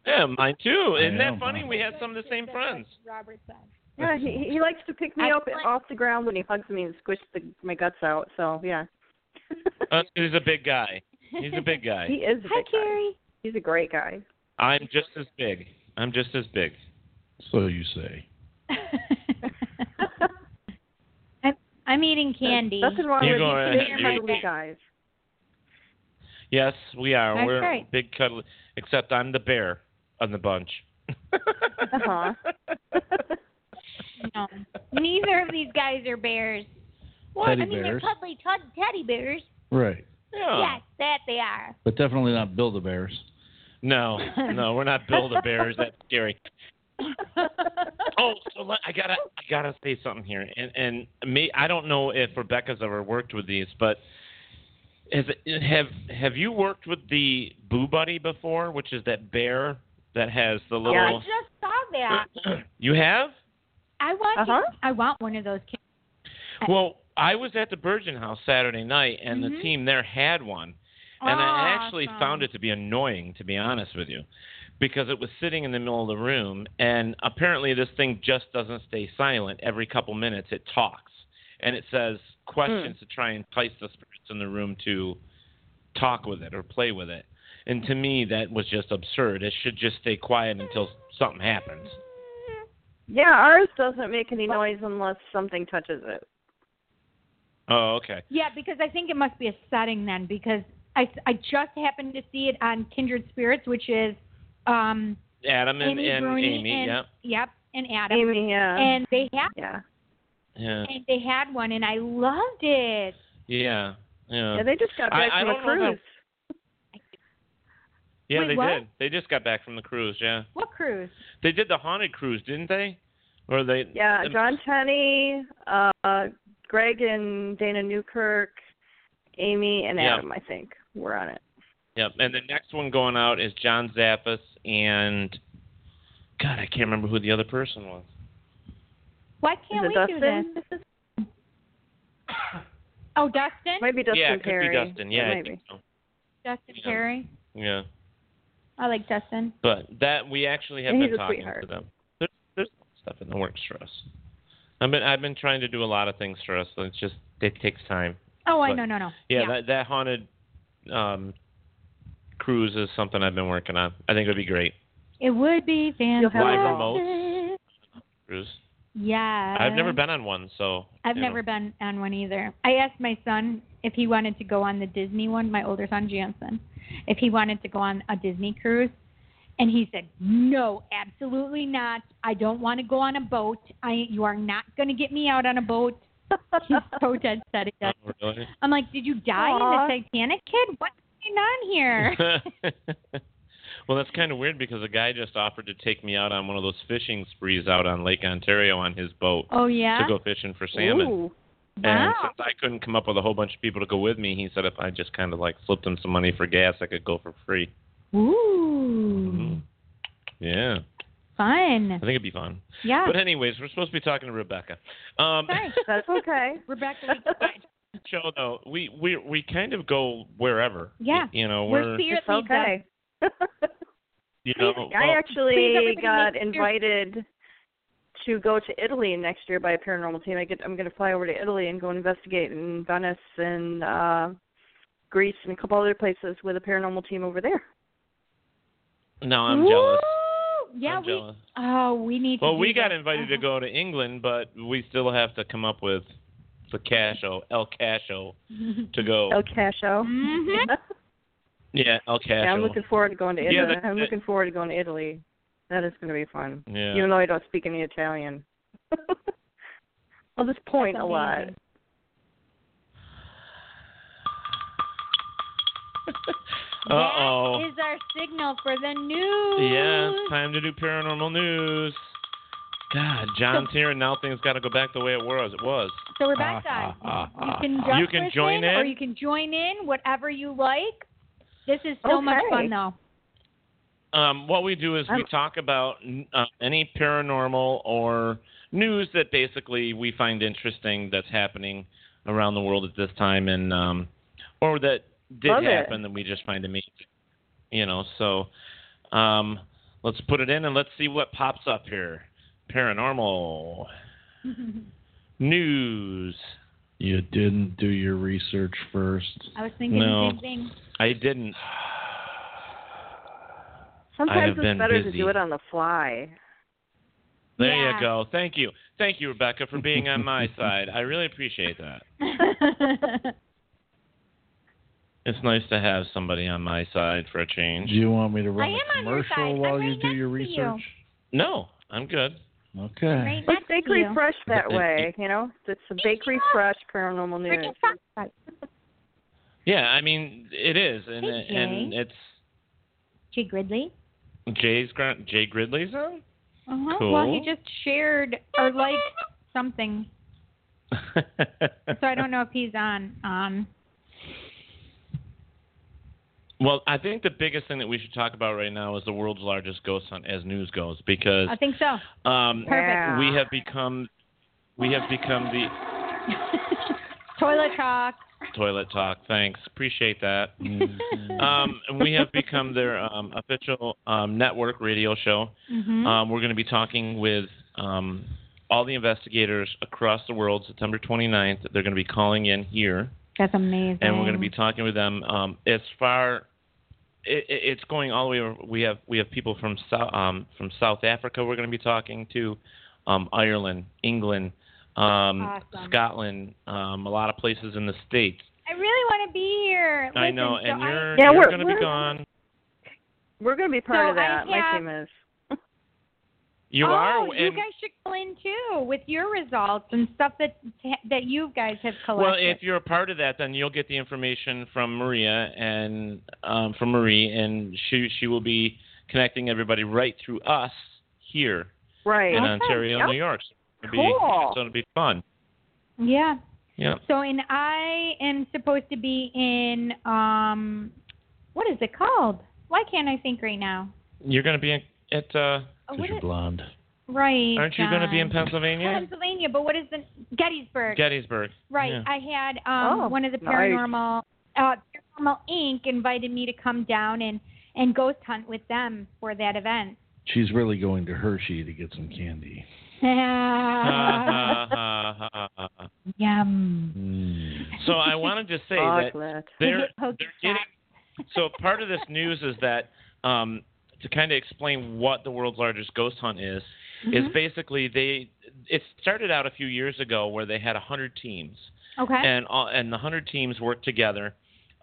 [SPEAKER 3] Yeah, mine too.
[SPEAKER 1] I
[SPEAKER 3] Isn't that
[SPEAKER 1] know,
[SPEAKER 3] funny?
[SPEAKER 1] huh?
[SPEAKER 3] We had some of the same friends.
[SPEAKER 4] Robert said.
[SPEAKER 6] Yeah, he he likes to pick me up off the ground when he hugs me and squishes the, my guts out. So yeah,
[SPEAKER 3] Uh, he's a big guy. He's a big guy.
[SPEAKER 6] he is. A Hi, Carrie. He's a great guy.
[SPEAKER 3] I'm just as big. I'm just as big.
[SPEAKER 1] So you say.
[SPEAKER 4] I'm, I'm eating candy.
[SPEAKER 6] Nothing wrong
[SPEAKER 3] You
[SPEAKER 6] with
[SPEAKER 3] go
[SPEAKER 6] you.
[SPEAKER 3] ahead.
[SPEAKER 6] They're
[SPEAKER 3] You-
[SPEAKER 6] friendly guys.
[SPEAKER 3] Yes, we are.
[SPEAKER 4] That's
[SPEAKER 3] We're
[SPEAKER 4] right.
[SPEAKER 3] big cuddly. Except I'm the bear on the bunch.
[SPEAKER 4] Uh-huh. no, neither of these guys are bears. Well,
[SPEAKER 1] Teddy
[SPEAKER 4] I mean,
[SPEAKER 1] bears.
[SPEAKER 4] they're cuddly tud- teddy bears.
[SPEAKER 1] Right.
[SPEAKER 4] Yes, that they are.
[SPEAKER 1] But definitely not Build a Bears.
[SPEAKER 3] No, no, we're not build a bears. That's scary. oh, so let, I gotta, I gotta say something here, and and me, I don't know if Rebecca's ever worked with these, but has, have have you worked with the Boo Buddy before, which is that bear that has the little?
[SPEAKER 4] I just saw Uh-huh. that.
[SPEAKER 3] you have?
[SPEAKER 4] I want. I want one of those. Kids.
[SPEAKER 3] Well, I was at the Virgin House Saturday night, and
[SPEAKER 4] Mhm.
[SPEAKER 3] the team there had one, and I actually
[SPEAKER 4] Awesome.
[SPEAKER 3] found it to be annoying, to be honest with you, because it was sitting in the middle of the room, and apparently this thing just doesn't stay silent. Every couple minutes, it talks, and it says
[SPEAKER 4] Hmm.
[SPEAKER 3] questions to try and entice the spirits in the room to talk with it or play with it. And to me, that was just absurd. It should just stay quiet until something happens.
[SPEAKER 6] Yeah, ours doesn't make any noise unless something touches it.
[SPEAKER 3] Oh, okay.
[SPEAKER 4] Yeah, because I think it must be a setting then, because I, I just happened to see it on Kindred Spirits, which is um,
[SPEAKER 3] Adam and,
[SPEAKER 4] Amy
[SPEAKER 3] and
[SPEAKER 4] Bruni
[SPEAKER 3] Amy,
[SPEAKER 4] and,
[SPEAKER 3] yep.
[SPEAKER 4] yep, and Adam.
[SPEAKER 6] Amy,
[SPEAKER 2] uh,
[SPEAKER 6] yeah.
[SPEAKER 4] And they had yeah.
[SPEAKER 3] Yeah.
[SPEAKER 4] and they had one, and I loved it.
[SPEAKER 3] Yeah. Yeah.
[SPEAKER 4] Yeah, they just got back
[SPEAKER 3] I, I
[SPEAKER 4] from a
[SPEAKER 3] don't know if I-
[SPEAKER 4] cruise.
[SPEAKER 3] Yeah,
[SPEAKER 4] Wait,
[SPEAKER 3] they
[SPEAKER 4] what?
[SPEAKER 3] did. They just got back from the cruise, yeah.
[SPEAKER 4] What cruise?
[SPEAKER 3] They did the haunted cruise, didn't they? Or they
[SPEAKER 6] Yeah,
[SPEAKER 3] um,
[SPEAKER 6] John Tenney, uh, Greg and Dana Newkirk, Amy and
[SPEAKER 3] Yeah.
[SPEAKER 6] Adam, I think, were on it.
[SPEAKER 3] Yep. And the next one going out is John Zappas and God, I can't remember who the other person was.
[SPEAKER 4] Why can't
[SPEAKER 6] Is
[SPEAKER 4] we
[SPEAKER 6] it
[SPEAKER 4] do this? Oh, Dustin.
[SPEAKER 6] Maybe Dustin
[SPEAKER 3] yeah, it
[SPEAKER 6] Perry.
[SPEAKER 3] could be Dustin. Yeah, I
[SPEAKER 6] Maybe.
[SPEAKER 3] think so.
[SPEAKER 4] Dustin Perry.
[SPEAKER 3] yeah.
[SPEAKER 4] I like Dustin.
[SPEAKER 3] But that we actually have
[SPEAKER 4] And he's
[SPEAKER 3] been
[SPEAKER 4] a
[SPEAKER 3] talking
[SPEAKER 4] sweetheart.
[SPEAKER 3] to them. There's, there's stuff in the works for us. I've been I've been trying to do a lot of things for us. so It's just it takes time.
[SPEAKER 4] Oh, I
[SPEAKER 3] But-
[SPEAKER 4] no no no.
[SPEAKER 3] Yeah, That, that haunted um, cruise is something I've been working on. I think it would be great.
[SPEAKER 4] It would be fantastic.
[SPEAKER 3] have Live remotes? Cruise.
[SPEAKER 4] Yeah.
[SPEAKER 3] I've never been on one, so
[SPEAKER 4] I've
[SPEAKER 3] you know.
[SPEAKER 4] never been on one either. I asked my son if he wanted to go on the Disney one, my older son Jansen, if he wanted to go on a Disney cruise. And he said, "No, absolutely not. I don't want to go on a boat. I you are not going to get me out on a boat." He's so dead set against
[SPEAKER 3] Oh, really?
[SPEAKER 4] I'm like, "Did you die
[SPEAKER 6] Aw.
[SPEAKER 4] in the Titanic, kid? What's going on here?"
[SPEAKER 3] well, that's kind of weird because a guy just offered to take me out on one of those fishing sprees out on Lake Ontario on his boat.
[SPEAKER 4] Oh, yeah?
[SPEAKER 3] To go fishing for salmon. And
[SPEAKER 4] Wow.
[SPEAKER 3] since I couldn't come up with a whole bunch of people to go with me, he said if I just kind of like slipped him some money for gas, I could go for free. Mm-hmm.
[SPEAKER 4] Ooh.
[SPEAKER 3] Yeah, I
[SPEAKER 4] Fun.
[SPEAKER 3] think it'd be fun.
[SPEAKER 4] Yeah.
[SPEAKER 3] But anyways, we're supposed to be talking to Rebecca. Um,
[SPEAKER 6] That's okay.
[SPEAKER 4] Rebecca,
[SPEAKER 3] show though, we we we kind of go wherever.
[SPEAKER 6] Yeah.
[SPEAKER 3] You know,
[SPEAKER 6] We're
[SPEAKER 3] we're Oh,
[SPEAKER 6] serious It's okay.
[SPEAKER 3] You know,
[SPEAKER 6] I
[SPEAKER 3] well-
[SPEAKER 6] actually
[SPEAKER 4] Please, everybody
[SPEAKER 6] got
[SPEAKER 4] make sure-
[SPEAKER 6] invited to go to Italy next year by a paranormal team. I get, I'm going to fly over to Italy and go investigate in Venice and uh, Greece and a couple other places with a paranormal team over there.
[SPEAKER 3] No, I'm jealous.
[SPEAKER 4] Yeah,
[SPEAKER 3] I'm
[SPEAKER 4] we.
[SPEAKER 3] jealous.
[SPEAKER 4] Oh, we need. to
[SPEAKER 3] Well,
[SPEAKER 4] do
[SPEAKER 3] we got
[SPEAKER 4] that. Uh-huh.
[SPEAKER 3] invited to go to England, but we still have to come up with the casho, El Casho, to go.
[SPEAKER 6] El Casho.
[SPEAKER 4] Mm-hmm.
[SPEAKER 3] Yeah, El Casho.
[SPEAKER 6] Yeah, I'm looking forward to going to
[SPEAKER 3] Yeah,
[SPEAKER 6] Italy.
[SPEAKER 3] that-
[SPEAKER 6] I'm
[SPEAKER 3] that-
[SPEAKER 6] looking forward to going to Italy. That is going to be fun.
[SPEAKER 3] Yeah.
[SPEAKER 6] Even though I don't speak any Italian. I'll just point a lot.
[SPEAKER 3] Uh oh.
[SPEAKER 4] That is our signal for the news.
[SPEAKER 3] Yeah, it's time to do paranormal news. God, John's here, and now things got to go back the way it was. It was.
[SPEAKER 4] So Rebecca, you can just
[SPEAKER 3] You can
[SPEAKER 4] listen,
[SPEAKER 3] join
[SPEAKER 4] or
[SPEAKER 3] in.
[SPEAKER 4] you can join in, whatever you like. This is so much
[SPEAKER 6] Okay.
[SPEAKER 4] fun, though.
[SPEAKER 3] Um, what we do is we talk about uh, any paranormal or news that basically we find interesting that's happening around the world at this time, and um, or that did
[SPEAKER 12] Love it.
[SPEAKER 3] happen that we just find amazing. You know, so um, let's put it in and let's see what pops up here. Paranormal news.
[SPEAKER 1] You didn't do your research first.
[SPEAKER 4] I was
[SPEAKER 1] thinking the No. same
[SPEAKER 4] thing.
[SPEAKER 3] I didn't. I
[SPEAKER 6] Sometimes
[SPEAKER 3] have
[SPEAKER 6] it's
[SPEAKER 3] been
[SPEAKER 6] better to
[SPEAKER 3] busy.
[SPEAKER 6] do it on the fly.
[SPEAKER 3] There you go. Thank you. Thank you, Rebecca, for being on my side. I really appreciate that. It's nice to have somebody on my side for a change.
[SPEAKER 10] Do you want me to run
[SPEAKER 3] I
[SPEAKER 10] a
[SPEAKER 3] am on your
[SPEAKER 10] commercial
[SPEAKER 3] side. I'm
[SPEAKER 10] while
[SPEAKER 3] right
[SPEAKER 10] you do your
[SPEAKER 3] next to you.
[SPEAKER 10] research?
[SPEAKER 3] No, I'm good.
[SPEAKER 10] Okay.
[SPEAKER 2] Let's bakery fresh that
[SPEAKER 3] Thank
[SPEAKER 2] way, you know? It's a bakery fresh paranormal news.
[SPEAKER 3] Yeah, I mean it is, and
[SPEAKER 2] Hey, Jay.
[SPEAKER 3] and it's
[SPEAKER 4] Jay Gridley.
[SPEAKER 3] Jay's grand Jay Gridley's on.
[SPEAKER 4] Uh-huh.
[SPEAKER 3] Cool.
[SPEAKER 4] Well, he just shared or liked something. so I don't know if he's on. Um,
[SPEAKER 3] Well, I think the biggest thing that we should talk about right now is the world's largest ghost hunt as news goes, because
[SPEAKER 4] I think so.
[SPEAKER 3] um,
[SPEAKER 4] Perfect.
[SPEAKER 3] we have become we have become the
[SPEAKER 4] Toilet talk.
[SPEAKER 3] toilet talk. Thanks, appreciate that. um, and we have become their um, official um, network radio show.
[SPEAKER 2] Mm-hmm.
[SPEAKER 4] Mhm.
[SPEAKER 3] Um, we're going to be talking with um, all the investigators across the world September 29th. They're going to be calling in here,
[SPEAKER 4] That's amazing.
[SPEAKER 3] and we're going to
[SPEAKER 4] Mm.
[SPEAKER 3] be talking with them um, as far. It, it- it's going all the way. over- We have we have people from South um, from South Africa. We're going to be talking to um, Ireland, England, um,
[SPEAKER 4] Awesome.
[SPEAKER 3] Scotland, um, a lot of places in the states.
[SPEAKER 4] I really want to be here.
[SPEAKER 3] I
[SPEAKER 4] Listen,
[SPEAKER 3] know,
[SPEAKER 4] so
[SPEAKER 3] and
[SPEAKER 4] I-
[SPEAKER 3] you're
[SPEAKER 2] Yeah,
[SPEAKER 3] you're
[SPEAKER 2] we're-
[SPEAKER 3] going to be
[SPEAKER 2] we're-
[SPEAKER 3] gone.
[SPEAKER 2] We're going to be part
[SPEAKER 4] So
[SPEAKER 2] of that.
[SPEAKER 4] I
[SPEAKER 2] My
[SPEAKER 4] have-
[SPEAKER 2] team is.
[SPEAKER 3] You
[SPEAKER 4] oh,
[SPEAKER 3] are,
[SPEAKER 4] you
[SPEAKER 3] and
[SPEAKER 4] guys should call in too with your results and stuff that that you guys have collected.
[SPEAKER 3] Well, if you're a part of that, then you'll get the information from Maria and um, from Marie, and she she will be connecting everybody right through us here
[SPEAKER 2] Right.
[SPEAKER 3] in Ontario, New York. So it'll
[SPEAKER 4] Cool.
[SPEAKER 3] be so it'll be fun.
[SPEAKER 4] yeah.
[SPEAKER 3] Yeah.
[SPEAKER 4] So and I am supposed to be in um, what is it called? Why can't I think right now?
[SPEAKER 3] You're going to be in, at uh,
[SPEAKER 4] Oh, what is-
[SPEAKER 3] blonde.
[SPEAKER 4] Right.
[SPEAKER 3] Aren't you going to be in
[SPEAKER 4] John.
[SPEAKER 3] Pennsylvania?
[SPEAKER 4] Pennsylvania, but what is the Gettysburg?
[SPEAKER 3] Gettysburg.
[SPEAKER 4] Right.
[SPEAKER 3] Yeah.
[SPEAKER 4] I had um,
[SPEAKER 2] Oh,
[SPEAKER 4] one of the
[SPEAKER 2] nice.
[SPEAKER 4] paranormal uh, paranormal Inc. invited me to come down and and ghost hunt with them for that event.
[SPEAKER 10] She's really going to Hershey to get some candy.
[SPEAKER 3] Ha, ha, ha, ha, ha.
[SPEAKER 4] Yum.
[SPEAKER 1] Hmm.
[SPEAKER 3] so I wanted to say that
[SPEAKER 2] Chocolate.
[SPEAKER 3] they're,
[SPEAKER 4] They get
[SPEAKER 3] they're getting. So part of this news is that um, to kind of explain what the world's largest ghost hunt is, is
[SPEAKER 4] Mhm.
[SPEAKER 3] basically they. It started out a few years ago where they had hundred teams,
[SPEAKER 4] Okay.
[SPEAKER 3] and all, and the hundred teams work together.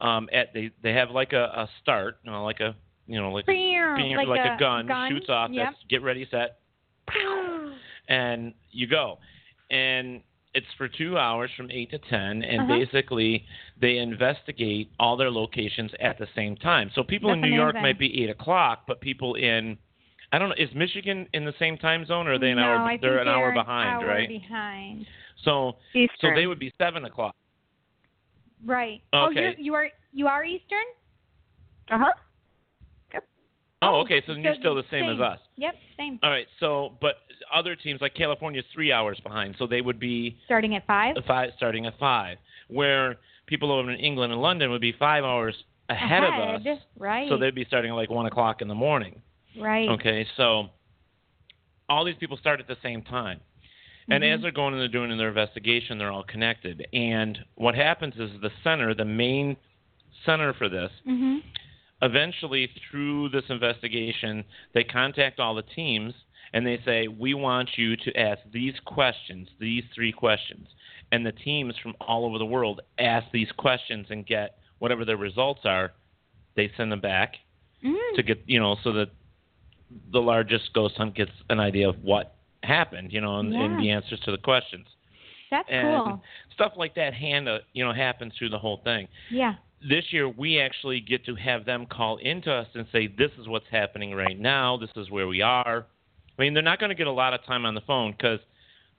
[SPEAKER 3] Um, at they they have like a, a start, you know, like a you know like a-
[SPEAKER 4] Pew,
[SPEAKER 3] like, a, gun,
[SPEAKER 4] gun,
[SPEAKER 3] shoots off.
[SPEAKER 4] Yep.
[SPEAKER 3] That's get ready, set, and you go. And it's for two hours from 8 to 10, and
[SPEAKER 4] Uh-huh.
[SPEAKER 3] basically they investigate all their locations at the same time. So people in
[SPEAKER 4] That's
[SPEAKER 3] New York
[SPEAKER 4] amazing.
[SPEAKER 3] might be 8 o'clock, but people in, I don't know, is Michigan in the same time zone, or are they an
[SPEAKER 4] no,
[SPEAKER 3] hour?
[SPEAKER 4] I think
[SPEAKER 3] they're an hour
[SPEAKER 4] an
[SPEAKER 3] behind,
[SPEAKER 4] hour
[SPEAKER 3] right?
[SPEAKER 4] Behind.
[SPEAKER 3] So, so
[SPEAKER 2] Eastern.
[SPEAKER 3] they would be 7 o'clock.
[SPEAKER 4] Right. Oh,
[SPEAKER 3] Okay.
[SPEAKER 4] you're, you are you are Eastern.
[SPEAKER 2] Uh huh.
[SPEAKER 3] Oh, okay, so then you're
[SPEAKER 4] So
[SPEAKER 3] still the same, as us. Uh,
[SPEAKER 4] Yep. Same.
[SPEAKER 3] All right, so, but other teams like California's three hours behind, so they would be
[SPEAKER 4] Starting at five.
[SPEAKER 3] a five, starting at five, where people over in England and London would be five hours ahead, of us.
[SPEAKER 4] Right.
[SPEAKER 3] So they'd be starting at like one o'clock in the morning.
[SPEAKER 4] right.
[SPEAKER 3] Okay, so all these people start at the same time. And
[SPEAKER 4] Mhm.
[SPEAKER 3] as they're going and they're doing their investigation, they're all connected. And what happens is the center, the main center for this,
[SPEAKER 4] hmm
[SPEAKER 3] eventually through this investigation, they contact all the teams and they say, "We want you to ask these questions, these three questions." And the teams from all over the world ask these questions and get whatever their results are. They send them back
[SPEAKER 4] Mm.
[SPEAKER 3] to get, you know, so that the largest ghost hunt gets an idea of what happened, you know, and, and
[SPEAKER 4] Yeah.
[SPEAKER 3] the answers to the questions.
[SPEAKER 4] That's
[SPEAKER 3] And
[SPEAKER 4] cool.
[SPEAKER 3] stuff like that hand, uh, you know, happens through the whole thing
[SPEAKER 4] Yeah.
[SPEAKER 3] this year we actually get to have them call into us and say this is what's happening right now this is where we are i mean they're not going to get a lot of time on the phone because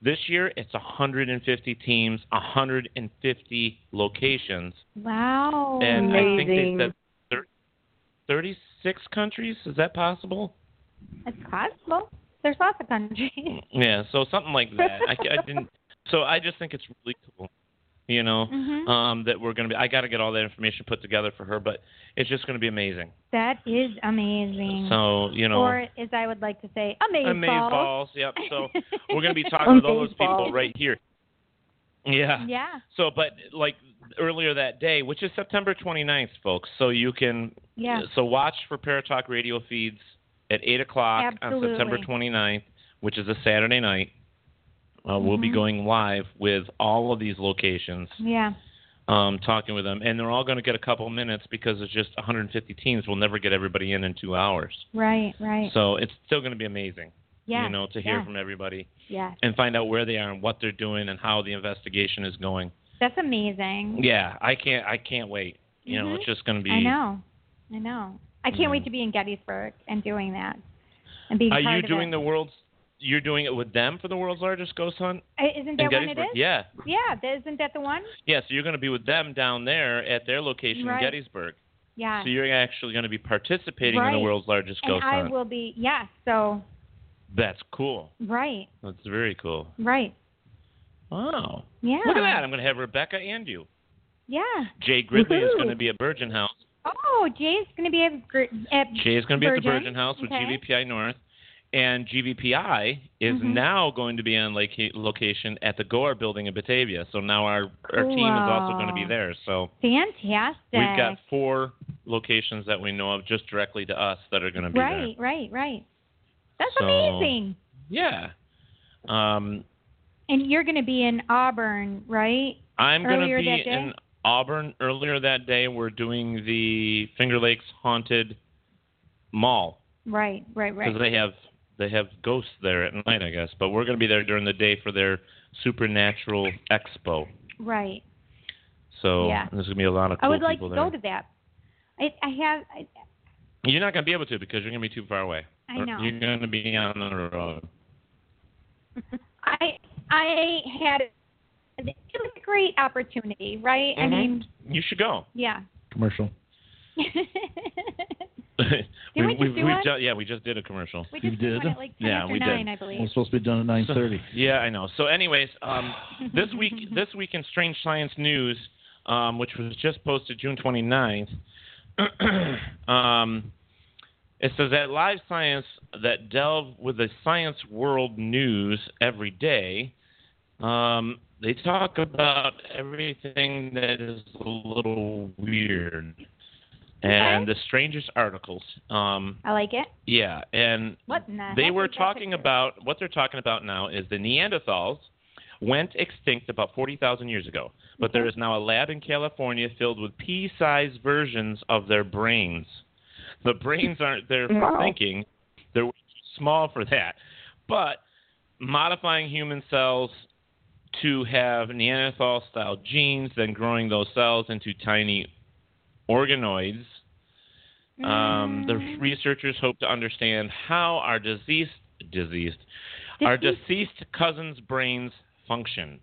[SPEAKER 3] this year it's 150 teams 150 locations
[SPEAKER 4] Wow.
[SPEAKER 3] and i think they said thir- 36 countries is that possible
[SPEAKER 4] That's possible. There's lots of countries.
[SPEAKER 3] yeah so something like that I, I didn't so i just think it's really cool you know
[SPEAKER 4] Mhm.
[SPEAKER 3] um, that we're going to be i got to get all that information put together for her but it's just going to be amazing
[SPEAKER 4] That is amazing.
[SPEAKER 3] So, you know.
[SPEAKER 4] or as I would like to say, amazing.
[SPEAKER 3] Amazeballs, yep. So we're going to be talking with all those people
[SPEAKER 4] Amazeballs.
[SPEAKER 3] right here. Yeah.
[SPEAKER 4] Yeah.
[SPEAKER 3] So, but like earlier that day, which is September 29th, folks. So you can,
[SPEAKER 4] Yeah.
[SPEAKER 3] so watch for Paratalk radio feeds at 8 o'clock
[SPEAKER 4] Absolutely.
[SPEAKER 3] on September 29th, which is a Saturday night. Uh, We'll be
[SPEAKER 4] Mhm.
[SPEAKER 3] going live with all of these locations
[SPEAKER 4] Yeah.
[SPEAKER 3] um, talking with them, and they're all going to get a couple minutes because it's just 150 teams. We'll never get everybody in in two hours,
[SPEAKER 4] Right, right.
[SPEAKER 3] so it's still going to be amazing.
[SPEAKER 4] Yeah,
[SPEAKER 3] you know, to hear
[SPEAKER 4] yeah.
[SPEAKER 3] from everybody
[SPEAKER 4] yeah.
[SPEAKER 3] and find out where they are and what they're doing and how the investigation is going.
[SPEAKER 4] That's amazing.
[SPEAKER 3] Yeah, I can't. I can't wait. You know,
[SPEAKER 4] Mhm.
[SPEAKER 3] it's just going to be.
[SPEAKER 4] I know. I know. I can't wait to be in Gettysburg and doing that. And being
[SPEAKER 3] Mm. Are
[SPEAKER 4] part
[SPEAKER 3] you
[SPEAKER 4] of
[SPEAKER 3] doing
[SPEAKER 4] it.
[SPEAKER 3] the world's? You're doing it with them for the world's largest ghost hunt
[SPEAKER 4] Uh, Isn't
[SPEAKER 3] in
[SPEAKER 4] that one it
[SPEAKER 3] Gettysburg.
[SPEAKER 4] is?
[SPEAKER 3] Yeah,
[SPEAKER 4] Yeah, that- isn't that the one?
[SPEAKER 3] yeah. So you're going to be with them down there at their location
[SPEAKER 4] Right.
[SPEAKER 3] in Gettysburg.
[SPEAKER 4] Yeah.
[SPEAKER 3] So you're actually going to be participating in the
[SPEAKER 4] Right.
[SPEAKER 3] world's largest
[SPEAKER 4] and
[SPEAKER 3] ghost
[SPEAKER 4] I
[SPEAKER 3] hunt.
[SPEAKER 4] will be. Yeah. So
[SPEAKER 3] That's cool.
[SPEAKER 4] right,
[SPEAKER 3] That's very cool.
[SPEAKER 4] right.
[SPEAKER 3] Wow.
[SPEAKER 4] Yeah.
[SPEAKER 3] Look at that. I'm going to have Rebecca and you.
[SPEAKER 4] Yeah.
[SPEAKER 3] Jay Gridley is
[SPEAKER 4] Woohoo.
[SPEAKER 3] going to be at Virgin House.
[SPEAKER 4] Oh, Jay's going to be at. Gr- eh, at
[SPEAKER 3] Jay's going to be at the
[SPEAKER 4] Virgin.
[SPEAKER 3] Virgin House with
[SPEAKER 4] Okay.
[SPEAKER 3] GVPI North, and GVPI is
[SPEAKER 4] Mhm.
[SPEAKER 3] now going to be on like location at the Gore Building in Batavia. So now our our team is also going to be
[SPEAKER 4] Cool.
[SPEAKER 3] there. So
[SPEAKER 4] Fantastic.
[SPEAKER 3] we've got four locations that we know of just directly to us that are going to be
[SPEAKER 4] Right, right, right. That's
[SPEAKER 3] So-
[SPEAKER 4] amazing.
[SPEAKER 3] there. Yeah. Um,
[SPEAKER 4] And you're going to be in Auburn, right?
[SPEAKER 3] I'm going to
[SPEAKER 4] Earlier
[SPEAKER 3] be
[SPEAKER 4] that day?
[SPEAKER 3] in Auburn earlier that day. We're doing the Finger Lakes Haunted Mall.
[SPEAKER 4] Right, right, right.
[SPEAKER 3] because they have they have ghosts there at night, I guess. But we're going to be there during the day for their supernatural expo.
[SPEAKER 4] Right.
[SPEAKER 3] So
[SPEAKER 4] Yeah.
[SPEAKER 3] there's going to be a lot of
[SPEAKER 4] I
[SPEAKER 3] cool
[SPEAKER 4] would like to
[SPEAKER 3] people there.
[SPEAKER 4] go to that. I, I have. I,
[SPEAKER 3] You're not going to be able to because you're going to be too far away.
[SPEAKER 4] I know.
[SPEAKER 3] You're going to be on the road.
[SPEAKER 4] I I had. It was a great opportunity, right? I
[SPEAKER 3] Mhm.
[SPEAKER 4] mean,
[SPEAKER 3] You should go.
[SPEAKER 4] yeah.
[SPEAKER 10] Commercial.
[SPEAKER 3] we,
[SPEAKER 4] we just
[SPEAKER 3] we've,
[SPEAKER 4] do
[SPEAKER 3] we've
[SPEAKER 4] one?
[SPEAKER 3] ju- yeah, we just did a commercial.
[SPEAKER 4] We
[SPEAKER 10] just You did
[SPEAKER 4] one at, like, 10
[SPEAKER 3] yeah,
[SPEAKER 4] after
[SPEAKER 3] we
[SPEAKER 4] 9,
[SPEAKER 3] did.
[SPEAKER 4] I believe.
[SPEAKER 10] We're supposed to be done at 9:30.
[SPEAKER 3] Yeah, I know. So, anyways, um, this week this week in Strange Science News, um, which was just posted June 29th, um, it says that live science that delve with the science world news every day. Um, they talk about everything that is a little weird and the strangest articles. Um,
[SPEAKER 4] I like it.
[SPEAKER 3] yeah, and
[SPEAKER 4] What in the
[SPEAKER 3] they
[SPEAKER 4] heck
[SPEAKER 3] were
[SPEAKER 4] is that
[SPEAKER 3] talking about what they're talking about now is the Neanderthals went extinct about 40,000 years ago, but there is now a lab in California filled with pea-sized versions of their brains. The brains aren't there for
[SPEAKER 11] Wow.
[SPEAKER 3] thinking; they're way too small for that. But modifying human cells to have Neanderthal-style genes, then growing those cells into tiny organoids um, the researchers hope to understand how our diseased, diseased, our deceased cousins' brains function.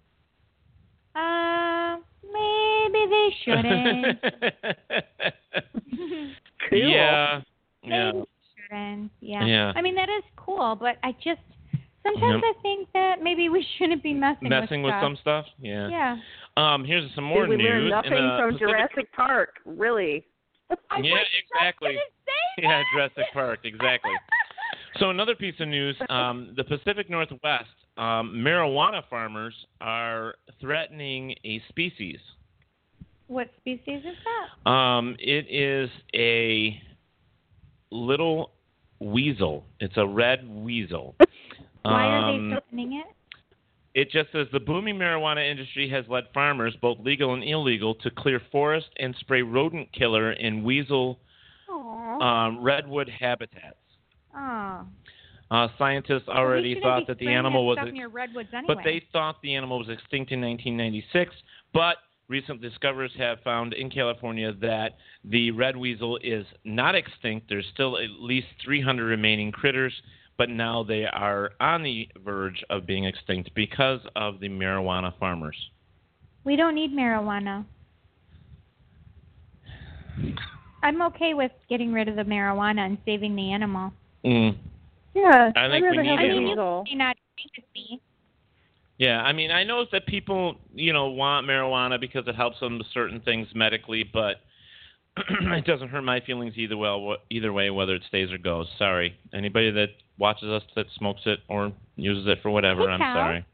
[SPEAKER 4] Uh, maybe they shouldn't.
[SPEAKER 3] Yeah.
[SPEAKER 4] Maybe
[SPEAKER 3] Yeah.
[SPEAKER 4] they shouldn't. Yeah.
[SPEAKER 3] Yeah.
[SPEAKER 4] I mean, that is cool, but I just sometimes
[SPEAKER 3] Yep.
[SPEAKER 4] I think that maybe we shouldn't be messing,
[SPEAKER 3] Messing
[SPEAKER 4] with
[SPEAKER 3] with
[SPEAKER 4] stuff.
[SPEAKER 3] some stuff. Yeah.
[SPEAKER 4] Yeah.
[SPEAKER 3] Um, here's some more
[SPEAKER 2] we
[SPEAKER 3] news.
[SPEAKER 2] learned
[SPEAKER 3] in
[SPEAKER 2] nothing
[SPEAKER 3] the
[SPEAKER 2] from
[SPEAKER 3] Pacific-
[SPEAKER 2] Jurassic Park, really.
[SPEAKER 3] Yeah, exactly. Yeah, Jurassic Park, exactly. So another piece of news: um, the Pacific Northwest um, marijuana farmers are threatening a species.
[SPEAKER 4] What species is that?
[SPEAKER 3] Um, it is a little weasel. It's a red weasel.
[SPEAKER 4] Why are
[SPEAKER 3] Um,
[SPEAKER 4] they threatening it?
[SPEAKER 3] it just says the booming marijuana industry has led farmers, both legal and illegal, to clear forest and spray rodent killer in weasel
[SPEAKER 4] Oh.
[SPEAKER 3] um, redwood habitats.
[SPEAKER 4] oh.
[SPEAKER 3] Uh, scientists already thought that the animal was,
[SPEAKER 4] stuff
[SPEAKER 3] ex-
[SPEAKER 4] near redwoods anyway.
[SPEAKER 3] but they thought the animal was extinct in 1996. But recent discoverers have found in California that the red weasel is not extinct. There's still at least 300 remaining critters, but now they are on the verge of being extinct because of the marijuana farmers.
[SPEAKER 4] we don't need marijuana. I'm okay with getting rid of the marijuana and saving the animal.
[SPEAKER 2] Yeah.
[SPEAKER 3] Mm. I think we need
[SPEAKER 4] I mean,
[SPEAKER 3] animals.
[SPEAKER 4] you may not agree with me.
[SPEAKER 3] Yeah, I mean, I know that people, you know, want marijuana because it helps them with certain things medically, but it doesn't hurt my feelings either. Well, wh- either way, whether it stays or goes. Sorry, anybody that watches us that smokes it or uses it for whatever,
[SPEAKER 4] Hey,
[SPEAKER 3] I'm
[SPEAKER 4] Cal.
[SPEAKER 3] sorry.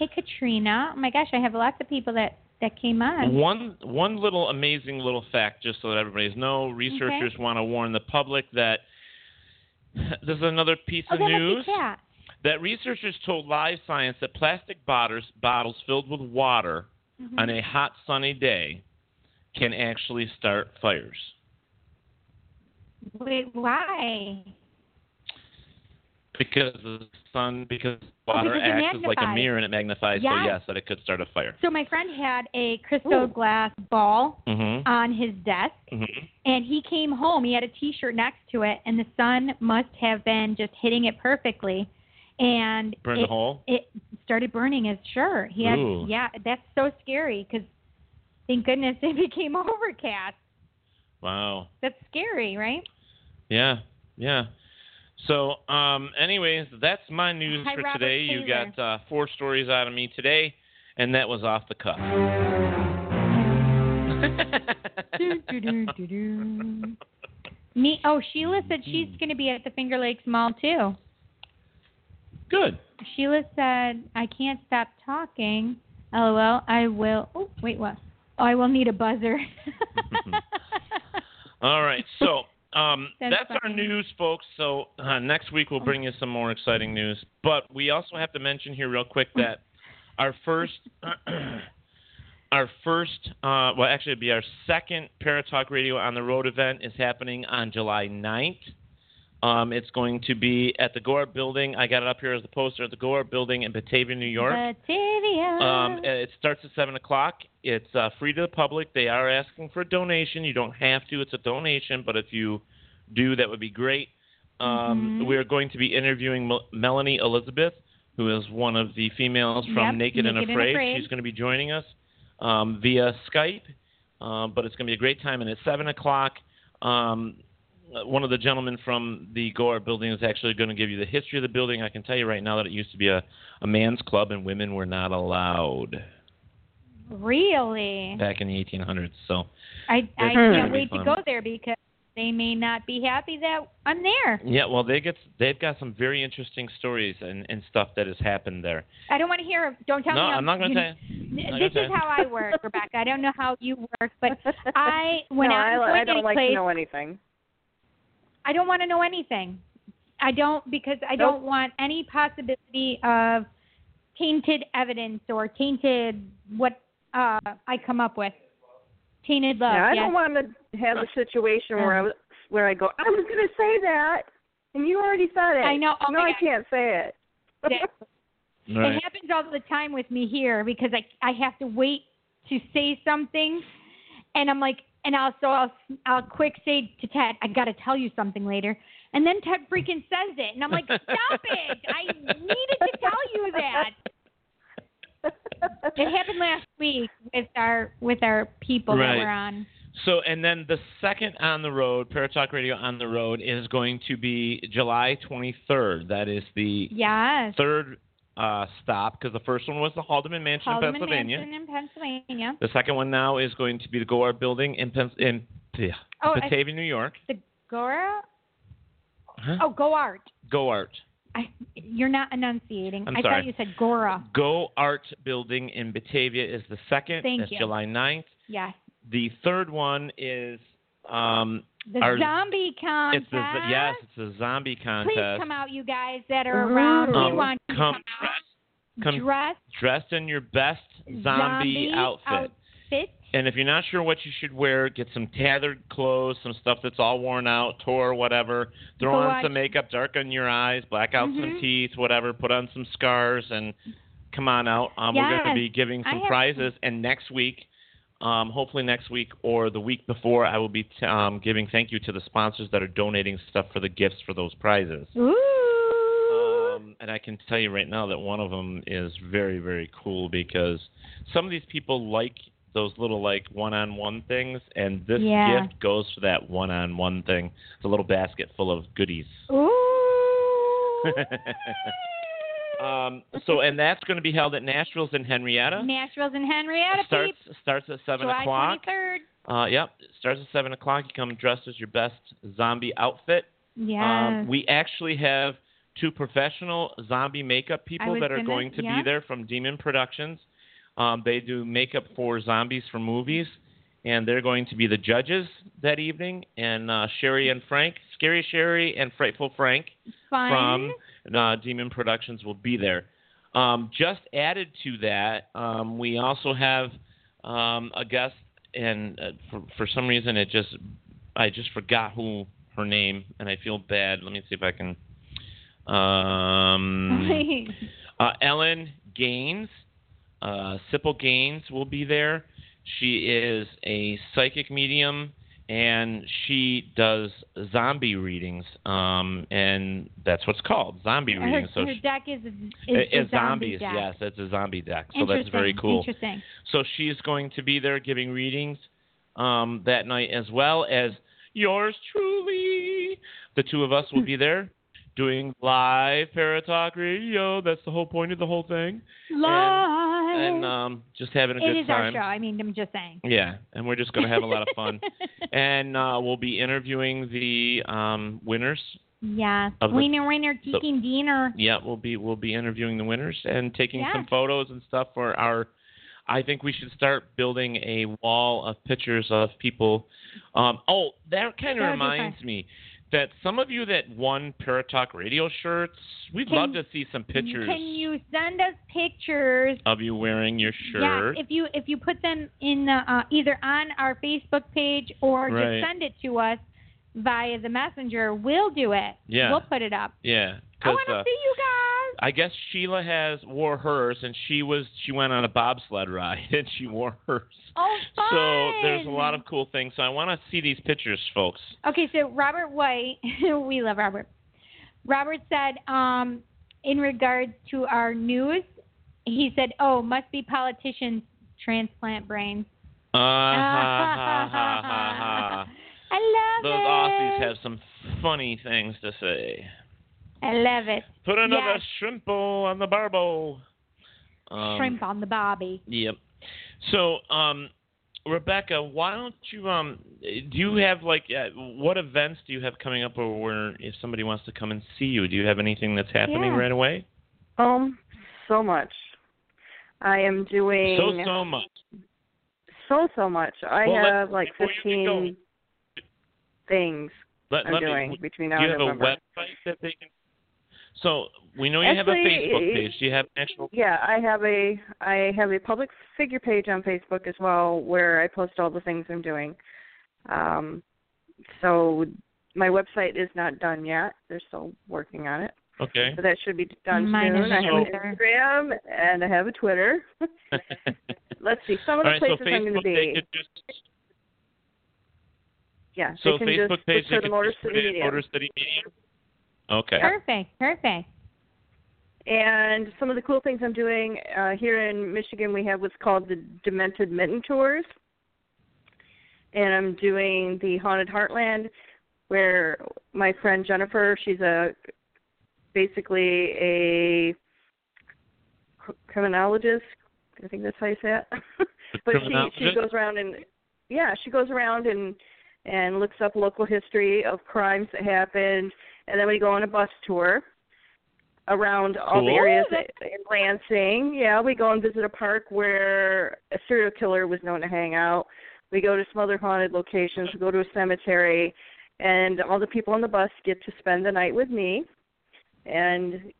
[SPEAKER 4] Hey, Katrina. Oh my gosh, I have lots of people that that came on.
[SPEAKER 3] One one little amazing little fact, just so that everybody's know. Researchers want to warn the public that this is another piece
[SPEAKER 4] oh,
[SPEAKER 3] of
[SPEAKER 4] that
[SPEAKER 3] news.
[SPEAKER 4] must be cat.
[SPEAKER 3] that researchers told Live Science that plastic bottles, bottles filled with water
[SPEAKER 4] Mhm.
[SPEAKER 3] on a hot sunny day can actually start fires.
[SPEAKER 4] Wait, why?
[SPEAKER 3] Because the sun, because
[SPEAKER 4] Oh,
[SPEAKER 3] water
[SPEAKER 4] because it
[SPEAKER 3] acts as like a
[SPEAKER 4] magnifies.
[SPEAKER 3] mirror and it magnifies, so
[SPEAKER 4] Yes.
[SPEAKER 3] yes, that it could start a fire.
[SPEAKER 4] So my friend had a crystal glass ball
[SPEAKER 3] Mm-hmm.
[SPEAKER 4] on his desk,
[SPEAKER 3] mm-hmm.
[SPEAKER 4] and he came home. He had a T-shirt next to it, and the sun must have been just hitting it perfectly, and
[SPEAKER 3] Burned
[SPEAKER 4] it,
[SPEAKER 3] the hole?
[SPEAKER 4] It started burning his shirt. He had,
[SPEAKER 3] Ooh.
[SPEAKER 4] yeah, that's so scary because thank goodness it became overcast.
[SPEAKER 3] Wow.
[SPEAKER 4] That's scary, right?
[SPEAKER 3] Yeah. Yeah. So, um, anyways, that's my news
[SPEAKER 4] Hi,
[SPEAKER 3] for
[SPEAKER 4] Robert
[SPEAKER 3] today. You
[SPEAKER 4] Taylor.
[SPEAKER 3] got uh, four stories out of me today, and that was off the cuff.
[SPEAKER 4] Do-do-do-do-do. Me. Oh, Sheila said she's
[SPEAKER 3] Mm-hmm.
[SPEAKER 4] going to be at the Finger Lakes Mall too.
[SPEAKER 3] Good.
[SPEAKER 4] Sheila said, "I can't stop talking." LOL. I will. Oh, wait, what? Oh, I will need a buzzer.
[SPEAKER 3] All right. So um,
[SPEAKER 4] That's
[SPEAKER 3] that's, our
[SPEAKER 4] funny.
[SPEAKER 3] news, folks. So uh, next week we'll bring you some more exciting news. But we also have to mention here real quick
[SPEAKER 4] Hmm.
[SPEAKER 3] that our first, our first, uh, well, actually it'd be our second Paratalk Radio on the Road event is happening on July 9th. Um, it's going to be at the Gore Building. I got it up here as the poster at the Gore Building in Batavia, New York.
[SPEAKER 4] Batavia.
[SPEAKER 3] Um, it starts at seven o'clock. It's uh, free to the public. They are asking for a donation. You don't have to. It's a donation, but if you do, that would be great. Um,
[SPEAKER 13] Mhm.
[SPEAKER 3] We are going to be interviewing Mel- Melanie Elizabeth, who is one of the females from
[SPEAKER 13] Yep,
[SPEAKER 3] Naked, and,
[SPEAKER 13] Naked and
[SPEAKER 3] Afraid.
[SPEAKER 13] Afraid.
[SPEAKER 3] She's going to be joining us um, via Skype. Um, but it's going to be a great time. And at seven o'clock, um, one of the gentlemen from the Gore building is actually going to give you the history of the building. I can tell you right now that it used to be a, a man's club and women were not allowed
[SPEAKER 4] really?
[SPEAKER 3] back in the 1800s. So
[SPEAKER 4] I I
[SPEAKER 3] That's gonna
[SPEAKER 4] can't
[SPEAKER 3] be
[SPEAKER 4] wait to
[SPEAKER 3] fun.
[SPEAKER 4] go there because they may not be happy that I'm there.
[SPEAKER 3] yeah, well they get they've got some very interesting stories and, and stuff that has happened there.
[SPEAKER 4] I don't want to hear. Don't tell
[SPEAKER 3] no,
[SPEAKER 4] me.
[SPEAKER 3] I'm not going to tell
[SPEAKER 4] N-
[SPEAKER 3] you. I'm not
[SPEAKER 4] This
[SPEAKER 3] gonna
[SPEAKER 4] is
[SPEAKER 3] tell
[SPEAKER 4] how I work, Rebecca. I don't know how you work, but I when
[SPEAKER 2] no,
[SPEAKER 4] I'm
[SPEAKER 2] I,
[SPEAKER 4] going
[SPEAKER 2] I don't
[SPEAKER 4] any
[SPEAKER 2] like
[SPEAKER 4] place,
[SPEAKER 2] to know anything.
[SPEAKER 4] I don't want to know anything. I don't because I
[SPEAKER 2] Nope.
[SPEAKER 4] don't want any possibility of tainted evidence or tainted what uh, I come up with. Tainted love.
[SPEAKER 2] yeah, I
[SPEAKER 4] yes.
[SPEAKER 2] don't want to have a situation where I was, where I go, I was going to say that, and you already said it.
[SPEAKER 4] I know. Oh
[SPEAKER 2] no,
[SPEAKER 4] my
[SPEAKER 2] I
[SPEAKER 4] God.
[SPEAKER 2] can't say it.
[SPEAKER 4] That-
[SPEAKER 3] you. All right.
[SPEAKER 4] It happens all the time with me here because I I have to wait to say something, and I'm like, and I'll so I'll I'll quick say to Ted, I gotta tell you something later, and then Ted freaking says it, and I'm like, stop it! I needed to tell you that. It happened last week with our with our people
[SPEAKER 3] Right.
[SPEAKER 4] that were on.
[SPEAKER 3] So, and then the second on the road, Paratalk Radio on the road, is going to be July 23rd. That is the
[SPEAKER 4] Yes.
[SPEAKER 3] third uh, stop because the first one was the Haldeman Mansion
[SPEAKER 4] Haldeman
[SPEAKER 3] in Pennsylvania.
[SPEAKER 4] Manson in Pennsylvania.
[SPEAKER 3] The second one now is going to be the Goar Building in, Pens- in yeah,
[SPEAKER 4] Oh, I-
[SPEAKER 3] Batavia, New York.
[SPEAKER 4] The Gora.
[SPEAKER 3] Huh?
[SPEAKER 4] Oh, Goart.
[SPEAKER 3] GoArt.
[SPEAKER 4] I, you're not enunciating.
[SPEAKER 3] I'm
[SPEAKER 4] I
[SPEAKER 3] sorry.
[SPEAKER 4] thought you said Gora.
[SPEAKER 3] GoArt Building in Batavia is the second.
[SPEAKER 4] Thank
[SPEAKER 3] That's
[SPEAKER 4] you.
[SPEAKER 3] July 9th.
[SPEAKER 4] Yes.
[SPEAKER 3] The third one is um,
[SPEAKER 4] The
[SPEAKER 3] our-
[SPEAKER 4] zombie contest.
[SPEAKER 3] It's the, yes, it's the zombie contest.
[SPEAKER 4] Please come out, you guys that are around. We
[SPEAKER 3] Um,
[SPEAKER 4] want you to
[SPEAKER 3] come
[SPEAKER 4] come
[SPEAKER 3] dressed,
[SPEAKER 4] out
[SPEAKER 3] come
[SPEAKER 4] dressed
[SPEAKER 3] dressed in your best zombie,
[SPEAKER 4] zombie
[SPEAKER 3] outfit.
[SPEAKER 4] outfit.
[SPEAKER 3] And if you're not sure what you should wear, get some tattered clothes, some stuff that's all worn out, tore, whatever. Throw
[SPEAKER 4] Go
[SPEAKER 3] on
[SPEAKER 4] watch-
[SPEAKER 3] some makeup, darken your eyes, black out some
[SPEAKER 4] Mhm.
[SPEAKER 3] teeth, whatever. Put on some scars and come on out. Um, We're going to
[SPEAKER 4] Yes.
[SPEAKER 3] be giving
[SPEAKER 4] I
[SPEAKER 3] some
[SPEAKER 4] have-
[SPEAKER 3] prizes. And next week, um, hopefully next week or the week before, I will be t- um, giving thank you to the sponsors that are donating stuff for the gifts for those prizes. Um, and I can tell you right now that one of them is very, very cool because some of these people like those little like one-on-one things, and this
[SPEAKER 4] Yeah.
[SPEAKER 3] gift goes for that one-on-one thing. It's a little basket full of goodies. um, so, and that's going to be held at Nashville's in Henrietta.
[SPEAKER 4] Nashville's and Henrietta
[SPEAKER 3] starts
[SPEAKER 4] peeps,
[SPEAKER 3] starts at seven
[SPEAKER 4] July
[SPEAKER 3] o'clock.
[SPEAKER 4] 23rd.
[SPEAKER 3] Uh, yep, starts at seven o'clock. You come dressed as your best zombie outfit.
[SPEAKER 4] Yes.
[SPEAKER 3] Um, we actually have two professional zombie makeup people
[SPEAKER 4] was
[SPEAKER 3] that are
[SPEAKER 4] gonna-
[SPEAKER 3] going to
[SPEAKER 4] yeah.
[SPEAKER 3] be there from Demon Productions. Um, they do makeup for zombies for movies, and they're going to be the judges that evening. And uh, Sherry and Frank, Scary Sherry and Frightful Frank
[SPEAKER 4] Fun.
[SPEAKER 3] from uh, Demon Productions will be there. Um, just added to that, um, we also have um, a guest, and uh, for, for some reason it just I just forgot who her name, and I feel bad. Let me see if I can. Um, uh, Ellen Gaines, uh, Sipple Gaines will be there. She is a psychic medium, and she does zombie readings, um, and that's what's called zombie
[SPEAKER 4] Her,
[SPEAKER 3] readings. so
[SPEAKER 4] her
[SPEAKER 3] she-
[SPEAKER 4] deck is, is
[SPEAKER 3] it-
[SPEAKER 4] the
[SPEAKER 3] it's
[SPEAKER 4] zombie
[SPEAKER 3] zombies,
[SPEAKER 4] deck.
[SPEAKER 3] yes, it's a zombie deck. So that's very
[SPEAKER 4] Interesting,
[SPEAKER 3] cool.
[SPEAKER 4] Interesting.
[SPEAKER 3] So she's going to be there giving readings um, that night, as well as yours truly. The two of us will
[SPEAKER 4] Hmm.
[SPEAKER 3] be there doing live Paratalk Radio. That's the whole point of the whole thing.
[SPEAKER 4] Live.
[SPEAKER 3] And um, just having a
[SPEAKER 4] it
[SPEAKER 3] good
[SPEAKER 4] is our
[SPEAKER 3] time.
[SPEAKER 4] show. I mean, I'm just saying.
[SPEAKER 3] Yeah, and we're just going to have a lot of fun. and uh, we'll be interviewing the um, winners.
[SPEAKER 4] Yeah.
[SPEAKER 3] Of the-
[SPEAKER 4] Wiener, wiener,
[SPEAKER 3] the-
[SPEAKER 4] chicken dinner.
[SPEAKER 3] Yeah, we'll be we'll be interviewing the winners and taking
[SPEAKER 4] Yeah.
[SPEAKER 3] some photos and stuff for our. I think we should start building a wall of pictures of people. Um, oh, that kind
[SPEAKER 14] That would
[SPEAKER 3] of
[SPEAKER 14] be
[SPEAKER 3] reminds me that some of you that won Paratalk Radio shirts, we'd
[SPEAKER 4] Can-
[SPEAKER 3] love to see some pictures
[SPEAKER 4] Can you send us pictures?
[SPEAKER 3] of you wearing your shirt.
[SPEAKER 4] Yeah, if you if you put them in the, uh, either on our Facebook page or
[SPEAKER 3] Right.
[SPEAKER 4] just send it to us via the messenger, we'll do it.
[SPEAKER 3] Yeah.
[SPEAKER 4] We'll put it up.
[SPEAKER 3] Yeah,
[SPEAKER 4] I
[SPEAKER 3] 'cause,
[SPEAKER 4] want to
[SPEAKER 3] uh,
[SPEAKER 4] see you guys.
[SPEAKER 3] I guess Sheila has wore hers, and she was she went on a bobsled ride and she wore hers.
[SPEAKER 4] Oh, fun.
[SPEAKER 3] So there's a lot of cool things. So I want to see these pictures, folks.
[SPEAKER 4] Okay, so Robert White, we love Robert. Robert said, um, in regards to our news, he said, "Oh, must be politicians transplant brains."
[SPEAKER 3] Uh, ha, ha, ha, ha, ha.
[SPEAKER 4] I love
[SPEAKER 3] Those
[SPEAKER 4] it.
[SPEAKER 3] Aussies have some funny things to say.
[SPEAKER 4] I love it.
[SPEAKER 3] Put another
[SPEAKER 4] Yes.
[SPEAKER 3] shrimple on the barbo. Um,
[SPEAKER 4] shrimp on the bobby.
[SPEAKER 3] Yep. So, um, Rebecca, why don't you um, do you have like uh, what events do you have coming up, or where if somebody wants to come and see you, do you have anything that's happening
[SPEAKER 2] Yeah.
[SPEAKER 3] right away?
[SPEAKER 2] Um, so much. I am doing
[SPEAKER 3] So so much.
[SPEAKER 2] so so much. I
[SPEAKER 3] Well, let-
[SPEAKER 2] have like
[SPEAKER 3] before you get going-
[SPEAKER 2] fifteen things
[SPEAKER 3] Let,
[SPEAKER 2] I'm
[SPEAKER 3] let
[SPEAKER 2] doing
[SPEAKER 3] me,
[SPEAKER 2] between
[SPEAKER 3] do
[SPEAKER 2] now
[SPEAKER 3] you
[SPEAKER 2] and
[SPEAKER 3] have
[SPEAKER 2] November.
[SPEAKER 3] a website that they can. So we know you have a
[SPEAKER 2] Actually,
[SPEAKER 3] Facebook
[SPEAKER 2] it-
[SPEAKER 3] page. Do you have an actual?
[SPEAKER 2] Yeah, I have a I have a public figure page on Facebook as well where I post all the things I'm doing. Um, so my website is not done yet. They're still working on it.
[SPEAKER 3] Okay.
[SPEAKER 2] So that should be done
[SPEAKER 4] Mine
[SPEAKER 2] soon.
[SPEAKER 4] is
[SPEAKER 2] I have an
[SPEAKER 4] Twitter.
[SPEAKER 2] Instagram and I have a Twitter. Let's see some
[SPEAKER 3] All
[SPEAKER 2] of the
[SPEAKER 3] right, so
[SPEAKER 2] places I'm going to
[SPEAKER 3] Facebook,
[SPEAKER 2] be.
[SPEAKER 3] they could just
[SPEAKER 2] yeah, they
[SPEAKER 3] so
[SPEAKER 2] can
[SPEAKER 3] Facebook
[SPEAKER 2] just
[SPEAKER 3] page
[SPEAKER 2] look
[SPEAKER 3] they
[SPEAKER 2] for
[SPEAKER 3] could
[SPEAKER 2] the Motor
[SPEAKER 3] just put
[SPEAKER 2] City
[SPEAKER 3] in
[SPEAKER 2] Media.
[SPEAKER 3] Motor City Medium. Okay.
[SPEAKER 4] Perfect. Perfect.
[SPEAKER 2] And some of the cool things I'm doing uh, here in Michigan, we have what's called the Demented Mitten Tours. And I'm doing the Haunted Heartland, where my friend Jennifer, she's a basically a cr- criminologist. I think that's how you say it. but she she
[SPEAKER 3] criminologist?
[SPEAKER 2] goes around and yeah, she goes around and and looks up local history of crimes that happened, and then we go on a bus tour around all the
[SPEAKER 11] Cool.
[SPEAKER 2] areas
[SPEAKER 11] Ooh, that's-
[SPEAKER 2] in Lansing. Yeah, we go and visit a park where a serial killer was known to hang out. We go to some other haunted locations. We go to a cemetery, and all the people on the bus get to spend the night with me, and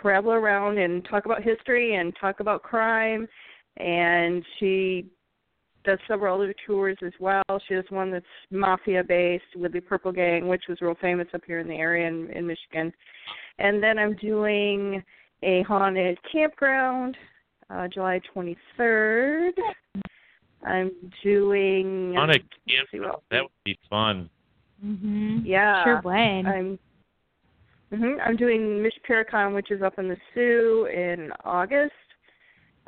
[SPEAKER 2] travel around and talk about history and talk about crime. And she does several other tours as well. She does one that's mafia based with the Purple Gang, which was real famous up here in the area in, in Michigan. And then I'm doing a haunted campground uh, July 23rd. I'm doing
[SPEAKER 3] On a campground, that would be fun.
[SPEAKER 4] hmm
[SPEAKER 2] yeah.
[SPEAKER 4] Sure would.
[SPEAKER 2] I'm hmm I'm doing Mish Paracon, which is up in the Sioux in August.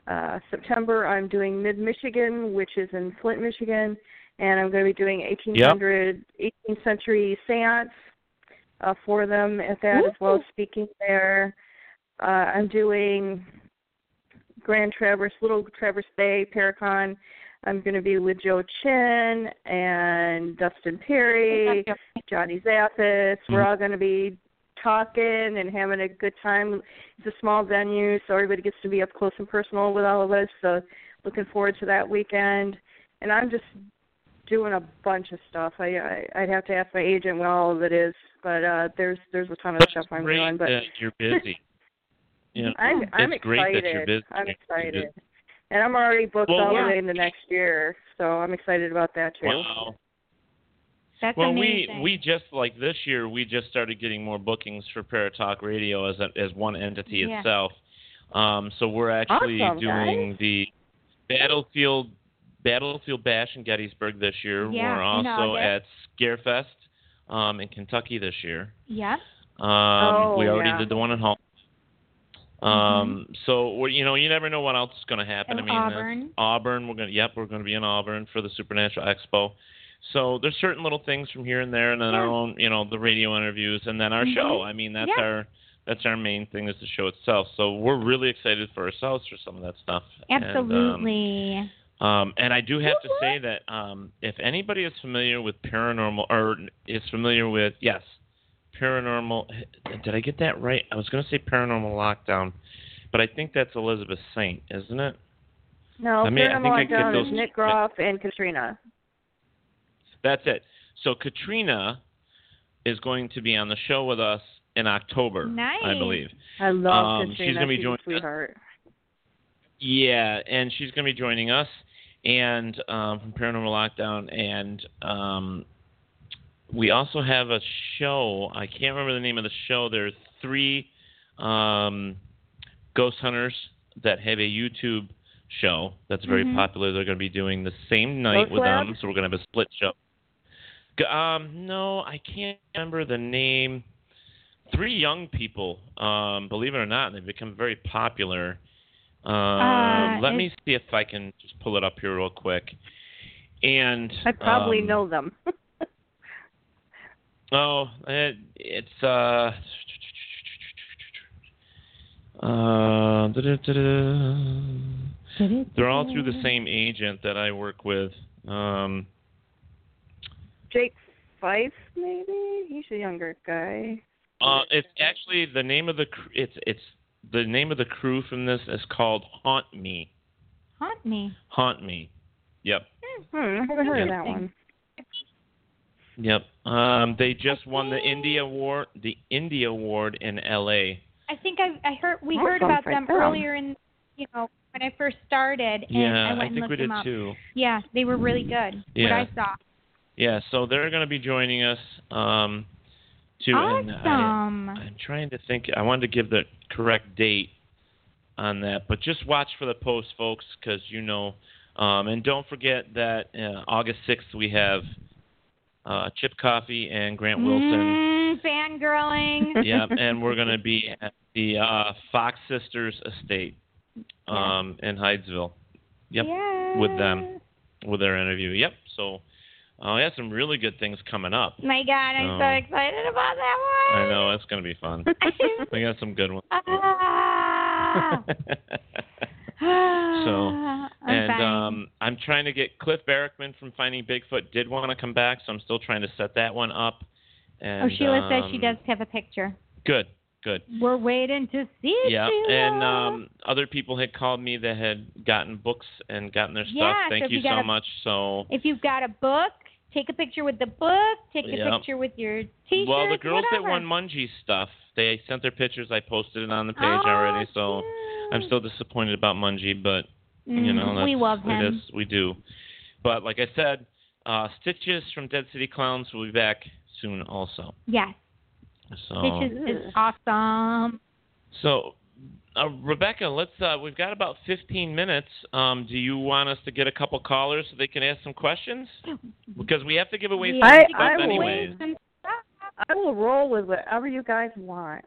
[SPEAKER 2] Uh, September, I'm doing Mid Michigan, which is in Flint, Michigan, and I'm going to be doing 1800 18th century seance uh, for them at that as well as speaking there. Uh, I'm doing Grand Traverse, Little Traverse Bay Paracon. I'm going to be with Joe Chin and Dustin Perry, Johnny Zaffis.
[SPEAKER 3] Mm-hmm.
[SPEAKER 2] We're all going to be talking and having a good time. It's a small venue, so everybody gets to be up close and personal with all of us. So looking forward to that weekend. And I'm just doing a bunch of stuff. I, I I'd have to ask my agent what all of it is, but uh there's there's a ton of stuff I'm
[SPEAKER 3] Great
[SPEAKER 2] doing. But
[SPEAKER 3] that you're busy. Yeah,
[SPEAKER 2] I'm I'm
[SPEAKER 3] it's great
[SPEAKER 2] excited.
[SPEAKER 3] that you're busy.
[SPEAKER 2] I'm
[SPEAKER 3] You're
[SPEAKER 2] excited.
[SPEAKER 3] busy.
[SPEAKER 6] And I'm already booked
[SPEAKER 3] Well,
[SPEAKER 6] all the
[SPEAKER 3] we're-
[SPEAKER 6] way in the next year, so I'm excited about that too.
[SPEAKER 3] Wow.
[SPEAKER 6] That's
[SPEAKER 3] well, we we just like this year we just started getting more bookings for Paratalk Radio as a, as one entity
[SPEAKER 6] Yeah.
[SPEAKER 3] itself. Um, so we're actually
[SPEAKER 6] Awesome,
[SPEAKER 3] doing the battlefield battlefield bash in Gettysburg this year.
[SPEAKER 4] Yeah,
[SPEAKER 3] we're
[SPEAKER 4] in
[SPEAKER 3] also at
[SPEAKER 4] August.
[SPEAKER 3] Scarefest um, in Kentucky this year.
[SPEAKER 4] Yeah.
[SPEAKER 3] Um,
[SPEAKER 4] Oh,
[SPEAKER 3] we already
[SPEAKER 4] yeah. Mm-hmm.
[SPEAKER 3] did the one at home. Um, So we're, you know, you never know what else is going to happen.
[SPEAKER 4] And
[SPEAKER 3] I mean, uh,
[SPEAKER 4] Auburn.
[SPEAKER 3] Auburn. We're going. to Yep, we're going to be in Auburn for the Supernatural Expo. So there's certain little things from here and there, and then our
[SPEAKER 4] Yeah.
[SPEAKER 3] own, you know, the radio interviews, and then our
[SPEAKER 4] Mhm.
[SPEAKER 3] show. I mean, that's
[SPEAKER 4] Yeah.
[SPEAKER 3] our that's our main thing is the show itself. So we're really excited for ourselves for some of that stuff. And, um,
[SPEAKER 4] Absolutely.
[SPEAKER 3] um, and I do have to say that um, if anybody is familiar with paranormal or is familiar with yes, paranormal. Did I get that right? I was going to say paranormal lockdown, but I think that's Elizabeth Saint, isn't it?
[SPEAKER 6] No,
[SPEAKER 3] I mean, I
[SPEAKER 6] Paranormal
[SPEAKER 3] think I get
[SPEAKER 6] Lockdown
[SPEAKER 3] those-
[SPEAKER 6] is Nick Groff and Katrina.
[SPEAKER 3] That's it. So Katrina is going to be on the show with us in October, I
[SPEAKER 6] Nice.
[SPEAKER 3] believe.
[SPEAKER 6] I love
[SPEAKER 3] Um,
[SPEAKER 6] Katrina.
[SPEAKER 3] she's gonna be
[SPEAKER 6] she's
[SPEAKER 3] joining
[SPEAKER 6] a sweetheart.
[SPEAKER 3] Yeah, and she's going to be joining us and um, from Paranormal Lockdown, and um, we also have a show. I can't remember the name of the show. There are three um, ghost hunters that have a YouTube show that's very
[SPEAKER 2] Mhm.
[SPEAKER 3] popular. They're going to be doing the same night
[SPEAKER 2] Ghost
[SPEAKER 3] with
[SPEAKER 2] Lab?
[SPEAKER 3] them, so we're going to have a split show. G- Um, no, I can't remember the name. Three young people, um, believe it or not, they've become very popular. Um,
[SPEAKER 6] Uh,
[SPEAKER 3] let me
[SPEAKER 6] it's-
[SPEAKER 3] see if I can just pull it up here real quick. And
[SPEAKER 6] I probably
[SPEAKER 3] um,
[SPEAKER 6] know them.
[SPEAKER 3] Oh, it, it's uh. Uh, da-da-da-da. they're all through the same agent that I work with. Um,
[SPEAKER 6] Jake Fife, maybe he's a younger guy.
[SPEAKER 3] uh, it's actually the name of the cr- it's it's the name of the crew from this is called Haunt Me.
[SPEAKER 4] Haunt me.
[SPEAKER 3] Haunt Me. Yep.
[SPEAKER 6] Hmm, I haven't heard of that one.
[SPEAKER 3] Yep. Um, they just won the India Award, the India Award in L.A.
[SPEAKER 4] I think I I heard we
[SPEAKER 3] That
[SPEAKER 4] heard
[SPEAKER 3] sounds
[SPEAKER 4] about
[SPEAKER 3] like
[SPEAKER 4] them
[SPEAKER 3] them.
[SPEAKER 4] earlier in you know when I first started. And I,
[SPEAKER 3] Yeah,
[SPEAKER 4] went
[SPEAKER 3] I,
[SPEAKER 4] and
[SPEAKER 3] think
[SPEAKER 4] looked
[SPEAKER 3] we did
[SPEAKER 4] them up.
[SPEAKER 3] too. Mm.
[SPEAKER 4] Yeah, they were really good. What
[SPEAKER 3] Yeah.
[SPEAKER 4] I saw.
[SPEAKER 3] Yeah, so they're going to be joining us. Um, to uh, and I,
[SPEAKER 4] awesome.
[SPEAKER 3] I'm trying to think. I wanted to give the correct date on that, but just watch for the post, folks, because you know. Um, and don't forget that uh, August 6th we have uh, Chip Coffee and Grant Wilson.
[SPEAKER 4] Mm, fangirling.
[SPEAKER 3] yep, and we're going to be at the uh, Fox Sisters Estate um, in Hydesville. Yep, with them, with their interview. Yep. So uh, we have some really good things coming up.
[SPEAKER 4] My God, I'm so
[SPEAKER 3] Oh.
[SPEAKER 4] excited about that
[SPEAKER 3] I know it's going to be fun. we got some good ones.
[SPEAKER 4] one. Ah.
[SPEAKER 3] So,
[SPEAKER 4] I'm
[SPEAKER 3] and
[SPEAKER 4] fine.
[SPEAKER 3] um, I'm trying to get Cliff Barrickman from Finding Bigfoot did want to come back, so I'm still trying to set that one up. And,
[SPEAKER 4] oh, Sheila says she
[SPEAKER 3] um,
[SPEAKER 4] does have a picture.
[SPEAKER 3] Good, good.
[SPEAKER 4] We're waiting to see.
[SPEAKER 3] Yeah,
[SPEAKER 4] Sheila.
[SPEAKER 3] and um, other people had called me that had gotten books and gotten their stuff.
[SPEAKER 4] Yeah, so
[SPEAKER 3] Thank
[SPEAKER 4] if
[SPEAKER 3] you
[SPEAKER 4] you got
[SPEAKER 3] so
[SPEAKER 4] a-
[SPEAKER 3] much. So,
[SPEAKER 4] If you've got a book, take a picture with the book. Take a
[SPEAKER 3] Yep.
[SPEAKER 4] picture with your T-shirt.
[SPEAKER 3] well, the girls
[SPEAKER 4] whatever.
[SPEAKER 3] that won Mungie stuff, they sent their pictures. I posted it on the page
[SPEAKER 4] Oh,
[SPEAKER 3] already, so I'm still disappointed about Mungie, but you
[SPEAKER 4] Mm,
[SPEAKER 3] know that's,
[SPEAKER 4] we love
[SPEAKER 3] it
[SPEAKER 4] him.
[SPEAKER 3] is- we do. But like I said, uh, Stitches from Dead City Clowns will be back soon, also.
[SPEAKER 4] Yes,
[SPEAKER 3] So,
[SPEAKER 4] this is, is awesome.
[SPEAKER 3] So, uh, Rebecca, let's. Uh, we've got about 15 minutes. Um, do you want us to get a couple callers so they can ask some questions? Because we have to give away some
[SPEAKER 6] I,
[SPEAKER 3] stuff
[SPEAKER 6] I will
[SPEAKER 3] anyways.
[SPEAKER 6] I will roll with whatever you guys want.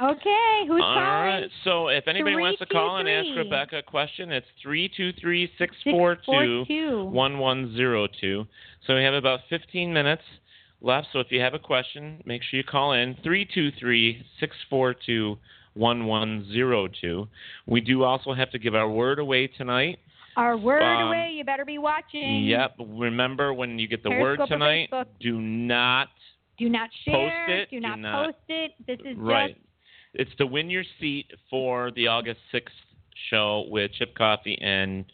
[SPEAKER 4] Okay,
[SPEAKER 3] All right. So, if anybody wants to call and ask
[SPEAKER 6] 323.
[SPEAKER 3] Rebecca a question, it's three two three six four two one one zero two. So we have about 15 minutes left. So if you have a question, make sure you call in three two three six four two one one zero two. We do also have to give our word away tonight.
[SPEAKER 4] Our word
[SPEAKER 3] Um,
[SPEAKER 4] away. You better be watching.
[SPEAKER 3] Yep. Remember when you get the
[SPEAKER 4] Periscope
[SPEAKER 3] word
[SPEAKER 4] or
[SPEAKER 3] tonight,
[SPEAKER 4] Facebook.
[SPEAKER 3] do not.
[SPEAKER 4] Do not share.
[SPEAKER 3] Post it,
[SPEAKER 4] Do
[SPEAKER 3] do
[SPEAKER 4] not
[SPEAKER 3] not-
[SPEAKER 4] post it. This is
[SPEAKER 3] Right. It's to win your seat for the August 6th show with Chip Coffee and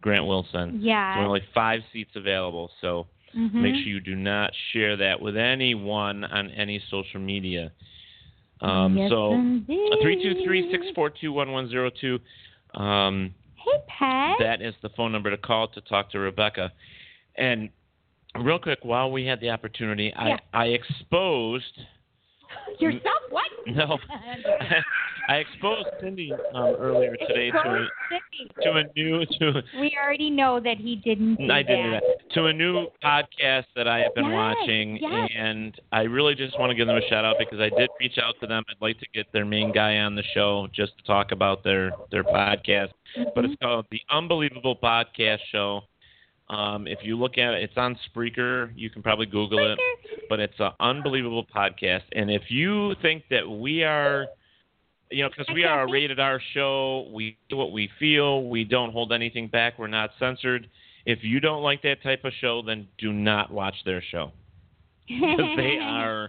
[SPEAKER 3] Grant Wilson.
[SPEAKER 4] Yeah.
[SPEAKER 3] There are only five seats available, so
[SPEAKER 4] Mhm.
[SPEAKER 3] make sure you do not share that with anyone on any social media. Uh, Um,
[SPEAKER 4] Yes,
[SPEAKER 3] so
[SPEAKER 4] indeed.
[SPEAKER 3] three two three six four two one one zero two. Um,
[SPEAKER 4] hey, Pat.
[SPEAKER 3] That is the phone number to call to talk to Rebecca. And real quick, while we had the opportunity,
[SPEAKER 4] Yeah.
[SPEAKER 3] I, I exposed
[SPEAKER 4] Yourself? What?
[SPEAKER 3] no, I exposed Cindy um, earlier today to a, to a new to
[SPEAKER 4] We already know that he didn't. Do
[SPEAKER 3] I didn't
[SPEAKER 4] that.
[SPEAKER 3] to a new podcast that I have been
[SPEAKER 4] Yes,
[SPEAKER 3] watching,
[SPEAKER 4] yes.
[SPEAKER 3] and I really just want to give them a shout out because I did reach out to them. I'd like to get their main guy on the show just to talk about their their podcast, but
[SPEAKER 4] Mm-hmm.
[SPEAKER 3] it's called the Unbelievable Podcast Show. Um, if you look at it, it's on Spreaker. You can probably Google it, but it's an unbelievable podcast. And if you think that we are you know, because we are a rated R show. We do what we feel. We don't hold anything back. We're not censored. If you don't like that type of show, then do not watch their show because they are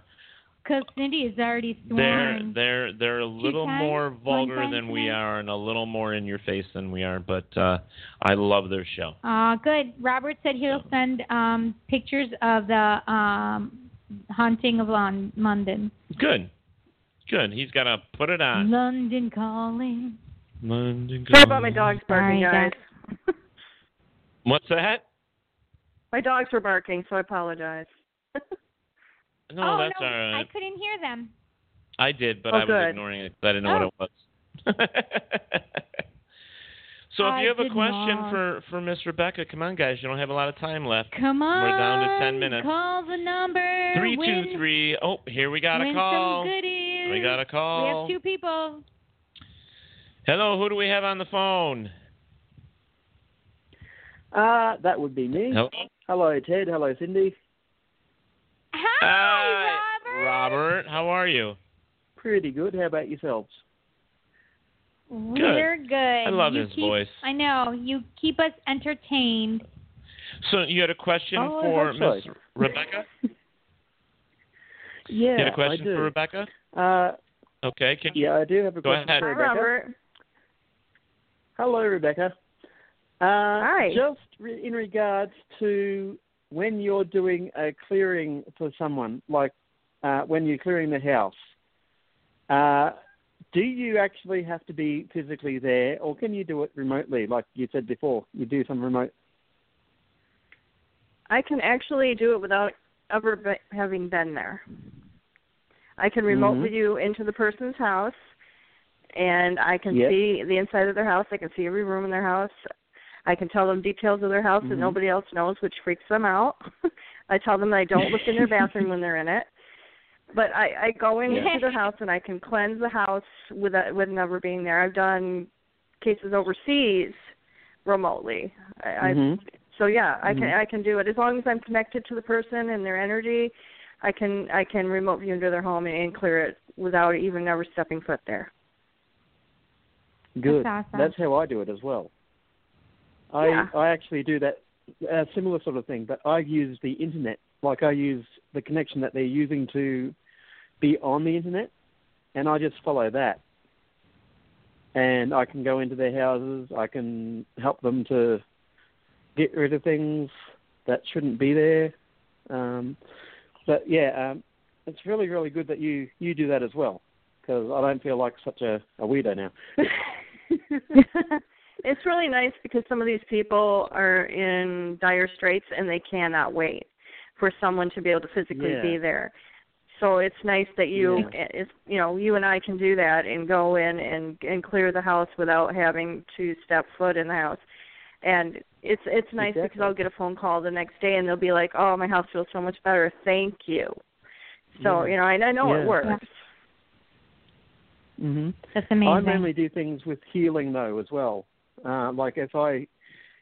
[SPEAKER 4] Because Cindy is already
[SPEAKER 3] they're
[SPEAKER 4] sworn.
[SPEAKER 3] they're they're a little
[SPEAKER 4] times?
[SPEAKER 3] more
[SPEAKER 4] One
[SPEAKER 3] vulgar
[SPEAKER 4] time
[SPEAKER 3] than we
[SPEAKER 4] tonight?
[SPEAKER 3] are and a little more in your face than we are. But uh, I love their show.
[SPEAKER 4] Uh, good. Robert said he'll send um, pictures of the um, haunting of Lon- London.
[SPEAKER 3] Good, good. He's gotta put it on.
[SPEAKER 4] London calling.
[SPEAKER 3] London
[SPEAKER 5] Sorry about my dogs barking,
[SPEAKER 4] Sorry,
[SPEAKER 5] guys.
[SPEAKER 3] What's that?
[SPEAKER 5] My dogs were barking, so I apologize.
[SPEAKER 3] No,
[SPEAKER 4] oh
[SPEAKER 3] that's
[SPEAKER 4] no,
[SPEAKER 3] all right.
[SPEAKER 4] I couldn't hear them.
[SPEAKER 3] I did, but
[SPEAKER 5] Oh,
[SPEAKER 3] I was
[SPEAKER 5] good.
[SPEAKER 3] ignoring it because I didn't know
[SPEAKER 4] Oh.
[SPEAKER 3] what it was. so if
[SPEAKER 4] I
[SPEAKER 3] you have a
[SPEAKER 4] did
[SPEAKER 3] question
[SPEAKER 4] not.
[SPEAKER 3] for for Miss Rebecca, come on, guys, you don't have a lot of time left.
[SPEAKER 4] Come on.
[SPEAKER 3] We're down to 10 minutes.
[SPEAKER 4] Call the number.
[SPEAKER 3] Three
[SPEAKER 4] win,
[SPEAKER 3] two three. Oh, here we got
[SPEAKER 4] win
[SPEAKER 3] a call.
[SPEAKER 4] Some goodies.
[SPEAKER 3] We got a call.
[SPEAKER 4] We have two people.
[SPEAKER 3] Hello, who do we have on the phone?
[SPEAKER 2] Uh, that would be me.
[SPEAKER 3] Hello.
[SPEAKER 2] Hello, Ted. Hello, Cindy.
[SPEAKER 3] Hi, Robert. how are you?
[SPEAKER 2] Pretty good. How about yourselves?
[SPEAKER 4] We're good. I
[SPEAKER 3] love
[SPEAKER 4] you
[SPEAKER 3] his
[SPEAKER 4] keep-
[SPEAKER 3] voice.
[SPEAKER 4] I know. You keep us entertained.
[SPEAKER 3] So you had a question
[SPEAKER 2] Oh, I
[SPEAKER 3] for
[SPEAKER 2] hope so.
[SPEAKER 3] Miss Rebecca?
[SPEAKER 2] Yeah,
[SPEAKER 3] you had a
[SPEAKER 2] I
[SPEAKER 3] question
[SPEAKER 2] do.
[SPEAKER 3] for Rebecca?
[SPEAKER 2] Uh,
[SPEAKER 3] Okay, can
[SPEAKER 2] yeah, I do have a
[SPEAKER 3] Go
[SPEAKER 2] question
[SPEAKER 3] ahead.
[SPEAKER 2] for Rebecca. Hello, Rebecca. Uh,
[SPEAKER 5] Hi.
[SPEAKER 2] Just re- in regards to when you're doing a clearing for someone, like uh, when you're clearing the house, uh, do you actually have to be physically there, or can you do it remotely? Like you said before, you do some remote.
[SPEAKER 5] I can actually do it without ever be- having been there. I can remotely
[SPEAKER 2] Mhm.
[SPEAKER 5] you into the person's house, and I can
[SPEAKER 2] Yep.
[SPEAKER 5] see the inside of their house. I can see every room in their house. I can tell them details of their house that
[SPEAKER 2] Mhm.
[SPEAKER 5] nobody else knows, which freaks them out. I tell them that I
[SPEAKER 2] Mm-hmm.
[SPEAKER 5] don't look in their bathroom when they're in it. But I, I go into
[SPEAKER 2] Yeah.
[SPEAKER 5] their house and I can cleanse the house without with never being there. I've done cases overseas remotely. I, I
[SPEAKER 2] Mhm.
[SPEAKER 5] so yeah, I can
[SPEAKER 2] Mhm.
[SPEAKER 5] I can do it as long as I'm connected to the person and their energy. I can I can remote view into their home and, and clear it without even ever stepping foot there.
[SPEAKER 2] Good.
[SPEAKER 5] That's awesome.
[SPEAKER 2] That's how I do it as well. I
[SPEAKER 5] Yeah.
[SPEAKER 2] I actually do that a similar sort of thing, but I use the internet. Like I use the connection that they're using to be on the internet, and I just follow that. And I can go into their houses. I can help them to get rid of things that shouldn't be there. Um, but yeah, um, it's really really good that you you do that as well because I don't feel like such a, a weirdo now.
[SPEAKER 5] it's really nice because some of these people are in dire straits and they cannot wait for someone to be able to physically
[SPEAKER 2] Yeah.
[SPEAKER 5] be there. So it's nice that you eh,
[SPEAKER 2] Yeah.
[SPEAKER 5] it's you know you and I can do that and go in and and clear the house without having to step foot in the house. And it's it's nice because
[SPEAKER 2] Exactly.
[SPEAKER 5] I'll get a phone call the next day and they'll be like, "Oh, my house feels so much better. Thank you." So,
[SPEAKER 2] Yeah.
[SPEAKER 5] you know, and I know
[SPEAKER 2] Yeah.
[SPEAKER 5] Oh, it works.
[SPEAKER 2] hmm
[SPEAKER 4] That's
[SPEAKER 2] I mainly do things with healing though as well. Uh, like if I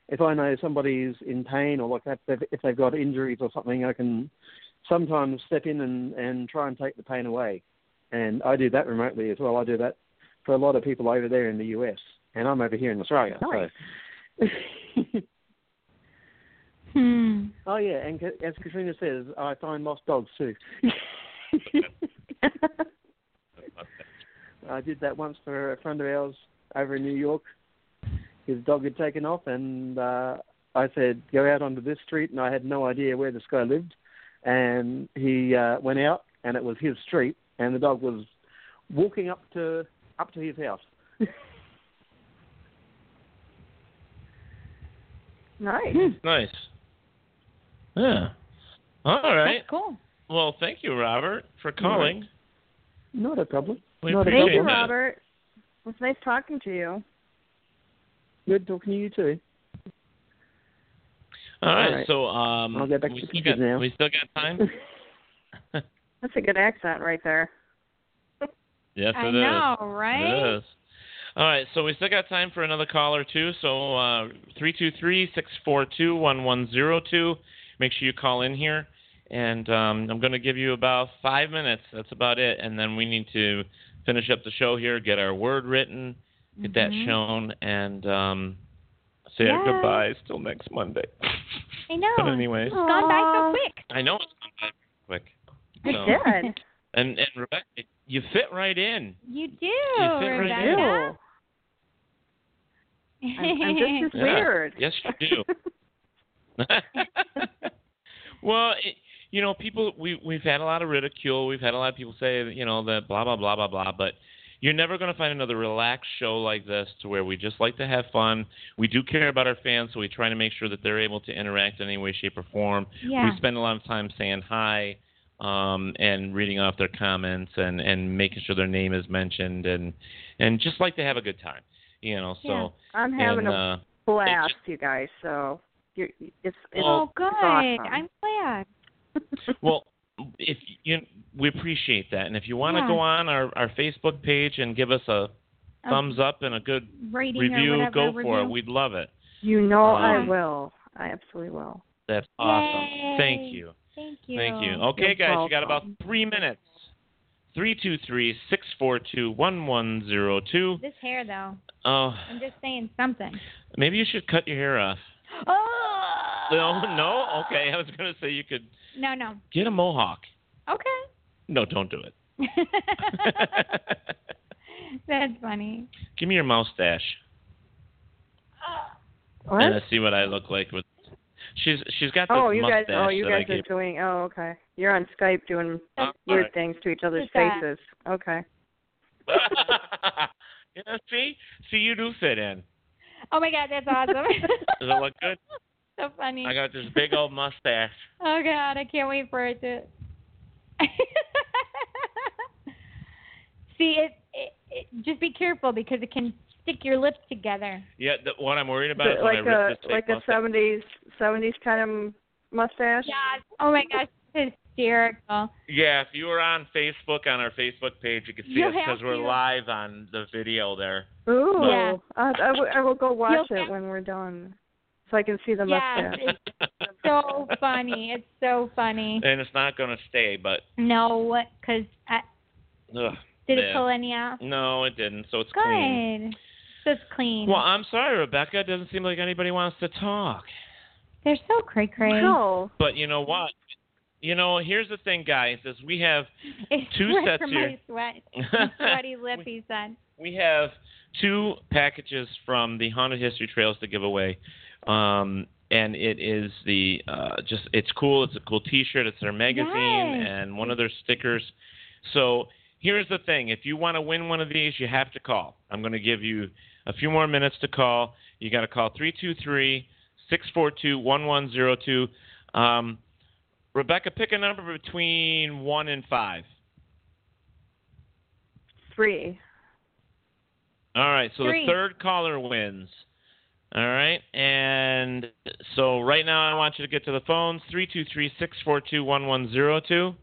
[SPEAKER 2] if I know somebody's in pain or like that, if if they've got injuries or something, I can sometimes step in and and try and take the pain away. And I do that remotely as well. I do that for a lot of people over there in the US, and I'm over here in Australia.
[SPEAKER 5] Nice.
[SPEAKER 2] So.
[SPEAKER 4] Hmm.
[SPEAKER 2] oh yeah, and ca- as Katrina says, I find lost dogs too. I did that once for a friend of ours over in New York. His dog had taken off, and uh, I said, "Go out onto this street," and I had no idea where this guy lived. And he uh, went out, and it was his street, and the dog was walking up to up to his house. Nice.
[SPEAKER 3] Nice. Yeah. All right.
[SPEAKER 2] That's cool.
[SPEAKER 3] Well, thank you, Robert, for calling.
[SPEAKER 11] Not a problem.
[SPEAKER 3] We
[SPEAKER 11] Not a
[SPEAKER 3] appreciate
[SPEAKER 11] problem.
[SPEAKER 2] Thank you,
[SPEAKER 3] that.
[SPEAKER 2] Robert. It was nice talking to you.
[SPEAKER 11] Good talking to you too.
[SPEAKER 3] All right.
[SPEAKER 11] All right.
[SPEAKER 3] So um,
[SPEAKER 11] I'll get back
[SPEAKER 3] we,
[SPEAKER 11] to
[SPEAKER 3] still
[SPEAKER 11] pictures
[SPEAKER 3] got,
[SPEAKER 11] now.
[SPEAKER 3] we still got time.
[SPEAKER 2] That's a good accent right there.
[SPEAKER 3] yes,
[SPEAKER 2] I
[SPEAKER 3] it is.
[SPEAKER 2] know,
[SPEAKER 3] It
[SPEAKER 2] right?
[SPEAKER 3] is. All right. So we still got time for another caller too. So uh, three two three six four two one one zero two. Make sure you call in here, and um, I'm going to give you about five minutes. That's about it, and then we need to finish up the show here, get our word written, get that
[SPEAKER 4] Mhm.
[SPEAKER 3] shown, and um, say
[SPEAKER 4] Yeah. Oh.
[SPEAKER 3] our goodbyes till next Monday.
[SPEAKER 4] I know.
[SPEAKER 3] But anyways.
[SPEAKER 4] It's gone by so quick.
[SPEAKER 3] I know it's gone by quick.
[SPEAKER 4] It
[SPEAKER 3] So-
[SPEAKER 4] did.
[SPEAKER 3] And and Rebecca, you fit right in.
[SPEAKER 4] You do,
[SPEAKER 3] You fit right in.
[SPEAKER 4] Rebecca.
[SPEAKER 2] I'm- I'm just as
[SPEAKER 3] Yeah.
[SPEAKER 2] weird.
[SPEAKER 3] Yes, you do. well, it, you know, people we we've had a lot of ridicule. We've had a lot of people say, you know, that blah blah blah blah blah. But you're never going to find another relaxed show like this to where we just like to have fun. We do care about our fans, so we try to make sure that they're able to interact in any way, shape, or form.
[SPEAKER 4] Yeah.
[SPEAKER 3] We spend a lot of time saying hi um, and reading off their comments and, and making sure their name is mentioned and and just like to have a good time, you know. So
[SPEAKER 2] Yeah. I'm having
[SPEAKER 3] and,
[SPEAKER 2] a
[SPEAKER 3] uh,
[SPEAKER 2] blast, you guys. So you're, it's, it's
[SPEAKER 3] Oh,
[SPEAKER 2] it's
[SPEAKER 4] good.
[SPEAKER 2] awesome.
[SPEAKER 4] I'm glad.
[SPEAKER 3] well if you we appreciate that and if you want to
[SPEAKER 4] Yeah.
[SPEAKER 3] go on our, our facebook page and give us a
[SPEAKER 4] A
[SPEAKER 3] thumbs up and a good
[SPEAKER 4] rating or
[SPEAKER 3] review
[SPEAKER 4] whatever,
[SPEAKER 3] go for it
[SPEAKER 4] review.
[SPEAKER 3] we'd love it
[SPEAKER 2] You know
[SPEAKER 3] Yeah.
[SPEAKER 2] Oh, I will. I absolutely will.
[SPEAKER 3] that's awesome
[SPEAKER 2] Yay.
[SPEAKER 3] thank you
[SPEAKER 4] Thank
[SPEAKER 3] thank you okay guys you got about three minutes Three two three six four two one one zero two.
[SPEAKER 4] This hair, though.
[SPEAKER 3] Oh,
[SPEAKER 4] I'm just saying something.
[SPEAKER 3] maybe you should cut your hair off.
[SPEAKER 4] Oh!
[SPEAKER 3] No, no. Okay, I was gonna say you could
[SPEAKER 4] No, no.
[SPEAKER 3] get a mohawk.
[SPEAKER 4] Okay.
[SPEAKER 3] No, don't do it.
[SPEAKER 4] That's funny.
[SPEAKER 3] Give me your mustache.
[SPEAKER 4] Uh,
[SPEAKER 2] What?
[SPEAKER 3] And see what I look like with. She's she's got this
[SPEAKER 2] oh, you guys!
[SPEAKER 3] mustache
[SPEAKER 2] Oh, you
[SPEAKER 3] that
[SPEAKER 2] guys
[SPEAKER 3] I
[SPEAKER 2] are
[SPEAKER 3] gave.
[SPEAKER 2] doing. Oh, okay. You're on Skype doing
[SPEAKER 3] Uh,
[SPEAKER 2] weird
[SPEAKER 3] alright.
[SPEAKER 2] things to each other's
[SPEAKER 3] Who's that?
[SPEAKER 2] faces. Okay.
[SPEAKER 3] yeah, see, see, you do fit in.
[SPEAKER 4] Oh my God, that's awesome.
[SPEAKER 3] Does it look good?
[SPEAKER 4] so funny.
[SPEAKER 3] I got this big old mustache.
[SPEAKER 4] Oh God, I can't wait for it to. See, it, it, it just be careful because it can stick your lips together.
[SPEAKER 3] Yeah, the, what I'm worried about
[SPEAKER 2] Is
[SPEAKER 3] is
[SPEAKER 2] it
[SPEAKER 3] when I
[SPEAKER 2] like
[SPEAKER 3] rip
[SPEAKER 2] a
[SPEAKER 3] this fake
[SPEAKER 2] like a
[SPEAKER 3] mustache.
[SPEAKER 2] seventies seventies kind of mustache?
[SPEAKER 4] Yeah. Oh my gosh, it's hysterical.
[SPEAKER 3] Yeah, if you were on Facebook on our Facebook page, you could see
[SPEAKER 4] You'll
[SPEAKER 3] us
[SPEAKER 4] have
[SPEAKER 3] because we're
[SPEAKER 4] to-
[SPEAKER 3] live on the video there.
[SPEAKER 2] Ooh.
[SPEAKER 3] Yeah.
[SPEAKER 2] I, I, will, I will go watch
[SPEAKER 4] You'll
[SPEAKER 2] it when we're done, so I can see the
[SPEAKER 4] Yeah,
[SPEAKER 2] mustache.
[SPEAKER 4] it's so funny. It's so funny.
[SPEAKER 3] And it's not gonna stay, but
[SPEAKER 4] No, because
[SPEAKER 3] ugh,
[SPEAKER 4] did it
[SPEAKER 3] man.
[SPEAKER 4] pull any out?
[SPEAKER 3] No, it didn't. So it's clean.
[SPEAKER 4] Good. So it's clean.
[SPEAKER 3] Well, I'm sorry, Rebecca. It doesn't seem like anybody wants to talk.
[SPEAKER 4] They're so cray cray.
[SPEAKER 2] No.
[SPEAKER 3] But you know what? You know, here's the thing, guys. Is we have
[SPEAKER 4] It's
[SPEAKER 3] Two
[SPEAKER 4] sweat
[SPEAKER 3] sets
[SPEAKER 4] from
[SPEAKER 3] here.
[SPEAKER 4] My sweat. My sweaty lip, he said.
[SPEAKER 3] we have two packages from the Haunted History Trails to give away. Um, and it is the uh, just it's cool. It's a cool T-shirt. It's their magazine
[SPEAKER 4] Yes.
[SPEAKER 3] and one of their stickers. So here's the thing: if you want to win one of these, you have to call. I'm going to give you a few more minutes to call. You got to call 323-642-1102. Um, Rebecca, pick a number between one and five.
[SPEAKER 2] Three.
[SPEAKER 3] All right, so
[SPEAKER 2] Three.
[SPEAKER 3] the third caller wins. All right, and so right now I want you to get to the phones 323 642 1102.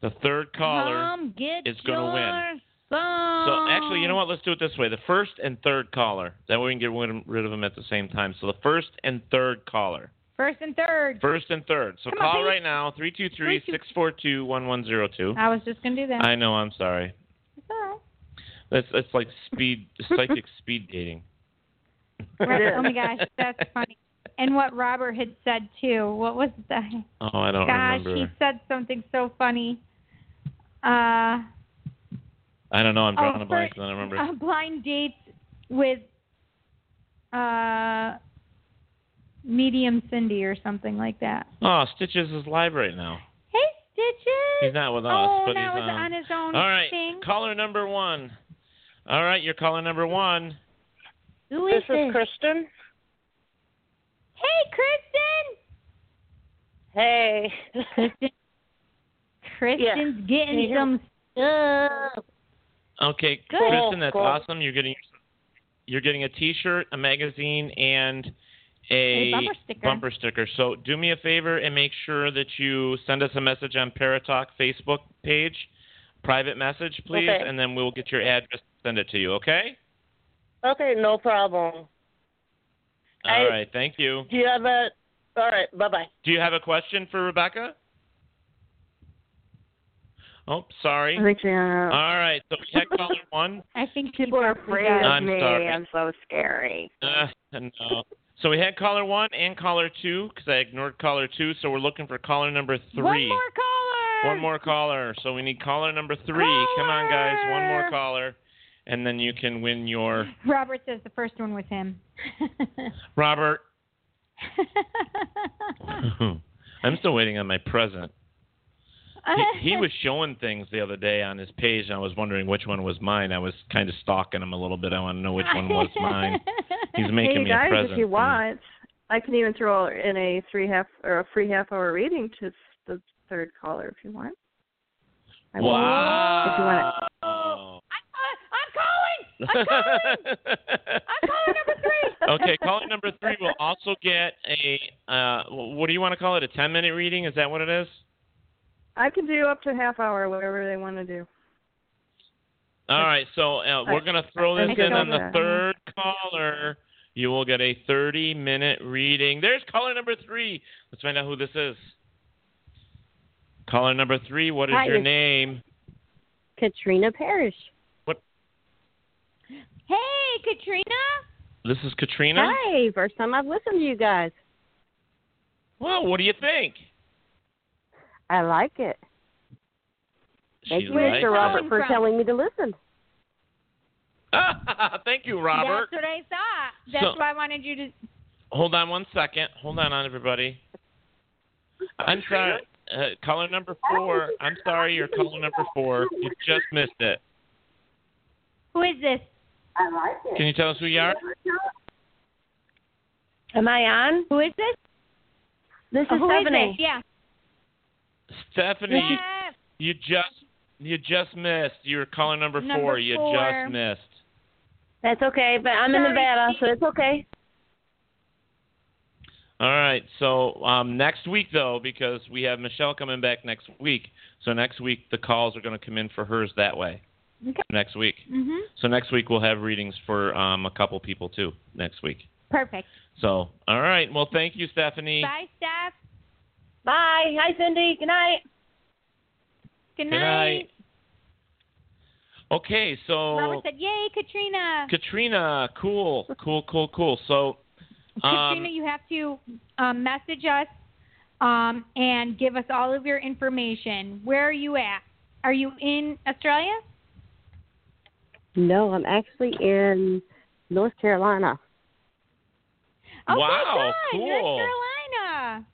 [SPEAKER 3] The third caller.
[SPEAKER 4] Come get
[SPEAKER 3] is gonna win.
[SPEAKER 4] your
[SPEAKER 3] So
[SPEAKER 4] phone.
[SPEAKER 3] actually, you know what? Let's do it this way the first and third caller. That way we can get rid- rid of them at the same time. So the first and third caller.
[SPEAKER 4] First and third.
[SPEAKER 3] First and third. So
[SPEAKER 4] Come on,
[SPEAKER 3] call
[SPEAKER 4] baby.
[SPEAKER 3] right now 323 642 1102.
[SPEAKER 4] I was just gonna do that.
[SPEAKER 3] I know, I'm sorry.
[SPEAKER 4] It's all
[SPEAKER 3] That's, that's like speed, psychic speed dating.
[SPEAKER 4] right. Right. oh my gosh, that's funny. And what Robert had said too. What was that?
[SPEAKER 3] Oh, I don't
[SPEAKER 4] gosh,
[SPEAKER 3] remember.
[SPEAKER 4] he said something so funny. Uh,
[SPEAKER 3] I don't know. I'm drawing
[SPEAKER 4] oh,
[SPEAKER 3] a blank,
[SPEAKER 4] for-
[SPEAKER 3] and I don't remember.
[SPEAKER 4] uh, blind dates with uh, medium Cindy or something like that.
[SPEAKER 3] oh, Stitches is live right now.
[SPEAKER 4] Hey, Stitches.
[SPEAKER 3] He's not with us,
[SPEAKER 4] oh,
[SPEAKER 3] but
[SPEAKER 4] that
[SPEAKER 3] he's
[SPEAKER 4] was
[SPEAKER 3] on.
[SPEAKER 4] on his own
[SPEAKER 3] All right,
[SPEAKER 4] thing.
[SPEAKER 3] caller number one. All right, you're caller number one.
[SPEAKER 4] Who is this?
[SPEAKER 15] Kristen.
[SPEAKER 4] Hey, Kristen.
[SPEAKER 15] Hey.
[SPEAKER 4] Kristen. Kristen's getting some stuff.
[SPEAKER 3] Okay,
[SPEAKER 4] Good.
[SPEAKER 3] Kristen, that's
[SPEAKER 4] Cool.
[SPEAKER 3] awesome. You're getting you're getting a T-shirt, a magazine, and a,
[SPEAKER 4] A bumper sticker.
[SPEAKER 3] bumper sticker. So do me a favor and make sure that you send us a message on Paratalk Facebook page, private message, please,
[SPEAKER 15] Okay.
[SPEAKER 3] and then we'll get your address and send it to you. Okay?
[SPEAKER 15] Okay, no problem.
[SPEAKER 3] All right. Thank you.
[SPEAKER 15] Do you have a? All right. Bye bye.
[SPEAKER 3] Do you have a question for Rebecca? Oh, sorry.
[SPEAKER 15] Reaching
[SPEAKER 2] Oh,
[SPEAKER 15] out.
[SPEAKER 3] All right. So we had caller one.
[SPEAKER 4] I think
[SPEAKER 15] people are afraid of
[SPEAKER 3] I'm
[SPEAKER 15] me.
[SPEAKER 3] sorry.
[SPEAKER 15] I'm so scary.
[SPEAKER 3] Uh, no. So we had caller one and caller two because I ignored caller two. So we're looking for caller number three.
[SPEAKER 4] One more caller.
[SPEAKER 3] One more caller. So we need caller number three. Come on, guys. One more caller, and then you can win your
[SPEAKER 4] Robert says the first one was him.
[SPEAKER 3] Robert. I'm still waiting on my present. He, he was showing things the other day on his page, and I was wondering which one was mine. I was kind of stalking him a little bit. I want to know which one was mine. He's making
[SPEAKER 2] hey
[SPEAKER 3] me
[SPEAKER 2] guys,
[SPEAKER 3] a present.
[SPEAKER 2] if you want, I can even throw in a three half or a free half hour reading to the third caller if you want. I will-
[SPEAKER 3] Wow.
[SPEAKER 2] If you want it.
[SPEAKER 4] I'm calling. I'm calling. I'm calling number three.
[SPEAKER 3] okay, caller number three will also get a uh, what do you want to call it? A ten minute reading? Is that what it is?
[SPEAKER 2] I can do up to half hour, whatever they want to do.
[SPEAKER 3] All right, so uh, we're gonna throw
[SPEAKER 2] I
[SPEAKER 3] this
[SPEAKER 2] can
[SPEAKER 3] in on
[SPEAKER 2] do
[SPEAKER 3] the
[SPEAKER 2] that.
[SPEAKER 3] third caller. You will get a thirty minute reading. There's caller number three. Let's find out who this is. Caller number three, what is
[SPEAKER 15] Hi,
[SPEAKER 3] your
[SPEAKER 15] it's-
[SPEAKER 3] name?
[SPEAKER 15] Katrina Parrish.
[SPEAKER 4] Hey, Katrina.
[SPEAKER 3] This is Katrina.
[SPEAKER 15] Hi, first time I've listened to you guys.
[SPEAKER 3] Well, what do you think?
[SPEAKER 15] I like it. Thank
[SPEAKER 3] She
[SPEAKER 15] you,
[SPEAKER 3] likes
[SPEAKER 15] Mr. Robert,
[SPEAKER 3] it.
[SPEAKER 15] for telling me to listen.
[SPEAKER 3] Thank you, Robert.
[SPEAKER 4] That's what I thought. That's
[SPEAKER 3] So-
[SPEAKER 4] why I wanted you to.
[SPEAKER 3] Hold on one second. Hold on, on everybody. I'm sorry. Uh, caller number four. I'm sorry, you're caller number four. You just missed it.
[SPEAKER 4] Who is this? I like
[SPEAKER 3] Can you tell us who you are?
[SPEAKER 15] Am I on?
[SPEAKER 4] Who is this? Oh,
[SPEAKER 15] This is
[SPEAKER 4] Who is
[SPEAKER 15] Stephanie.
[SPEAKER 4] this? Yeah.
[SPEAKER 3] Stephanie. You just you just missed. You were caller number,
[SPEAKER 15] Number
[SPEAKER 3] four. You
[SPEAKER 15] four.
[SPEAKER 3] just missed.
[SPEAKER 15] That's okay, but I'm in
[SPEAKER 4] Sorry.
[SPEAKER 15] Nevada, so it's okay.
[SPEAKER 3] All right. So um, next week though, because we have Michelle coming back next week. So next week the calls are going to come in for hers that way.
[SPEAKER 4] Okay.
[SPEAKER 3] Next week.
[SPEAKER 4] Mhm.
[SPEAKER 3] So next week we'll have readings for um, a couple people too. Next week.
[SPEAKER 4] Perfect.
[SPEAKER 3] So, all right. Well, thank you, Stephanie.
[SPEAKER 4] Bye, Steph.
[SPEAKER 15] Bye. Hi, Cindy. Good night.
[SPEAKER 4] Good
[SPEAKER 3] Good
[SPEAKER 4] night.
[SPEAKER 3] night. Okay, so
[SPEAKER 4] Robert said, "Yay, Katrina."
[SPEAKER 3] Katrina, cool, cool, cool, cool. So, um,
[SPEAKER 4] Katrina, you have to um, message us um, and give us all of your information. Where are you at? Are you in Australia?
[SPEAKER 15] No, I'm actually in North Carolina.
[SPEAKER 4] Oh
[SPEAKER 3] Wow,
[SPEAKER 4] my God, North
[SPEAKER 3] cool.
[SPEAKER 4] Carolina.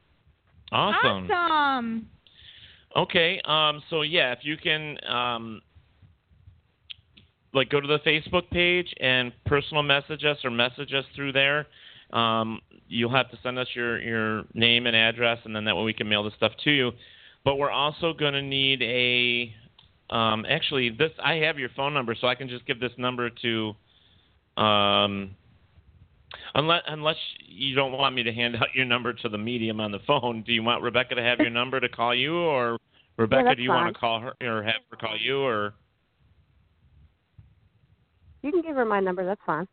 [SPEAKER 3] awesome.
[SPEAKER 4] Awesome.
[SPEAKER 3] Okay, um, so yeah, if you can, um, like, go to the Facebook page and personal message us or message us through there. Um, you'll have to send us your your name and address, and then that way we can mail the stuff to you. But we're also going to need a. Um, actually, this I have your phone number, so I can just give this number to. Um, Unless, unless you don't want me to hand out your number to the medium on the phone, do you want Rebecca to have your number to call you, or Rebecca,
[SPEAKER 15] that's
[SPEAKER 3] do you want
[SPEAKER 15] fine.
[SPEAKER 3] to call her or have her call you, or
[SPEAKER 15] You can give her my number. That's fine.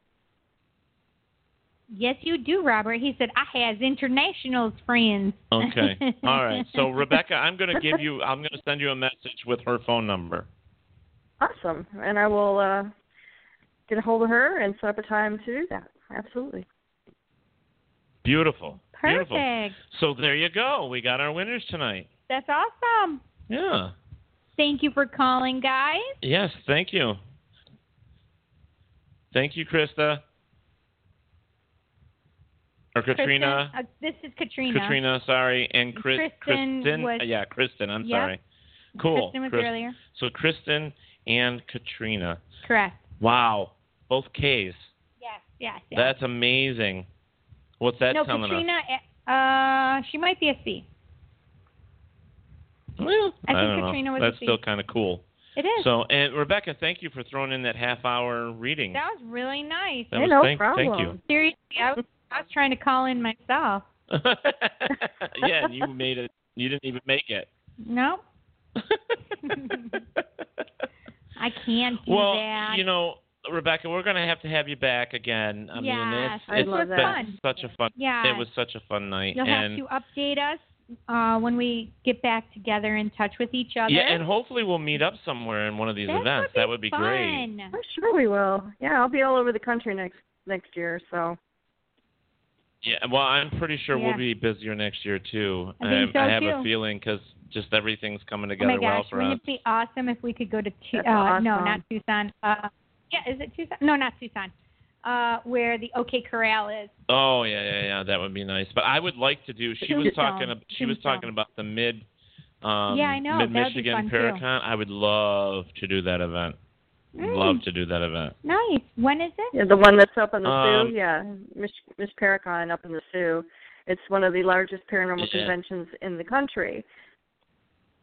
[SPEAKER 4] Yes, you do, Robert. He said, "I has internationals friends."
[SPEAKER 3] okay, all right. So Rebecca, I'm going to give you, I'm going to send you a message with her phone number.
[SPEAKER 2] Awesome. And I will uh get a hold of her and set up a time to do that. Absolutely.
[SPEAKER 3] Beautiful, beautiful.
[SPEAKER 4] Perfect.
[SPEAKER 3] So there you go. We got our winners tonight.
[SPEAKER 4] That's awesome.
[SPEAKER 3] Yeah.
[SPEAKER 4] Thank you for calling, guys.
[SPEAKER 3] Yes. Thank you. Thank you, Krista. Or Katrina.
[SPEAKER 4] Kristen- uh, this is Katrina.
[SPEAKER 3] Katrina, sorry, and Chris,
[SPEAKER 4] Kristen was-
[SPEAKER 3] yeah, Kristen. I'm
[SPEAKER 4] Yep.
[SPEAKER 3] sorry. Cool.
[SPEAKER 4] Kristen was
[SPEAKER 3] Chris-
[SPEAKER 4] earlier.
[SPEAKER 3] So Kristen and Katrina.
[SPEAKER 4] Correct.
[SPEAKER 3] Wow, both K's.
[SPEAKER 4] Yes. Yes. yes.
[SPEAKER 3] That's amazing. What's that
[SPEAKER 4] no,
[SPEAKER 3] telling us?
[SPEAKER 4] Katrina. Uh, she might be a C.
[SPEAKER 3] Well,
[SPEAKER 4] I think
[SPEAKER 3] don't know.
[SPEAKER 4] Katrina was
[SPEAKER 3] That's
[SPEAKER 4] a C.
[SPEAKER 3] still kind of cool.
[SPEAKER 4] It is.
[SPEAKER 3] So, and Rebecca, thank you for throwing in that half hour reading.
[SPEAKER 4] that was really nice.
[SPEAKER 3] That Hey, was- no thank- thank problem. you.
[SPEAKER 4] Seriously, I was, I was trying to call in myself.
[SPEAKER 3] yeah, and you made it. You didn't even make it.
[SPEAKER 4] No. I can't do
[SPEAKER 3] well,
[SPEAKER 4] that.
[SPEAKER 3] you know, Rebecca, we're gonna have to have you back again. I mean,
[SPEAKER 4] Yes,
[SPEAKER 3] it's,
[SPEAKER 4] I'd
[SPEAKER 3] it's
[SPEAKER 4] love
[SPEAKER 3] been
[SPEAKER 4] that.
[SPEAKER 3] such a fun.
[SPEAKER 4] Yes.
[SPEAKER 3] It was such a fun night.
[SPEAKER 4] You'll
[SPEAKER 3] and
[SPEAKER 4] have to update us uh, when we get back together in touch with each other.
[SPEAKER 3] yeah, and hopefully we'll meet up somewhere in one of these
[SPEAKER 4] That
[SPEAKER 3] events.
[SPEAKER 4] would be
[SPEAKER 3] that would be great.
[SPEAKER 4] Fun.
[SPEAKER 2] Sure, we will. Yeah, I'll be all over the country next next year. So
[SPEAKER 3] Yeah, well, I'm pretty sure
[SPEAKER 2] Yeah.
[SPEAKER 3] we'll be busier next year too.
[SPEAKER 4] I think
[SPEAKER 3] Um,
[SPEAKER 4] so,
[SPEAKER 3] I have
[SPEAKER 4] too.
[SPEAKER 3] a feeling because just everything's coming
[SPEAKER 4] Oh
[SPEAKER 3] together
[SPEAKER 4] my
[SPEAKER 3] well
[SPEAKER 4] gosh,
[SPEAKER 3] for
[SPEAKER 4] wouldn't
[SPEAKER 3] us.
[SPEAKER 4] it be awesome if we could go to Tu-
[SPEAKER 3] That's
[SPEAKER 4] uh, no,
[SPEAKER 3] awesome.
[SPEAKER 4] not Tucson. Uh, yeah, is it Tucson? No, not Tucson. Uh, where the OK Corral is.
[SPEAKER 3] Oh yeah, yeah, yeah. That would be nice. But I would like to do. She was
[SPEAKER 4] Tombstone.
[SPEAKER 3] talking. ab- She was talking about the mid. Um,
[SPEAKER 4] Yeah, I know. That would be fun,
[SPEAKER 3] Mid-Michigan
[SPEAKER 4] too.
[SPEAKER 3] Paracon. I would love to do that event.
[SPEAKER 2] Mm.
[SPEAKER 3] Love to do that event.
[SPEAKER 4] Nice. When is it?
[SPEAKER 2] Yeah, the one that's up in the
[SPEAKER 3] Um,
[SPEAKER 2] Sioux. Yeah, Miss Miss Paracon up in the Sioux. It's one of the largest paranormal
[SPEAKER 3] Yeah.
[SPEAKER 2] conventions in the country.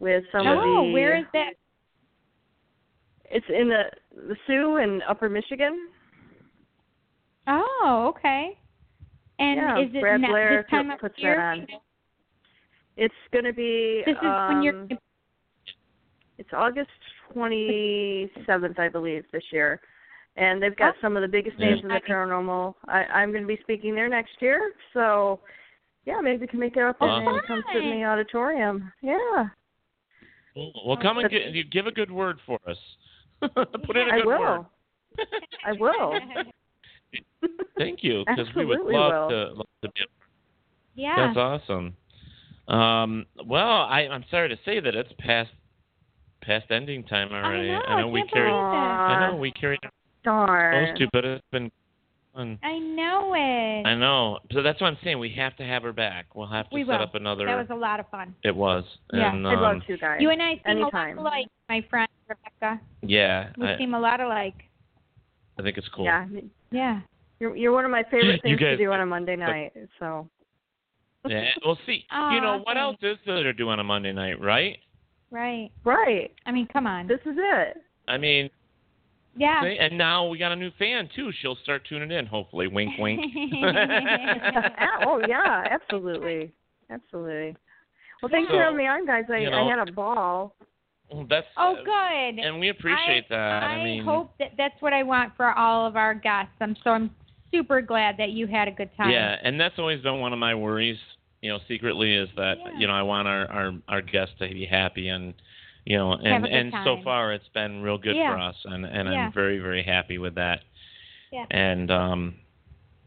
[SPEAKER 2] With some of
[SPEAKER 4] oh,
[SPEAKER 2] the
[SPEAKER 4] where is that?
[SPEAKER 2] It's in the the Sioux in Upper Michigan.
[SPEAKER 4] Oh, okay. And
[SPEAKER 2] yeah,
[SPEAKER 4] is it
[SPEAKER 2] Brad
[SPEAKER 4] not
[SPEAKER 2] Blair
[SPEAKER 4] this time
[SPEAKER 2] pu-
[SPEAKER 4] of
[SPEAKER 2] puts
[SPEAKER 4] year?
[SPEAKER 2] that on. It's going to be.
[SPEAKER 4] This is when you're-
[SPEAKER 2] um, It's August twenty seventh, I believe, this year, and they've
[SPEAKER 15] Oh.
[SPEAKER 2] got some of the biggest names in the paranormal. I, I'm going to be speaking there next year, so yeah, maybe you can make it up and
[SPEAKER 3] Awesome.
[SPEAKER 2] then come sit in the auditorium. Yeah,
[SPEAKER 3] Well, well, come and get, you give a good word for us. Put in a
[SPEAKER 2] I
[SPEAKER 3] good
[SPEAKER 2] will.
[SPEAKER 3] word.
[SPEAKER 2] I will.
[SPEAKER 3] Thank you, because we would
[SPEAKER 2] Absolutely
[SPEAKER 3] love
[SPEAKER 2] will.
[SPEAKER 3] to love to be
[SPEAKER 4] Yeah.
[SPEAKER 3] That's awesome. Um, well, I, I'm sorry to say that it's past past ending time already.
[SPEAKER 4] know, I
[SPEAKER 3] we
[SPEAKER 4] can't
[SPEAKER 3] carried.
[SPEAKER 4] believe it.
[SPEAKER 3] I know we carried
[SPEAKER 2] Darn.
[SPEAKER 3] close to, but it's been fun.
[SPEAKER 4] I know it.
[SPEAKER 3] I know. So that's what I'm saying. We have to have her back. We'll have to
[SPEAKER 4] we
[SPEAKER 3] set
[SPEAKER 4] will.
[SPEAKER 3] up another.
[SPEAKER 4] That was a lot of fun.
[SPEAKER 3] it was.
[SPEAKER 4] Yeah.
[SPEAKER 3] And,
[SPEAKER 4] I'd
[SPEAKER 3] um,
[SPEAKER 4] love
[SPEAKER 2] to, guys.
[SPEAKER 4] You and I seem
[SPEAKER 2] Anytime.
[SPEAKER 4] a lot alike, my friend Rebecca.
[SPEAKER 3] Yeah,
[SPEAKER 4] We
[SPEAKER 3] I,
[SPEAKER 4] seem a lot alike.
[SPEAKER 3] I think it's cool.
[SPEAKER 2] Yeah, I mean,
[SPEAKER 4] Yeah.
[SPEAKER 2] you're you're one of my favorite
[SPEAKER 3] You
[SPEAKER 2] things to
[SPEAKER 3] guys-
[SPEAKER 2] do on a Monday night. So
[SPEAKER 3] Yeah. Well, see, you know what else is there to do on a Monday night, right?
[SPEAKER 4] Right.
[SPEAKER 2] Right.
[SPEAKER 4] I mean, come on.
[SPEAKER 2] This is it.
[SPEAKER 3] I mean,
[SPEAKER 4] Yeah.
[SPEAKER 3] see, and now we got a new fan too. She'll start tuning in. Hopefully, wink, wink.
[SPEAKER 2] oh yeah, absolutely, absolutely. Well, thanks
[SPEAKER 3] So,
[SPEAKER 2] for having me on, guys. I,
[SPEAKER 3] you know-
[SPEAKER 2] I had a ball.
[SPEAKER 3] Well, that's
[SPEAKER 4] Oh, good.
[SPEAKER 3] and we appreciate that. I,
[SPEAKER 4] I
[SPEAKER 3] mean,
[SPEAKER 4] hope that that's what I want for all of our guests. I'm so I'm super glad that you had a good time.
[SPEAKER 3] yeah, and that's always been one of my worries. You know, secretly is that you know I want our our our guests to be happy and you know and
[SPEAKER 4] Have a good
[SPEAKER 3] and so
[SPEAKER 4] time.
[SPEAKER 3] far it's been real good
[SPEAKER 4] Yeah.
[SPEAKER 3] for us and and
[SPEAKER 4] Yeah.
[SPEAKER 3] I'm very very happy with that.
[SPEAKER 4] Yeah.
[SPEAKER 3] And um,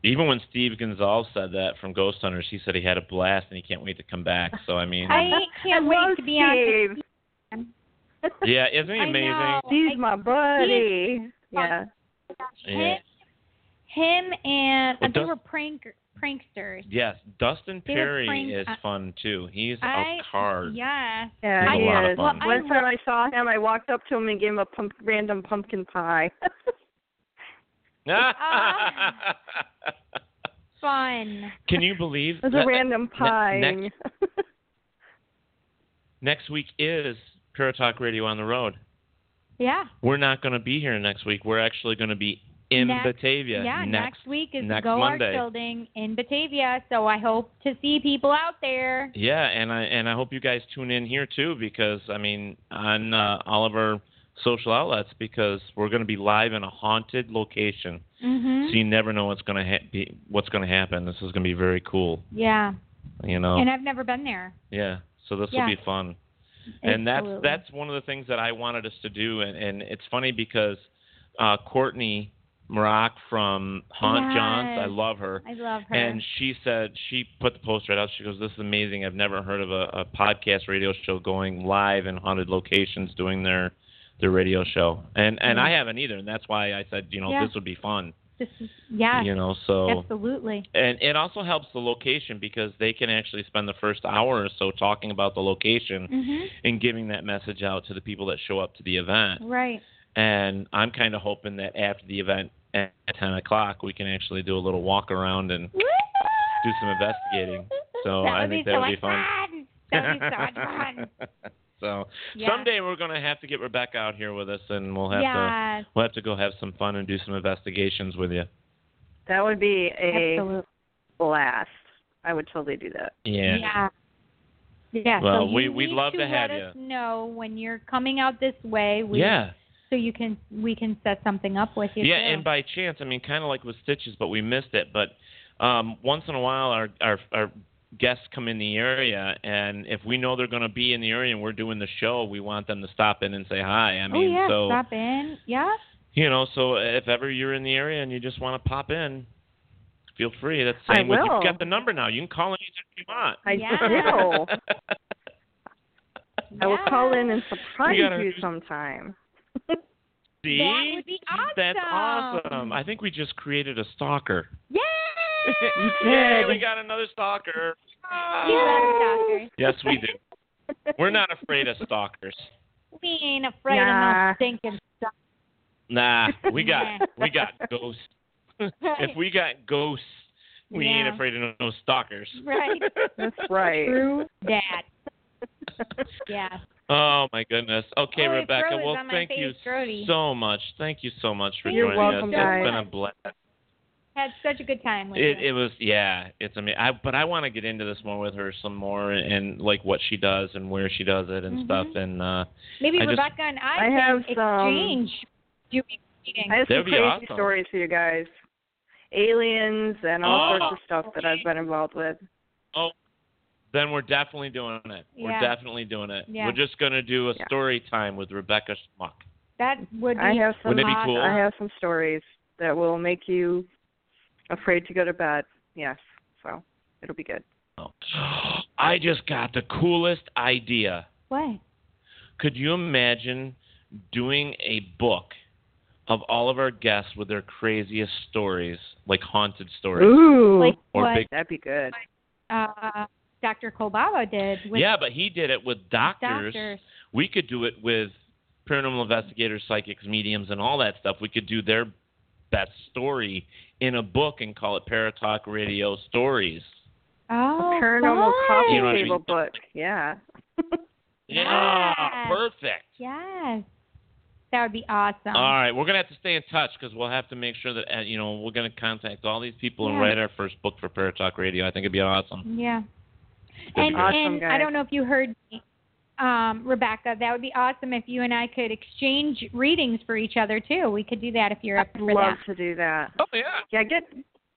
[SPEAKER 3] even when Steve Gonzalez said that from Ghost Hunters, he said he had a blast and he can't wait to come back. So I mean,
[SPEAKER 4] I can't wait to be on.
[SPEAKER 2] Steve.
[SPEAKER 3] yeah, isn't he
[SPEAKER 4] I
[SPEAKER 3] amazing?
[SPEAKER 4] know.
[SPEAKER 2] He's my buddy. Yeah.
[SPEAKER 3] Yeah.
[SPEAKER 4] Him and
[SPEAKER 3] Well,
[SPEAKER 4] they
[SPEAKER 3] does-
[SPEAKER 4] were prank pranksters.
[SPEAKER 3] Yes, Dustin
[SPEAKER 4] They were
[SPEAKER 3] Perry
[SPEAKER 4] playing-
[SPEAKER 3] is
[SPEAKER 4] uh,
[SPEAKER 3] fun too. He's
[SPEAKER 4] I-
[SPEAKER 3] a card.
[SPEAKER 4] Yes.
[SPEAKER 2] Yeah,
[SPEAKER 3] He's a
[SPEAKER 2] he
[SPEAKER 3] lot of
[SPEAKER 2] is.
[SPEAKER 3] fun.
[SPEAKER 2] Last time I saw him, I walked up to him and gave him a pump, random pumpkin pie.
[SPEAKER 4] Oh. Fun.
[SPEAKER 3] Can you believe
[SPEAKER 2] It was
[SPEAKER 3] that-
[SPEAKER 2] a random
[SPEAKER 3] ne-
[SPEAKER 2] pie.
[SPEAKER 3] next, next week is Paratalk Radio on the road.
[SPEAKER 4] Yeah.
[SPEAKER 3] We're not going to be here next week. We're actually going to be in
[SPEAKER 4] Next-
[SPEAKER 3] Batavia
[SPEAKER 4] yeah,
[SPEAKER 3] next.
[SPEAKER 4] week is
[SPEAKER 3] next
[SPEAKER 4] Go
[SPEAKER 3] Monday.
[SPEAKER 4] Art Building in Batavia, so I hope to see people out there.
[SPEAKER 3] Yeah, and I and I hope you guys tune in here too because I mean on uh, all of our social outlets because we're going to be live in a haunted location.
[SPEAKER 4] hmm
[SPEAKER 3] So you never know what's going to ha- be what's going to happen. This is going to be very cool,
[SPEAKER 4] Yeah.
[SPEAKER 3] you know.
[SPEAKER 4] And I've never been there.
[SPEAKER 3] Yeah. So this
[SPEAKER 4] Yeah.
[SPEAKER 3] will be fun. And
[SPEAKER 4] Absolutely.
[SPEAKER 3] that's that's one of the things that I wanted us to do and, and it's funny because uh Courtney Maroc from Haunt
[SPEAKER 4] Yes.
[SPEAKER 3] Johns, I love her.
[SPEAKER 4] I love her.
[SPEAKER 3] And she said she put the post right out. She goes, "This is amazing. I've never heard of a, a podcast radio show going live in haunted locations doing their their radio show." And and I haven't either, and that's why I said, you know,
[SPEAKER 4] Mm-hmm. Yeah.
[SPEAKER 3] this would be fun.
[SPEAKER 4] This is, yeah.
[SPEAKER 3] You know, so
[SPEAKER 4] Absolutely.
[SPEAKER 3] and it also helps the location because they can actually spend the first hour or so talking about the location
[SPEAKER 4] Mm-hmm.
[SPEAKER 3] and giving that message out to the people that show up to the event.
[SPEAKER 4] Right.
[SPEAKER 3] And I'm kind of hoping that after the event at 10 o'clock, we can actually do a little walk around and do some investigating. So
[SPEAKER 16] That
[SPEAKER 3] I
[SPEAKER 16] would
[SPEAKER 3] think
[SPEAKER 16] be
[SPEAKER 3] that
[SPEAKER 16] so
[SPEAKER 3] would be
[SPEAKER 16] much fun. That would be so much fun.
[SPEAKER 3] so
[SPEAKER 16] Yeah.
[SPEAKER 3] someday we're gonna have to get Rebecca out here with us, and we'll have
[SPEAKER 6] Yes.
[SPEAKER 3] to we'll have to go have some fun and do some investigations with you.
[SPEAKER 6] That would be a blast. I would totally do that.
[SPEAKER 3] Yeah.
[SPEAKER 4] Yeah. Yeah.
[SPEAKER 3] Well,
[SPEAKER 4] so
[SPEAKER 3] we-
[SPEAKER 4] you
[SPEAKER 3] we'd
[SPEAKER 4] need
[SPEAKER 3] love
[SPEAKER 4] to
[SPEAKER 3] to have
[SPEAKER 4] let
[SPEAKER 3] you.
[SPEAKER 4] us know when you're coming out this way. We,
[SPEAKER 3] Yeah.
[SPEAKER 4] So you can we can set something up with you.
[SPEAKER 3] yeah,
[SPEAKER 4] too.
[SPEAKER 3] and by chance, I mean, kind of like with Stitches, but we missed it. But um, once in a while, our, our our guests come in the area, and if we know they're going to be in the area and we're doing the show, we want them to stop in and say hi. I mean,
[SPEAKER 4] oh yeah,
[SPEAKER 3] so
[SPEAKER 4] stop in. Yeah.
[SPEAKER 3] you know, so if ever you're in the area and you just want to pop in, feel free. That's the
[SPEAKER 4] I
[SPEAKER 3] same. with-
[SPEAKER 4] will.
[SPEAKER 3] You've got the number now. You can call anytime you want.
[SPEAKER 2] I
[SPEAKER 3] Yeah.
[SPEAKER 2] I will call in and surprise
[SPEAKER 3] We gotta-
[SPEAKER 2] you sometime.
[SPEAKER 3] See,
[SPEAKER 2] That would be
[SPEAKER 3] that's
[SPEAKER 2] awesome.
[SPEAKER 3] awesome. I think we just created a stalker. Yay,
[SPEAKER 4] Yeah.
[SPEAKER 16] did.
[SPEAKER 3] we got another stalker.
[SPEAKER 4] You love doctors.
[SPEAKER 3] Yes, we do. We're not afraid of stalkers.
[SPEAKER 4] We ain't afraid
[SPEAKER 3] Nah.
[SPEAKER 4] of no stinking stuff.
[SPEAKER 3] Nah, we got we got ghosts. If we got ghosts, we ain't
[SPEAKER 4] Yeah.
[SPEAKER 3] afraid of no stalkers.
[SPEAKER 4] Right.
[SPEAKER 2] That's right.
[SPEAKER 4] True that. yeah.
[SPEAKER 3] Oh my goodness. Okay,
[SPEAKER 4] Oh, it
[SPEAKER 3] Rebecca.
[SPEAKER 4] froze
[SPEAKER 3] Well,
[SPEAKER 4] on my
[SPEAKER 3] thank you
[SPEAKER 4] face, Grody.
[SPEAKER 3] so much. Thank you so much for
[SPEAKER 4] You're
[SPEAKER 3] joining
[SPEAKER 4] welcome, Oh,
[SPEAKER 3] us.
[SPEAKER 4] guys.
[SPEAKER 3] It's been a blast.
[SPEAKER 4] Had such a good time with you.
[SPEAKER 3] It, it was yeah, it's amazing. I, but I want to get into this more with her some more and like what she does and where she does it and stuff
[SPEAKER 4] Mm-hmm.
[SPEAKER 3] and uh
[SPEAKER 4] Maybe
[SPEAKER 3] I just-
[SPEAKER 4] Rebecca and I,
[SPEAKER 2] I
[SPEAKER 4] can
[SPEAKER 2] have some-
[SPEAKER 4] exchange doing readings.
[SPEAKER 2] I have some
[SPEAKER 3] That'd be
[SPEAKER 2] crazy
[SPEAKER 3] awesome.
[SPEAKER 2] stories for you guys. Aliens and all
[SPEAKER 3] Oh.
[SPEAKER 2] sorts of stuff that I've been involved with.
[SPEAKER 3] Oh, then we're definitely doing it.
[SPEAKER 2] Yeah.
[SPEAKER 3] We're definitely doing it.
[SPEAKER 2] Yeah.
[SPEAKER 3] We're just gonna do a story time with Rebecca Schmuck.
[SPEAKER 4] That would
[SPEAKER 2] I have some
[SPEAKER 3] Wouldn't it be cool?
[SPEAKER 2] I have some stories that will make you afraid to go to bed. Yes. So it'll be good.
[SPEAKER 3] I just got the coolest idea.
[SPEAKER 4] What?
[SPEAKER 3] Could you imagine doing a book of all of our guests with their craziest stories, like haunted stories?
[SPEAKER 4] Like
[SPEAKER 3] or
[SPEAKER 4] what
[SPEAKER 3] big
[SPEAKER 2] That'd be good.
[SPEAKER 4] uh, Dr. Kolbaba did. With
[SPEAKER 3] yeah, but he did it with doctors.
[SPEAKER 4] Doctors.
[SPEAKER 3] We could do it with paranormal investigators, psychics, mediums, and all that stuff. We could do their best story in a book and call it Paratalk Radio Stories.
[SPEAKER 4] Oh,
[SPEAKER 2] Paranormal coffee
[SPEAKER 3] You know what I
[SPEAKER 2] table
[SPEAKER 3] mean?
[SPEAKER 2] book. Yeah.
[SPEAKER 3] Yeah,
[SPEAKER 4] Yes.
[SPEAKER 3] perfect.
[SPEAKER 4] Yes. That would be awesome.
[SPEAKER 3] All right, we're gonna have to stay in touch because we'll have to make sure that uh, you know we're gonna contact all these people and
[SPEAKER 4] Yeah.
[SPEAKER 3] write our first book for Paratalk Radio. I think it'd be awesome.
[SPEAKER 4] Yeah.
[SPEAKER 3] It'd be
[SPEAKER 4] And,
[SPEAKER 3] great.
[SPEAKER 4] and I don't know if you heard me, um, Rebecca, that would be awesome if you and I could exchange readings for each other too. We could do that if you're up
[SPEAKER 2] I'd
[SPEAKER 4] for
[SPEAKER 2] love
[SPEAKER 4] that.
[SPEAKER 2] to do that.
[SPEAKER 3] Oh yeah.
[SPEAKER 2] Yeah, get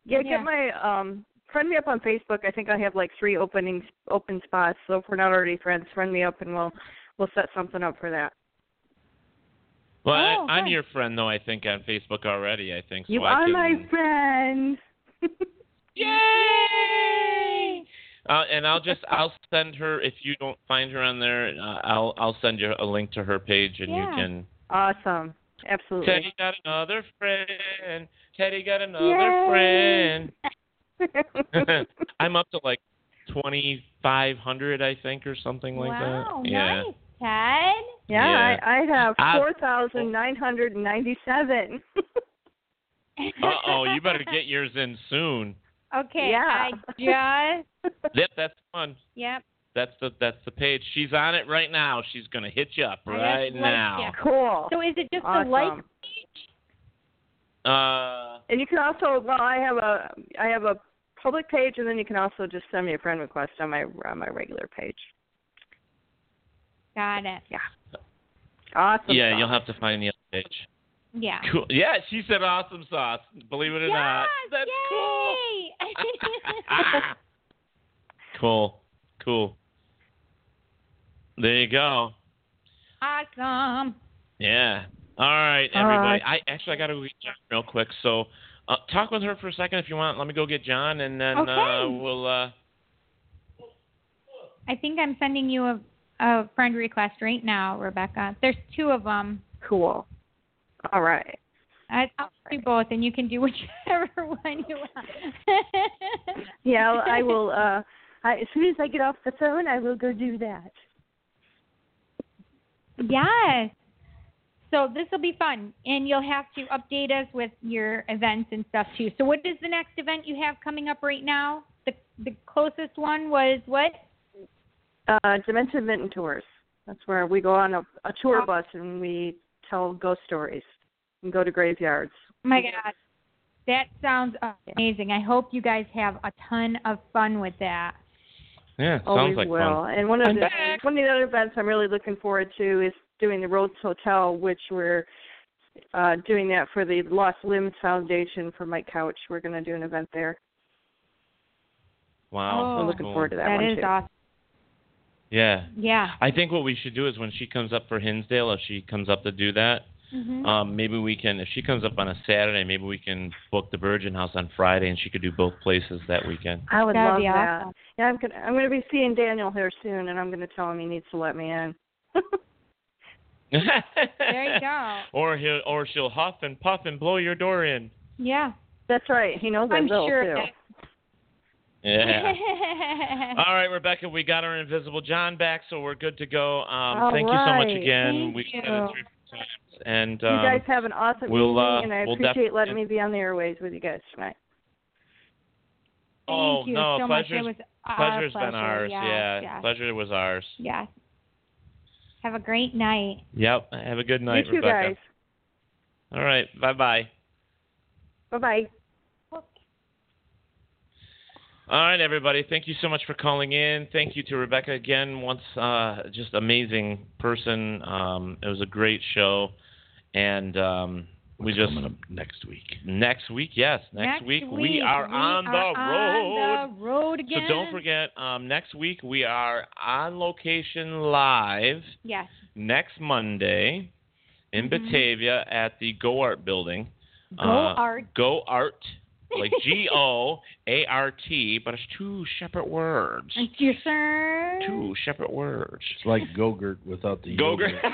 [SPEAKER 2] yeah,
[SPEAKER 4] Yeah.
[SPEAKER 2] get my um friend me up on Facebook. I think I have like three openings open spots. So if we're not already friends, friend me up and we'll we'll set something up for that.
[SPEAKER 3] Well,
[SPEAKER 2] Oh,
[SPEAKER 3] I, I'm
[SPEAKER 2] hi.
[SPEAKER 3] your friend though. I think on Facebook already. I think so.
[SPEAKER 2] you
[SPEAKER 3] I
[SPEAKER 2] are
[SPEAKER 3] can-
[SPEAKER 2] my friend.
[SPEAKER 3] Yay! Uh, and I'll just I'll send her if you don't find her on there. Uh, I'll I'll send you a link to her page and
[SPEAKER 2] Yeah.
[SPEAKER 3] you can.
[SPEAKER 2] Awesome. Absolutely.
[SPEAKER 3] Teddy got another friend. Teddy got another
[SPEAKER 2] Yay.
[SPEAKER 3] friend. I'm up to like twenty five hundred, I think, or something like
[SPEAKER 4] wow,
[SPEAKER 3] that. Yeah. Ah,
[SPEAKER 4] nice, Ted.
[SPEAKER 2] Yeah, I, I have
[SPEAKER 3] I-
[SPEAKER 2] four thousand nine hundred and ninety seven.
[SPEAKER 3] Uh oh, you better get yours in soon.
[SPEAKER 4] Okay.
[SPEAKER 2] Yeah.
[SPEAKER 4] I just
[SPEAKER 3] Yep, that's fun.
[SPEAKER 4] yep.
[SPEAKER 3] That's the that's the page. She's on it right now. She's gonna hit you up
[SPEAKER 4] I just
[SPEAKER 3] right
[SPEAKER 4] liked
[SPEAKER 3] now.
[SPEAKER 4] ya. So is it just the like
[SPEAKER 2] Awesome.
[SPEAKER 3] Uh,
[SPEAKER 2] And you can also well, I have a I have a public page, and then you can also just send me a friend request on my on my regular page.
[SPEAKER 4] Got it.
[SPEAKER 2] Yeah. Awesome.
[SPEAKER 3] yeah, you'll have to find the other page.
[SPEAKER 4] Yeah.
[SPEAKER 3] Cool. Yeah, she said awesome sauce. Believe it or not.
[SPEAKER 4] That's cool.
[SPEAKER 3] Cool. Cool. There you go.
[SPEAKER 4] awesome.
[SPEAKER 3] Yeah. All right,
[SPEAKER 4] All
[SPEAKER 3] everybody.
[SPEAKER 4] right.
[SPEAKER 3] I actually I gotta go get John real quick. So uh, talk with her for a second if you want. Let me go get John, and then uh,
[SPEAKER 4] Okay.
[SPEAKER 3] we'll. Uh,
[SPEAKER 4] I think I'm sending you a, a friend request right now, Rebecca. There's two of them.
[SPEAKER 2] Cool. All right.
[SPEAKER 4] I, I'll do both, and you can do whichever one you want.
[SPEAKER 2] Yeah, I'll- I will. Uh, I, as soon as I get off the phone, I will go do that.
[SPEAKER 4] Yes. So this will be fun, and you'll have to update us with your events and stuff too. So what is the next event you have coming up right now? the the closest one was what? Oh
[SPEAKER 2] Uh, Dimension Minton Tours. That's where we go on a, a tour bus and we tell ghost stories and go to graveyards.
[SPEAKER 4] My God, that sounds amazing. I hope you guys have a ton of fun with that.
[SPEAKER 3] Yeah, it
[SPEAKER 2] Oh,
[SPEAKER 3] sounds
[SPEAKER 2] we
[SPEAKER 3] like
[SPEAKER 2] will.
[SPEAKER 3] fun.
[SPEAKER 2] And one of
[SPEAKER 3] I'm
[SPEAKER 2] the one of the other events I'm really looking forward to is doing the Rhodes Hotel, which we're uh, doing that for the Lost Limbs Foundation for Mike Couch. We're going to do an event there.
[SPEAKER 3] Wow.
[SPEAKER 2] Oh, I'm
[SPEAKER 3] that's
[SPEAKER 2] looking
[SPEAKER 3] cool.
[SPEAKER 2] forward to that, one
[SPEAKER 4] That is
[SPEAKER 2] too.
[SPEAKER 4] awesome.
[SPEAKER 3] Yeah.
[SPEAKER 4] Yeah.
[SPEAKER 3] I think what we should do is when she comes up for Hinsdale, if she comes up to do that,
[SPEAKER 2] Mm-hmm.
[SPEAKER 4] Mhm.
[SPEAKER 3] um, maybe we can. If she comes up on a Saturday, maybe we can book the Virgin House on Friday, and she could do both places that weekend.
[SPEAKER 2] I would
[SPEAKER 4] That'd
[SPEAKER 2] love
[SPEAKER 4] be
[SPEAKER 2] that.
[SPEAKER 4] awesome.
[SPEAKER 2] Yeah, I'm gonna I'm gonna be seeing Daniel here soon, and I'm gonna tell him he needs to let me in.
[SPEAKER 4] There you go.
[SPEAKER 3] or he'll, or she'll huff and puff and blow your door in.
[SPEAKER 4] Yeah.
[SPEAKER 2] That's right. He knows
[SPEAKER 4] I'm
[SPEAKER 2] I will
[SPEAKER 4] sure.
[SPEAKER 2] too.
[SPEAKER 3] Yeah. All right, Rebecca, we got our invisible John back, so we're good to go. Um,
[SPEAKER 2] All
[SPEAKER 3] thank you so much
[SPEAKER 2] right.
[SPEAKER 3] again.
[SPEAKER 2] Thank
[SPEAKER 3] We've
[SPEAKER 2] you.
[SPEAKER 3] had a terrific time. And
[SPEAKER 2] You
[SPEAKER 3] um,
[SPEAKER 2] guys have an awesome
[SPEAKER 3] we'll,
[SPEAKER 2] evening,
[SPEAKER 3] uh,
[SPEAKER 2] and I
[SPEAKER 3] we'll def-
[SPEAKER 2] appreciate letting me be on the airways with you guys tonight.
[SPEAKER 3] oh
[SPEAKER 4] Thank you
[SPEAKER 3] no,
[SPEAKER 4] so much.
[SPEAKER 3] pleasure's
[SPEAKER 4] It was our
[SPEAKER 3] pleasure's been
[SPEAKER 4] pleasure.
[SPEAKER 3] ours.
[SPEAKER 4] Yes,
[SPEAKER 3] yeah,
[SPEAKER 4] yes.
[SPEAKER 3] pleasure was ours.
[SPEAKER 4] Yes. Have a great night.
[SPEAKER 3] Yep. Have a good night,
[SPEAKER 4] You too,
[SPEAKER 3] Rebecca.
[SPEAKER 4] guys.
[SPEAKER 3] All right. Bye bye.
[SPEAKER 2] Bye bye.
[SPEAKER 3] All right, everybody. Thank you so much for calling in. Thank you to Rebecca again. Once, uh, just amazing person. Um, it was a great show, and um, we just next week. Next week, yes, next,
[SPEAKER 4] Next
[SPEAKER 3] week, we are on the road.
[SPEAKER 4] on the road again.
[SPEAKER 3] So don't forget, um, next week we are on location live
[SPEAKER 4] Yes.
[SPEAKER 3] next Monday in
[SPEAKER 4] Mhm.
[SPEAKER 3] Mm-hmm. Batavia at the Go Art Building.
[SPEAKER 4] Go Art.
[SPEAKER 3] Uh, Go Art. Like G O A R T, but it's two separate words.
[SPEAKER 4] Thank you, sir.
[SPEAKER 3] Two separate words.
[SPEAKER 10] It's like Gogurt without the
[SPEAKER 3] Gogurt.
[SPEAKER 10] yogurt.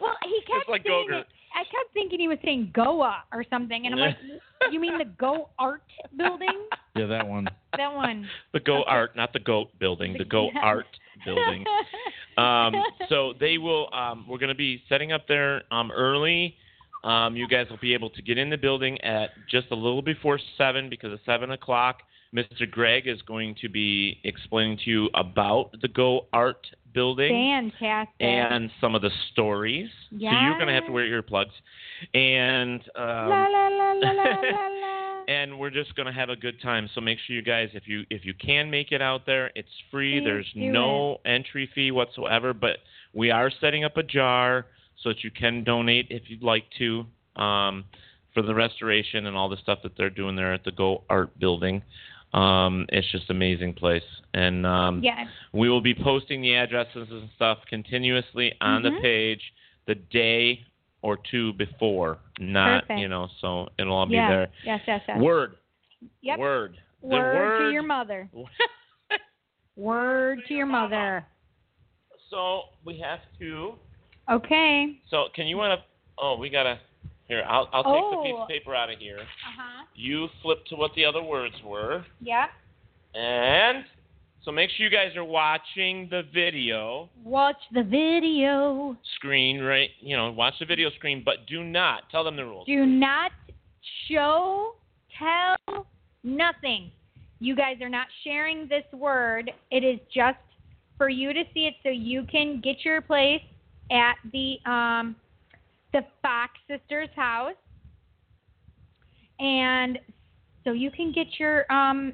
[SPEAKER 4] Well, he kept
[SPEAKER 3] It's like
[SPEAKER 4] saying
[SPEAKER 3] Gogurt.
[SPEAKER 4] it. I kept thinking he was saying Goa or something, and I'm like, you mean the Go Art building?
[SPEAKER 10] yeah, that one.
[SPEAKER 4] That one.
[SPEAKER 3] The Go Art, not the Goat Building. The Go
[SPEAKER 4] Yeah.
[SPEAKER 3] Art Building. Um, so they will. Um, we're going to be setting up there um, early. Um, you guys will be able to get in the building at just a little before seven because at seven o'clock, Mr. Greg is going to be explaining to you about the Go Art Building
[SPEAKER 4] Fantastic.
[SPEAKER 3] and some of the stories. So you're going to have to wear earplugs, and um,
[SPEAKER 4] la la la la la la la.
[SPEAKER 3] and we're just going to have a good time. So make sure you guys, if you if you can make it out there, it's free.
[SPEAKER 4] Please
[SPEAKER 3] There's
[SPEAKER 4] do
[SPEAKER 3] no entry fee whatsoever, but we are setting up a jar so that you can donate if you'd like to um, for the restoration and all the stuff that they're doing there at the Go Art Building. Um, it's just amazing place, and um,
[SPEAKER 4] Yes.
[SPEAKER 3] we will be posting the addresses and stuff continuously on the
[SPEAKER 4] Mhm.
[SPEAKER 3] page the day or two before, not
[SPEAKER 4] Perfect.
[SPEAKER 3] you know, so it'll all be
[SPEAKER 4] yeah.
[SPEAKER 3] there.
[SPEAKER 4] Yes, yes, yes.
[SPEAKER 3] Word.
[SPEAKER 4] Yep.
[SPEAKER 3] Word. The
[SPEAKER 4] Word, to
[SPEAKER 3] word-
[SPEAKER 4] your mother. word to your mother.
[SPEAKER 3] So we have to.
[SPEAKER 4] Okay.
[SPEAKER 3] So can you want to? Oh, we gotta. Here, I'll I'll take the piece
[SPEAKER 4] Oh.
[SPEAKER 3] of paper out of here.
[SPEAKER 4] Uh-huh.
[SPEAKER 3] You flip to what the other words were,
[SPEAKER 4] Yeah.
[SPEAKER 3] and so make sure you guys are watching the video
[SPEAKER 4] Watch the video.
[SPEAKER 3] screen, right? You know, watch the video screen, but do not tell them the rules.
[SPEAKER 4] Do not show, tell, nothing. You guys are not sharing this word. It is just for you to see it so you can get your place at the um the Fox sisters house. And so you can get your um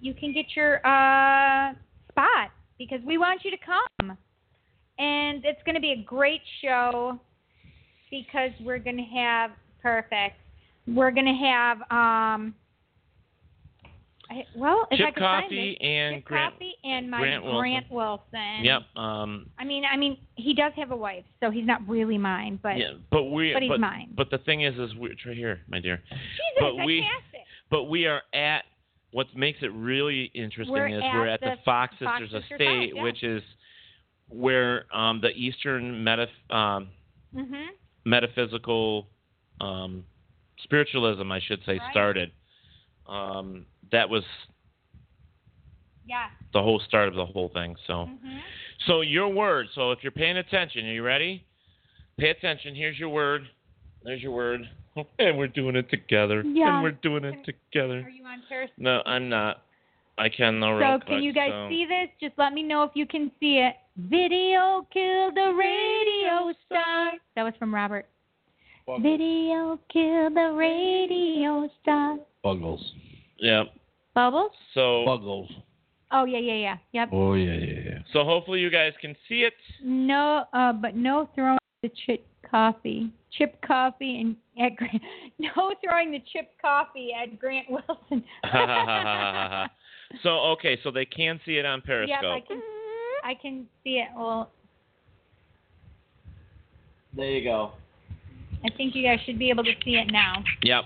[SPEAKER 4] you can get your uh spot because we want you to come. And it's going to be a great show because we're going to have perfect. We're going to have um I, well, if I
[SPEAKER 3] Chip
[SPEAKER 4] could find
[SPEAKER 3] Coffee
[SPEAKER 4] it,
[SPEAKER 3] and
[SPEAKER 4] Chip
[SPEAKER 3] Grant-
[SPEAKER 4] Coffee and my
[SPEAKER 3] Grant Wilson.
[SPEAKER 4] Wilson.
[SPEAKER 3] Yep. Um,
[SPEAKER 4] I mean, I mean, he does have a wife, so he's not really mine, but
[SPEAKER 3] yeah, but we
[SPEAKER 4] but he's
[SPEAKER 3] but,
[SPEAKER 4] mine.
[SPEAKER 3] but the thing is is we're it's right here, my dear.
[SPEAKER 4] Jesus,
[SPEAKER 3] but
[SPEAKER 4] I
[SPEAKER 3] we
[SPEAKER 4] can't.
[SPEAKER 3] but we are at what makes it really interesting
[SPEAKER 4] We're
[SPEAKER 3] is
[SPEAKER 4] at
[SPEAKER 3] we're at the,
[SPEAKER 4] the
[SPEAKER 3] Fox
[SPEAKER 4] Fox
[SPEAKER 3] Sisters
[SPEAKER 4] Sisters
[SPEAKER 3] Estate,
[SPEAKER 4] house, yeah.
[SPEAKER 3] which is where um, the Eastern metaph- um,
[SPEAKER 4] Mhm.
[SPEAKER 3] metaphysical um, spiritualism, I should say,
[SPEAKER 4] Right.
[SPEAKER 3] started. Um, that was
[SPEAKER 4] Yeah.
[SPEAKER 3] the whole start of the whole thing. So,
[SPEAKER 4] Mhm.
[SPEAKER 3] so your word. So if you're paying attention, are you ready? Pay attention. Here's your word. There's your word. And we're doing it together.
[SPEAKER 4] Yeah.
[SPEAKER 3] And we're doing it together.
[SPEAKER 4] Are you on Paris?
[SPEAKER 3] No, I'm not. I can know real
[SPEAKER 4] So
[SPEAKER 3] quick.
[SPEAKER 4] can you guys
[SPEAKER 3] so-
[SPEAKER 4] see this? Just let me know if you can see it. Video killed the radio star. That was from Robert. Video killed the radio star.
[SPEAKER 10] Buggles.
[SPEAKER 3] Yeah.
[SPEAKER 4] Bubbles?
[SPEAKER 3] So
[SPEAKER 10] Buggles.
[SPEAKER 4] Oh yeah, yeah, yeah. Yep.
[SPEAKER 10] Oh yeah, yeah, yeah.
[SPEAKER 3] So hopefully you guys can see it.
[SPEAKER 4] No, uh, but no throwing the chip coffee, chip coffee, and at Grant. No throwing the chip coffee at Grant Wilson.
[SPEAKER 3] so okay, so they can see it on Periscope.
[SPEAKER 4] Yep, I can. I can see it. Well,
[SPEAKER 3] There you go.
[SPEAKER 4] I think you guys should be able to see it now.
[SPEAKER 3] Yep.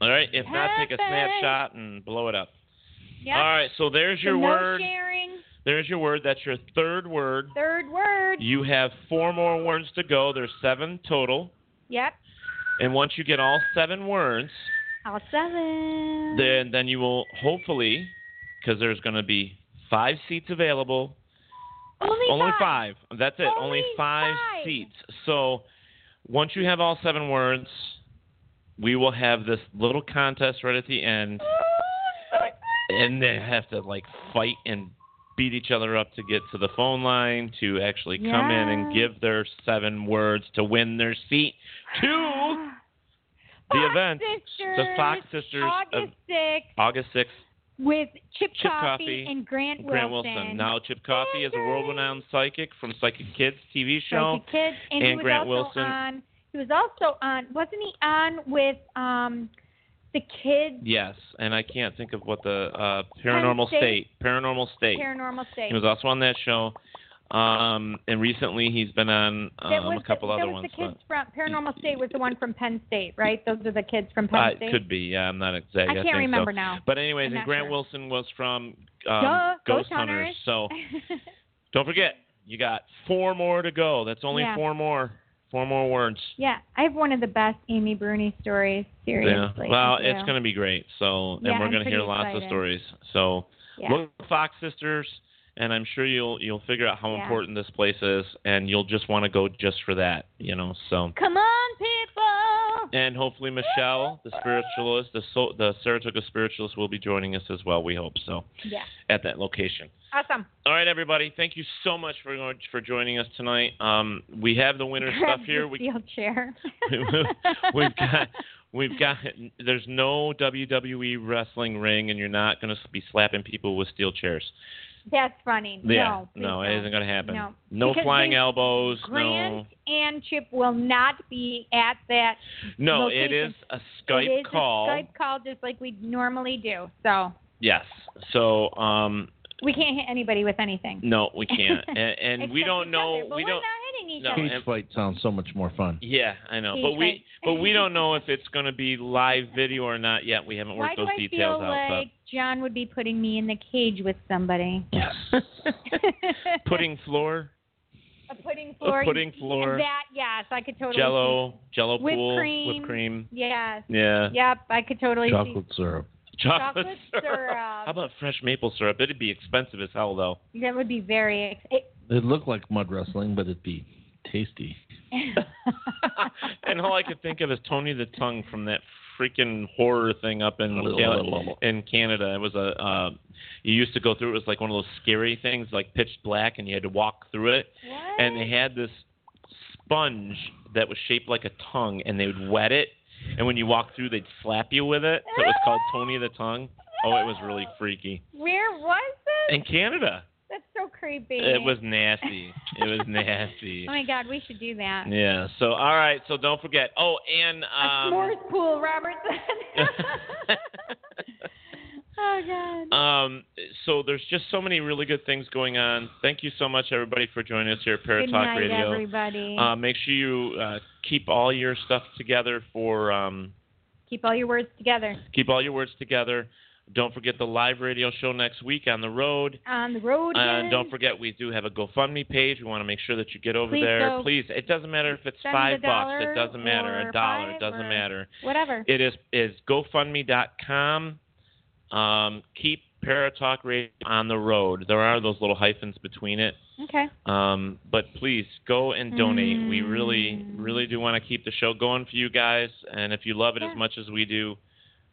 [SPEAKER 3] All right. If not, take a
[SPEAKER 4] Happy.
[SPEAKER 3] snapshot and blow it up.
[SPEAKER 4] Yep.
[SPEAKER 3] All right. So there's
[SPEAKER 4] So
[SPEAKER 3] your
[SPEAKER 4] no
[SPEAKER 3] word.
[SPEAKER 4] sharing.
[SPEAKER 3] There's your word. That's your third word.
[SPEAKER 4] Third word.
[SPEAKER 3] You have four more words to go. There's seven total.
[SPEAKER 4] Yep.
[SPEAKER 3] And once you get all seven words,
[SPEAKER 4] All seven.
[SPEAKER 3] then then you will hopefully, because there's going to be five seats available.
[SPEAKER 4] Only,
[SPEAKER 3] five. That's it. Only, five, seats. So once you have all seven words, we will have this little contest right at the end, and they have to like fight and beat each other up to get to the phone line to actually come in and give their seven words to win their seat to the event.
[SPEAKER 4] Ah. Sisters,
[SPEAKER 3] The Fox Sisters of
[SPEAKER 4] August sixth
[SPEAKER 3] August 6th.
[SPEAKER 4] with Chip,
[SPEAKER 3] Chip Coffee
[SPEAKER 4] and Grant,
[SPEAKER 3] Grant Wilson. Now, Chip Coffee is a world-renowned psychic from Psychic Kids TV show,
[SPEAKER 4] Psychic Kids, and, he was
[SPEAKER 3] Grant
[SPEAKER 4] also
[SPEAKER 3] Wilson.
[SPEAKER 4] on. He was also on. Wasn't he on with um the kids?
[SPEAKER 3] Yes, and I can't think of what the uh, paranormal
[SPEAKER 4] State.
[SPEAKER 3] state. Paranormal state.
[SPEAKER 4] Paranormal State.
[SPEAKER 3] He was also on that show, um, and recently he's been on
[SPEAKER 4] that
[SPEAKER 3] um,
[SPEAKER 4] was
[SPEAKER 3] a couple
[SPEAKER 4] the,
[SPEAKER 3] other
[SPEAKER 4] that was
[SPEAKER 3] ones.
[SPEAKER 4] The kids from Paranormal State was the one from Penn State, right? Those are the kids from
[SPEAKER 3] but, uh,
[SPEAKER 4] Penn
[SPEAKER 3] it
[SPEAKER 4] State.
[SPEAKER 3] could be. Yeah, I'm not exactly.
[SPEAKER 4] I can't
[SPEAKER 3] think so.
[SPEAKER 4] remember now.
[SPEAKER 3] But anyways,
[SPEAKER 4] I'm
[SPEAKER 3] and
[SPEAKER 4] not
[SPEAKER 3] Grant
[SPEAKER 4] sure.
[SPEAKER 3] Wilson was from um,
[SPEAKER 4] Duh,
[SPEAKER 3] Ghost
[SPEAKER 4] Ghost Hunters.
[SPEAKER 3] So don't forget, you got four more to go. That's only
[SPEAKER 4] Yeah.
[SPEAKER 3] four more. Four more words.
[SPEAKER 4] yeah, I have one of the best Amy Bruni stories. Seriously.
[SPEAKER 3] Yeah. Well,
[SPEAKER 4] I
[SPEAKER 3] it's
[SPEAKER 4] do.
[SPEAKER 3] going to be great. So, and
[SPEAKER 4] Yeah,
[SPEAKER 3] we're
[SPEAKER 4] I'm
[SPEAKER 3] going to
[SPEAKER 4] pretty
[SPEAKER 3] hear lots of
[SPEAKER 4] excited.
[SPEAKER 3] stories. So,
[SPEAKER 4] Yeah.
[SPEAKER 3] look at Fox Sisters, and I'm sure you'll you'll figure out how
[SPEAKER 4] Yeah.
[SPEAKER 3] important this place is, and you'll just want to go just for that, you know. So,
[SPEAKER 4] Come on, people!
[SPEAKER 3] and hopefully Michelle, the spiritualist, the so, the Saratoga spiritualist, will be joining us as well. We hope so
[SPEAKER 4] Yeah.
[SPEAKER 3] at that location.
[SPEAKER 4] Awesome.
[SPEAKER 3] All right, everybody. Thank you so much for going, for joining us tonight. Um, we have the winner
[SPEAKER 4] Grab
[SPEAKER 3] stuff here.
[SPEAKER 4] the
[SPEAKER 3] We
[SPEAKER 4] steel chair.
[SPEAKER 3] we've got we've got there's no WWE wrestling ring and you're not going to be slapping people with steel chairs.
[SPEAKER 4] That's funny.
[SPEAKER 3] yeah.
[SPEAKER 4] no,
[SPEAKER 3] No, it isn't going to happen.
[SPEAKER 4] No.
[SPEAKER 3] No
[SPEAKER 4] Because
[SPEAKER 3] flying
[SPEAKER 4] they-
[SPEAKER 3] elbows,
[SPEAKER 4] Grant and Chip will not be at that.
[SPEAKER 3] no. No,
[SPEAKER 4] location.
[SPEAKER 3] it is a
[SPEAKER 4] It
[SPEAKER 3] Skype
[SPEAKER 4] is a
[SPEAKER 3] call.
[SPEAKER 4] Skype call, just like we normally do. So
[SPEAKER 3] Yes. So, um
[SPEAKER 4] we can't hit anybody with anything.
[SPEAKER 3] no, we can't. And, and we
[SPEAKER 4] Except
[SPEAKER 3] don't
[SPEAKER 4] each
[SPEAKER 3] know
[SPEAKER 4] other, but
[SPEAKER 3] we
[SPEAKER 4] we're
[SPEAKER 3] don't
[SPEAKER 4] not hitting each
[SPEAKER 3] No,
[SPEAKER 4] other.
[SPEAKER 10] Cage fight sounds so much more fun.
[SPEAKER 3] Yeah, I know.
[SPEAKER 4] Cage
[SPEAKER 3] But we
[SPEAKER 4] fight.
[SPEAKER 3] but we don't know if it's going to be live video or not yet. We haven't
[SPEAKER 4] Why
[SPEAKER 3] worked
[SPEAKER 4] do
[SPEAKER 3] those
[SPEAKER 4] I
[SPEAKER 3] details
[SPEAKER 4] feel
[SPEAKER 3] out. but-
[SPEAKER 4] like John would be putting me in the cage with somebody?
[SPEAKER 3] Yes. pudding floor,
[SPEAKER 4] A pudding floor.
[SPEAKER 3] pudding floor.
[SPEAKER 4] That yes, I could totally.
[SPEAKER 3] Jello, Jello
[SPEAKER 4] Whipped
[SPEAKER 3] pool,
[SPEAKER 4] cream.
[SPEAKER 3] whipped cream,
[SPEAKER 4] Yes.
[SPEAKER 3] Yeah.
[SPEAKER 4] Yep, I could totally. see-
[SPEAKER 3] syrup. Chocolate,
[SPEAKER 4] Chocolate syrup.
[SPEAKER 3] How about fresh maple syrup? It'd be expensive as hell though.
[SPEAKER 4] That would be very. Ex- it-
[SPEAKER 10] It'd look like mud wrestling, but it'd be tasty.
[SPEAKER 3] And all I could think of is Tony the Tongue from that freaking horror thing up in Canada, in Canada. It was a uh, you used to go through. It was like one of those scary things, like pitch black, and you had to walk through it. And they had this sponge that was shaped like a tongue, and they would wet it. And when you walked through, they'd slap you with it. So it was called Tony the Tongue. Oh, it was really freaky.
[SPEAKER 4] Where was this?
[SPEAKER 3] In Canada,
[SPEAKER 4] That's so creepy.
[SPEAKER 3] it was nasty. It was nasty.
[SPEAKER 4] Oh my God, we should do that.
[SPEAKER 3] Yeah. So all right. So don't forget. Oh, and um,
[SPEAKER 4] S'mores pool, Robert said. oh God.
[SPEAKER 3] Um, so there's just so many really good things going on. Thank you so much, everybody, for joining us here at Paratalk
[SPEAKER 4] Good night,
[SPEAKER 3] Radio.
[SPEAKER 4] everybody.
[SPEAKER 3] Uh, make sure you uh, keep all your stuff together for um,
[SPEAKER 4] Keep all your words together.
[SPEAKER 3] keep all your words together. Don't forget the live radio show next week on the road.
[SPEAKER 4] On Um, the road.
[SPEAKER 3] And
[SPEAKER 4] guys.
[SPEAKER 3] don't forget, we do have a GoFundMe page. We want to make sure that you get over
[SPEAKER 4] Please
[SPEAKER 3] there.
[SPEAKER 4] go.
[SPEAKER 3] Please, it doesn't matter if it's
[SPEAKER 4] Send
[SPEAKER 3] five
[SPEAKER 4] a
[SPEAKER 3] bucks. It
[SPEAKER 4] dollar
[SPEAKER 3] doesn't matter.
[SPEAKER 4] or
[SPEAKER 3] A dollar. It
[SPEAKER 4] five
[SPEAKER 3] doesn't
[SPEAKER 4] or-
[SPEAKER 3] matter.
[SPEAKER 4] Whatever.
[SPEAKER 3] It is is GoFundMe.com. Um, keep Paratalk Radio on the road. There are those little hyphens between it.
[SPEAKER 4] Okay.
[SPEAKER 3] Um, but please go and donate. We
[SPEAKER 4] Mm.
[SPEAKER 3] really, really do want to keep the show going for you guys. And if you love it as much as we do,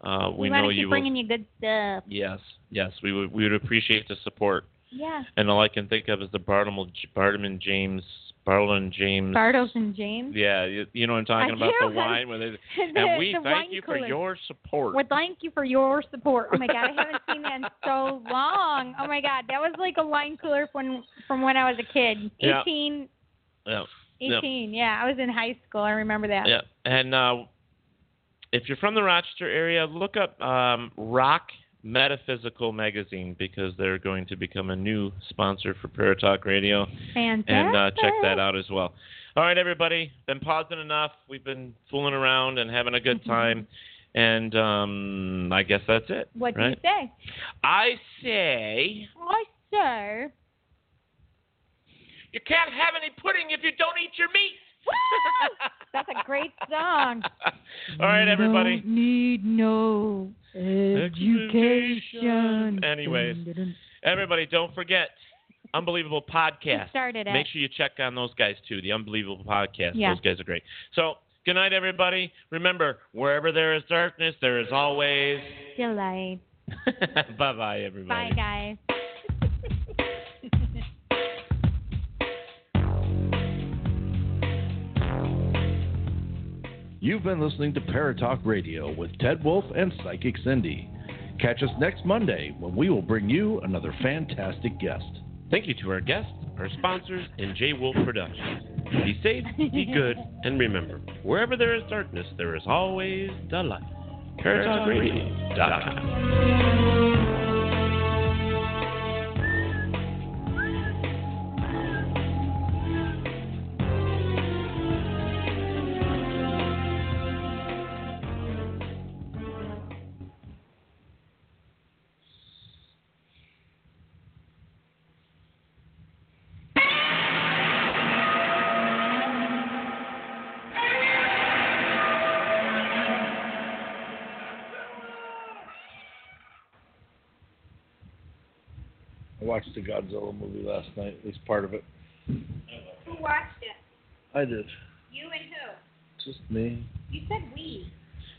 [SPEAKER 3] Uh, we,
[SPEAKER 4] we want
[SPEAKER 3] know
[SPEAKER 4] to keep
[SPEAKER 3] you will.
[SPEAKER 4] bringing you good stuff.
[SPEAKER 3] Yes, yes, we would we would appreciate the support.
[SPEAKER 4] Yeah.
[SPEAKER 3] And all I can think of is the Bartleman Bartleman James Bartleman James.
[SPEAKER 4] Bartles and James.
[SPEAKER 3] Yeah, you, you know what I'm talking
[SPEAKER 4] I
[SPEAKER 3] about
[SPEAKER 4] do.
[SPEAKER 3] the wine. Where they,
[SPEAKER 4] The-
[SPEAKER 3] and we
[SPEAKER 4] the
[SPEAKER 3] thank
[SPEAKER 4] wine
[SPEAKER 3] you for
[SPEAKER 4] cooler.
[SPEAKER 3] your support.
[SPEAKER 4] Well, thank you for your support. Oh my god, I haven't seen that in so long. Oh my god, that was like a wine cooler from from when I was a kid.
[SPEAKER 3] Yeah.
[SPEAKER 4] Eighteen,
[SPEAKER 3] yeah. yeah.
[SPEAKER 4] eighteen. yeah. I was in high school. I remember that.
[SPEAKER 3] Yeah, and uh, if you're from the Rochester area, look up um, Rock Metaphysical Magazine because they're going to become a new sponsor for Paratalk Radio,
[SPEAKER 4] Fantastic.
[SPEAKER 3] and uh, check that out as well. All right, everybody, been pausing enough. We've been fooling around and having a good time, and um, I guess that's it.
[SPEAKER 4] What do
[SPEAKER 3] right?
[SPEAKER 4] you say?
[SPEAKER 3] I say
[SPEAKER 4] I sir.
[SPEAKER 3] you can't have any pudding if you don't eat your meat.
[SPEAKER 4] That's a great song.
[SPEAKER 3] All right, everybody.
[SPEAKER 4] need no education.
[SPEAKER 3] Anyways, everybody, don't forget Unbelievable Podcast.
[SPEAKER 4] We started it.
[SPEAKER 3] Make sure you check on those guys too. The Unbelievable Podcast.
[SPEAKER 4] Yeah.
[SPEAKER 3] Those guys are great. So good night, everybody. Remember, wherever there is darkness, there is always.
[SPEAKER 4] Delight.
[SPEAKER 3] bye bye, everybody.
[SPEAKER 4] Bye, guys.
[SPEAKER 1] You've been listening to Paratalk Radio with Ted Wolf and Psychic Cindy. Catch us next Monday when we will bring you another fantastic guest.
[SPEAKER 3] Thank you to our guests, our sponsors, and J Wolf Productions. Be safe, be good, and remember, wherever there is darkness, there is always the light. ParatalkRadio.com.
[SPEAKER 1] I watched the Godzilla movie last night, at least part of it.
[SPEAKER 5] Who watched it?
[SPEAKER 1] I did.
[SPEAKER 5] You and who?
[SPEAKER 1] Just me.
[SPEAKER 5] You said we.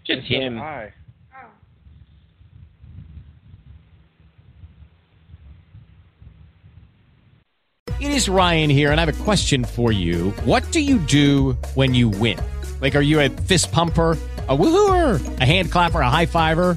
[SPEAKER 3] Just him.
[SPEAKER 1] Hi.
[SPEAKER 5] Oh.
[SPEAKER 2] It is Ryan here, and I have a question for you. What do you do when you win? Like, are you a fist pumper? A woohooer, a hand clapper, a high fiver.